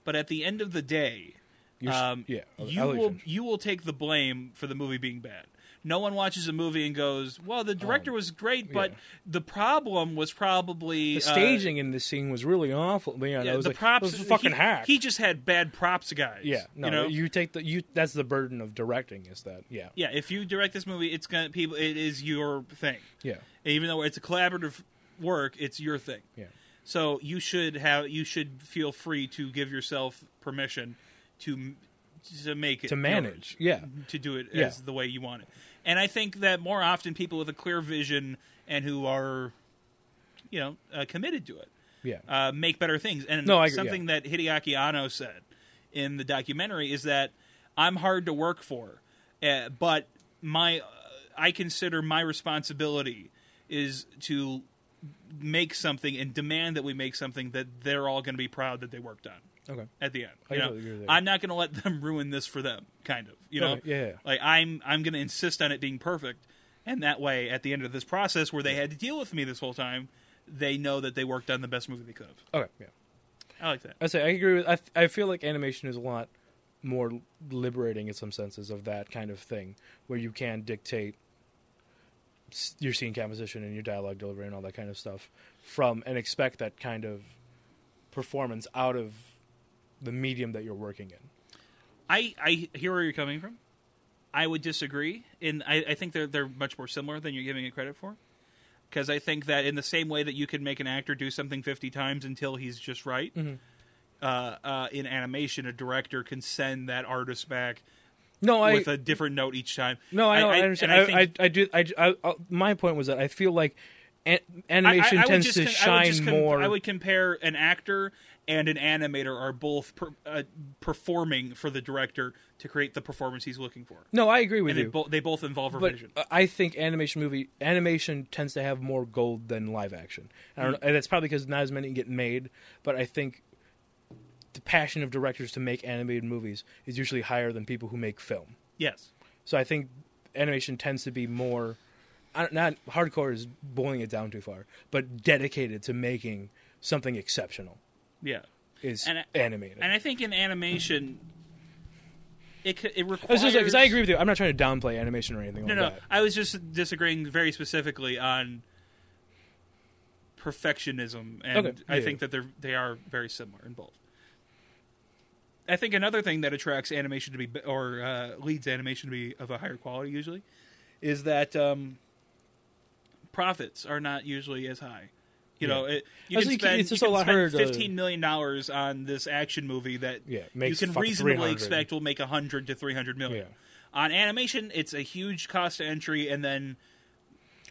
Speaker 2: But at the end of the day,
Speaker 3: You're s-
Speaker 2: um,
Speaker 3: yeah, uh, I'll-
Speaker 2: you
Speaker 3: I'll let you
Speaker 2: will
Speaker 3: finish.
Speaker 2: you will take the blame for the movie being bad. No one watches a movie and goes, "Well, the director was great, but
Speaker 3: Um, yeah.
Speaker 2: the problem was probably
Speaker 3: The
Speaker 2: uh,
Speaker 3: staging in this scene was really awful. Man,
Speaker 2: yeah,
Speaker 3: I was
Speaker 2: the
Speaker 3: like,
Speaker 2: props.
Speaker 3: it was a fucking
Speaker 2: he,
Speaker 3: hack.
Speaker 2: He just had bad props, guys.
Speaker 3: yeah, no,
Speaker 2: you know,
Speaker 3: you take the you. That's the burden of directing. Is that yeah,
Speaker 2: yeah. If you direct this movie, it's gonna people. It is your thing.
Speaker 3: yeah,
Speaker 2: Even though it's a collaborative work, it's your thing.
Speaker 3: yeah.
Speaker 2: So you should have you should feel free to give yourself permission to m- to make it Mm-hmm.
Speaker 3: To manage, yeah,
Speaker 2: to do it
Speaker 3: Yeah.
Speaker 2: as the way you want it. And I think that more often people with a clear vision and who are, you know, uh, committed to it,
Speaker 3: yeah,
Speaker 2: uh, make better things. And
Speaker 3: No, I agree,
Speaker 2: something that Hideaki Anno said in the documentary is that I'm hard to work for, uh, but my uh, I consider my responsibility is to make something and demand that we make something that they're all going to be proud that they worked on
Speaker 3: okay.
Speaker 2: at the end.
Speaker 3: I
Speaker 2: You know,
Speaker 3: totally agree with that.
Speaker 2: I'm not going to let them <laughs> ruin this for them. Kind of, you
Speaker 3: No,
Speaker 2: know,
Speaker 3: yeah.
Speaker 2: Like I'm, I'm going to insist on it being perfect, and that way, at the end of this process, where they had to deal with me this whole time, they know that they worked on the best movie they could have.
Speaker 3: Okay, yeah.
Speaker 2: I like that.
Speaker 3: I say I agree with. I th- I feel like animation is a lot more liberating in some senses of that kind of thing, where you can dictate s- your scene composition and your dialogue delivery and all that kind of stuff from and expect that kind of performance out of the medium that you're working in.
Speaker 2: I, I hear where you're coming from. I would disagree, and I, I think they're they're much more similar than you're giving it credit for. Because I think that in the same way that you can make an actor do something 50 times until he's just right,
Speaker 3: Mm-hmm.
Speaker 2: uh, uh, in animation, a director can send that artist back
Speaker 3: No, I
Speaker 2: with a different note each time.
Speaker 3: no, I, know, I, understand.
Speaker 2: and
Speaker 3: I,
Speaker 2: I think-
Speaker 3: I, I do. I, I, I- my point was that I feel like an-
Speaker 2: I- I- I
Speaker 3: animation
Speaker 2: would
Speaker 3: tends
Speaker 2: just
Speaker 3: to
Speaker 2: con- I would
Speaker 3: shine
Speaker 2: just com-
Speaker 3: more.
Speaker 2: I would compare an actor and an animator are both per, uh, performing for the director to create the performance he's looking for.
Speaker 3: no, I agree with
Speaker 2: And they,
Speaker 3: you.
Speaker 2: bo- they both involve
Speaker 3: but
Speaker 2: revision.
Speaker 3: uh, I think animation movie animation tends to have more gold than live action. I don't know, and that's probably because not as many get made. But I think the passion of directors to make animated movies is usually higher than people who make film.
Speaker 2: yes.
Speaker 3: So I think animation tends to be more I don't, not hardcore is boiling it down too far, but dedicated to making something exceptional
Speaker 2: Yeah.
Speaker 3: is
Speaker 2: And I-
Speaker 3: animated.
Speaker 2: And I think in animation, it c- it requires.
Speaker 3: That's just because I agree with you. I'm not trying to downplay animation or anything
Speaker 2: No,
Speaker 3: like
Speaker 2: no.
Speaker 3: that.
Speaker 2: I was just disagreeing very specifically on perfectionism, and
Speaker 3: Okay,
Speaker 2: I
Speaker 3: yeah,
Speaker 2: think
Speaker 3: yeah.
Speaker 2: that they're they are very similar in both. I think another thing that attracts animation to be b- or uh, leads animation to be of a higher quality usually is that um, profits are not usually as high. You know, it, you
Speaker 3: I
Speaker 2: can
Speaker 3: think
Speaker 2: spend,
Speaker 3: it's just
Speaker 2: you
Speaker 3: a
Speaker 2: can
Speaker 3: lot
Speaker 2: spend
Speaker 3: harder to-
Speaker 2: fifteen million dollars on this action movie that
Speaker 3: Yeah,
Speaker 2: you
Speaker 3: makes
Speaker 2: can
Speaker 3: fucking
Speaker 2: reasonably
Speaker 3: 300.
Speaker 2: expect will make hundred to three hundred million.
Speaker 3: Yeah.
Speaker 2: On animation, it's a huge cost to entry, and then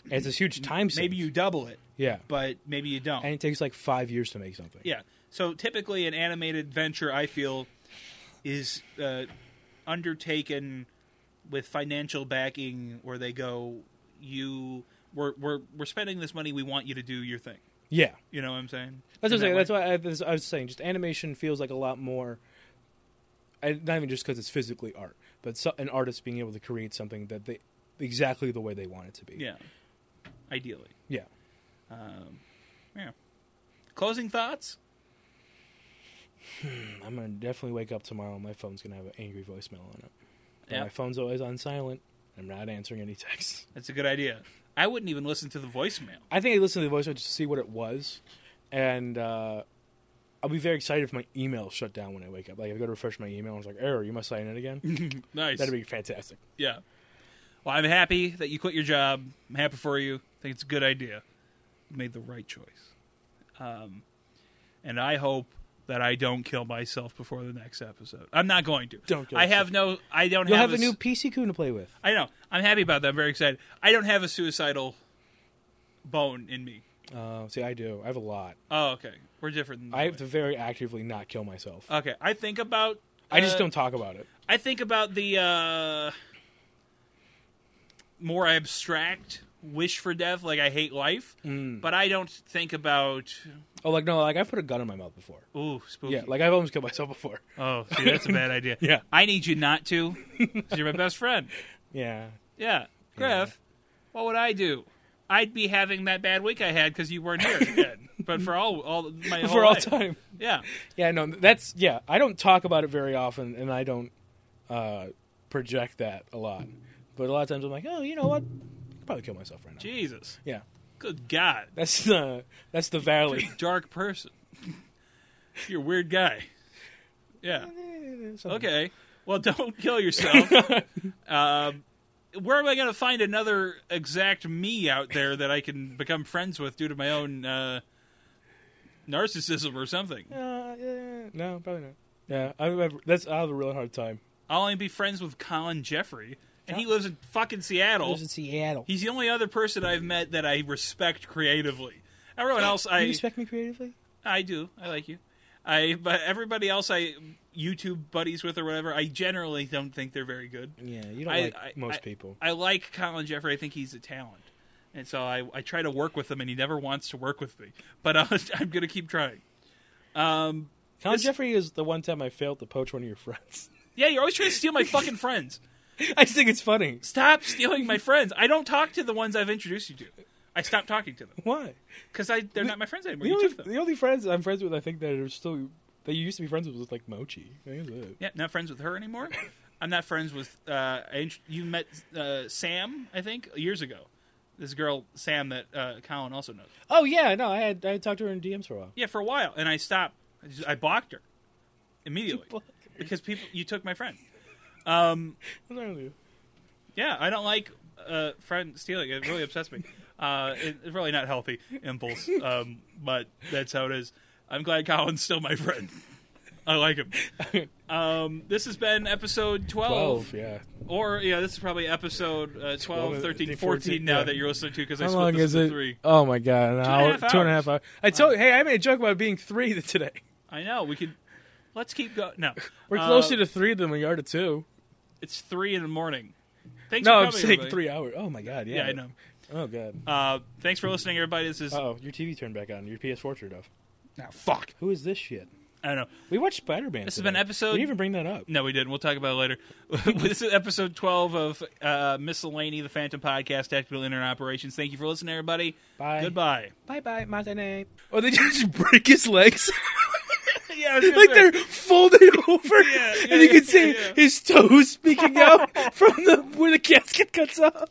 Speaker 3: And it's this huge time sink.
Speaker 2: Maybe you double it,
Speaker 3: yeah,
Speaker 2: but maybe you don't.
Speaker 3: and it takes like five years to make something.
Speaker 2: yeah. So typically, an animated venture, I feel, is uh, undertaken with financial backing, where they go, "You, we're we're we're spending this money. We want you to do your thing."
Speaker 3: yeah.
Speaker 2: You know what I'm saying?
Speaker 3: That's what I'm
Speaker 2: In
Speaker 3: saying.
Speaker 2: that
Speaker 3: That's why I, this, I was saying. Just animation feels like a lot more. I, not even just because it's physically art, but so, an artist being able to create something that they exactly the way they want it to be.
Speaker 2: way. Yeah. Ideally.
Speaker 3: yeah.
Speaker 2: Yeah. Closing thoughts?
Speaker 3: I'm gonna definitely wake up tomorrow. My phone's gonna have an angry voicemail on it. But
Speaker 2: Yeah.
Speaker 3: My phone's always on silent. I'm not answering any texts.
Speaker 2: That's a good idea. I wouldn't even listen to the voicemail.
Speaker 3: I think I listened to the voicemail just to see what it was, and uh, I'll be very excited if my email shut down when I wake up. Like if I go to refresh my email, and it's like error. You must sign in again.
Speaker 2: Nice.
Speaker 3: That'd be fantastic.
Speaker 2: yeah. Well, I'm happy that you quit your job. I'm happy for you. I think it's a good idea. You made the right choice. Um, and I hope that I don't kill myself before the next episode. I'm not going to.
Speaker 3: Don't kill
Speaker 2: I have no. I don't
Speaker 3: You'll have a
Speaker 2: s-
Speaker 3: new PC coon to play with.
Speaker 2: I know. I'm happy about that. I'm very excited. I don't have a suicidal bone in me.
Speaker 3: Uh, see, I do. I have a lot.
Speaker 2: Oh, okay. We're different. Than
Speaker 3: I have
Speaker 2: that.
Speaker 3: to very actively not kill myself.
Speaker 2: Okay. I think about.
Speaker 3: I just
Speaker 2: uh,
Speaker 3: don't talk about it.
Speaker 2: I think about the uh, more abstract wish for death, like I hate life,
Speaker 3: Mm.
Speaker 2: but I don't think about
Speaker 3: Oh, like no, like I've put a gun in my mouth before.
Speaker 2: ooh spooky.
Speaker 3: Yeah, like I've almost killed myself <laughs> before.
Speaker 2: oh, see, that's a bad idea.
Speaker 3: <laughs> Yeah.
Speaker 2: I need you not to, 'cause you're my best friend.
Speaker 3: Yeah,
Speaker 2: Yeah, Griff, what would I do? I'd be having that bad week I had because you weren't
Speaker 3: <laughs>
Speaker 2: here, Ed. but for all all my whole
Speaker 3: for all
Speaker 2: life.
Speaker 3: time.
Speaker 2: yeah.
Speaker 3: Yeah, no, that's yeah. I don't talk about it very often, and I don't uh, project that a lot. But a lot of times I'm like, oh, you know what? I could probably kill myself right now.
Speaker 2: Jesus,
Speaker 3: Yeah,
Speaker 2: good God,
Speaker 3: that's the that's the valley.
Speaker 2: dark person. you're a weird guy. Yeah.
Speaker 3: <laughs> okay.
Speaker 2: Okay. Well, <laughs> don't kill yourself. um, where am I going to find another exact me out there that I can become friends with due to my own uh, narcissism or something?
Speaker 3: Uh, yeah, no, probably not. Yeah, I remember. That's I have a really hard time.
Speaker 2: I'll only be friends with Colin Jeffrey, and he lives in fucking Seattle.
Speaker 3: Seattle.
Speaker 2: He's the only other person I've met that I respect creatively. Everyone else, I
Speaker 3: you respect me creatively?
Speaker 2: I do. I like you. I but everybody else I YouTube buddies with or whatever, I generally don't think they're very good.
Speaker 3: Yeah, you don't
Speaker 2: I-
Speaker 3: like
Speaker 2: I-
Speaker 3: most
Speaker 2: I-
Speaker 3: people.
Speaker 2: I like Colin Jeffrey. I think he's a talent, and so I, I try to work with him, and he never wants to work with me. But I'll, <laughs> I'm going to keep trying. Um,
Speaker 3: Colin
Speaker 2: this-
Speaker 3: Jeffrey is the one time I failed to poach one of your friends. <laughs>
Speaker 2: yeah, you're always trying to steal my fucking friends.
Speaker 3: I just think it's funny.
Speaker 2: Stop stealing my friends. I don't talk to the ones I've introduced you to. I stopped talking to them
Speaker 3: Why?
Speaker 2: because I they're not my friends anymore.
Speaker 3: The
Speaker 2: You
Speaker 3: only,
Speaker 2: took them.
Speaker 3: the only friends I'm friends with, I think that are still that you used to be friends with, was like Mochi. I think that's it.
Speaker 2: Yeah, not friends with her anymore. I'm not friends with. Uh, I, int- you met uh, Sam, I think, years ago. This girl Sam that uh, Colin also knows.
Speaker 3: Oh yeah, no, I had I had talked to her in DMs for a while.
Speaker 2: Yeah, for a while, and I stopped. I, just, I blocked her immediately
Speaker 3: blocked her.
Speaker 2: because people you took my friend.
Speaker 3: What's wrong with you?
Speaker 2: Yeah, I don't like uh, friend stealing. It really upsets me. Uh, it- it's really not healthy
Speaker 3: <laughs>
Speaker 2: impulse, um, but that's how it is. I'm glad Colin's still my friend. I like him.
Speaker 3: <laughs>
Speaker 2: Um, this has been episode 12,
Speaker 3: Twelve, yeah.
Speaker 2: or yeah, this is probably episode uh, 12, 13, 14 now
Speaker 3: yeah.
Speaker 2: that you're listening to because I
Speaker 3: How
Speaker 2: split
Speaker 3: long
Speaker 2: this
Speaker 3: is
Speaker 2: into
Speaker 3: it?
Speaker 2: three.
Speaker 3: Oh my god, an
Speaker 2: and a
Speaker 3: hour,
Speaker 2: half
Speaker 3: two and a
Speaker 2: hours.
Speaker 3: half hours. I told, hey, I made a joke about it being three <laughs> today.
Speaker 2: I know we could. Let's keep going. No,
Speaker 3: We're
Speaker 2: Uh,
Speaker 3: closer to three than we are to two.
Speaker 2: It's three in the morning. Thanks
Speaker 3: No,
Speaker 2: for
Speaker 3: I'm
Speaker 2: coming,
Speaker 3: saying
Speaker 2: everybody.
Speaker 3: three hours. Oh my god, yeah.
Speaker 2: Yeah, I know.
Speaker 3: Oh god.
Speaker 2: Uh, thanks for listening, everybody. This is
Speaker 3: Oh, your TV turned back on. Your PS4 turned off.
Speaker 2: Ah, fuck.
Speaker 3: Who is this shit?
Speaker 2: I don't know.
Speaker 3: We watched Spider Man.
Speaker 2: This has been episode-
Speaker 3: We didn't even bring that up.
Speaker 2: No, we didn't. We'll talk about it later. <laughs> this is episode 12 of uh, Miscellany, the Phantom Podcast, Tactical Internet Operations. Thank you for listening, everybody.
Speaker 3: Bye.
Speaker 2: Goodbye.
Speaker 3: Bye bye, Matane. Oh, they just break
Speaker 2: <laughs>
Speaker 3: his legs. <laughs>
Speaker 2: Yeah,
Speaker 3: like they're folded over,
Speaker 2: yeah,
Speaker 3: and you can
Speaker 2: yeah,
Speaker 3: see
Speaker 2: yeah. <laughs>
Speaker 3: his toes peeking out from the where the casket cuts off.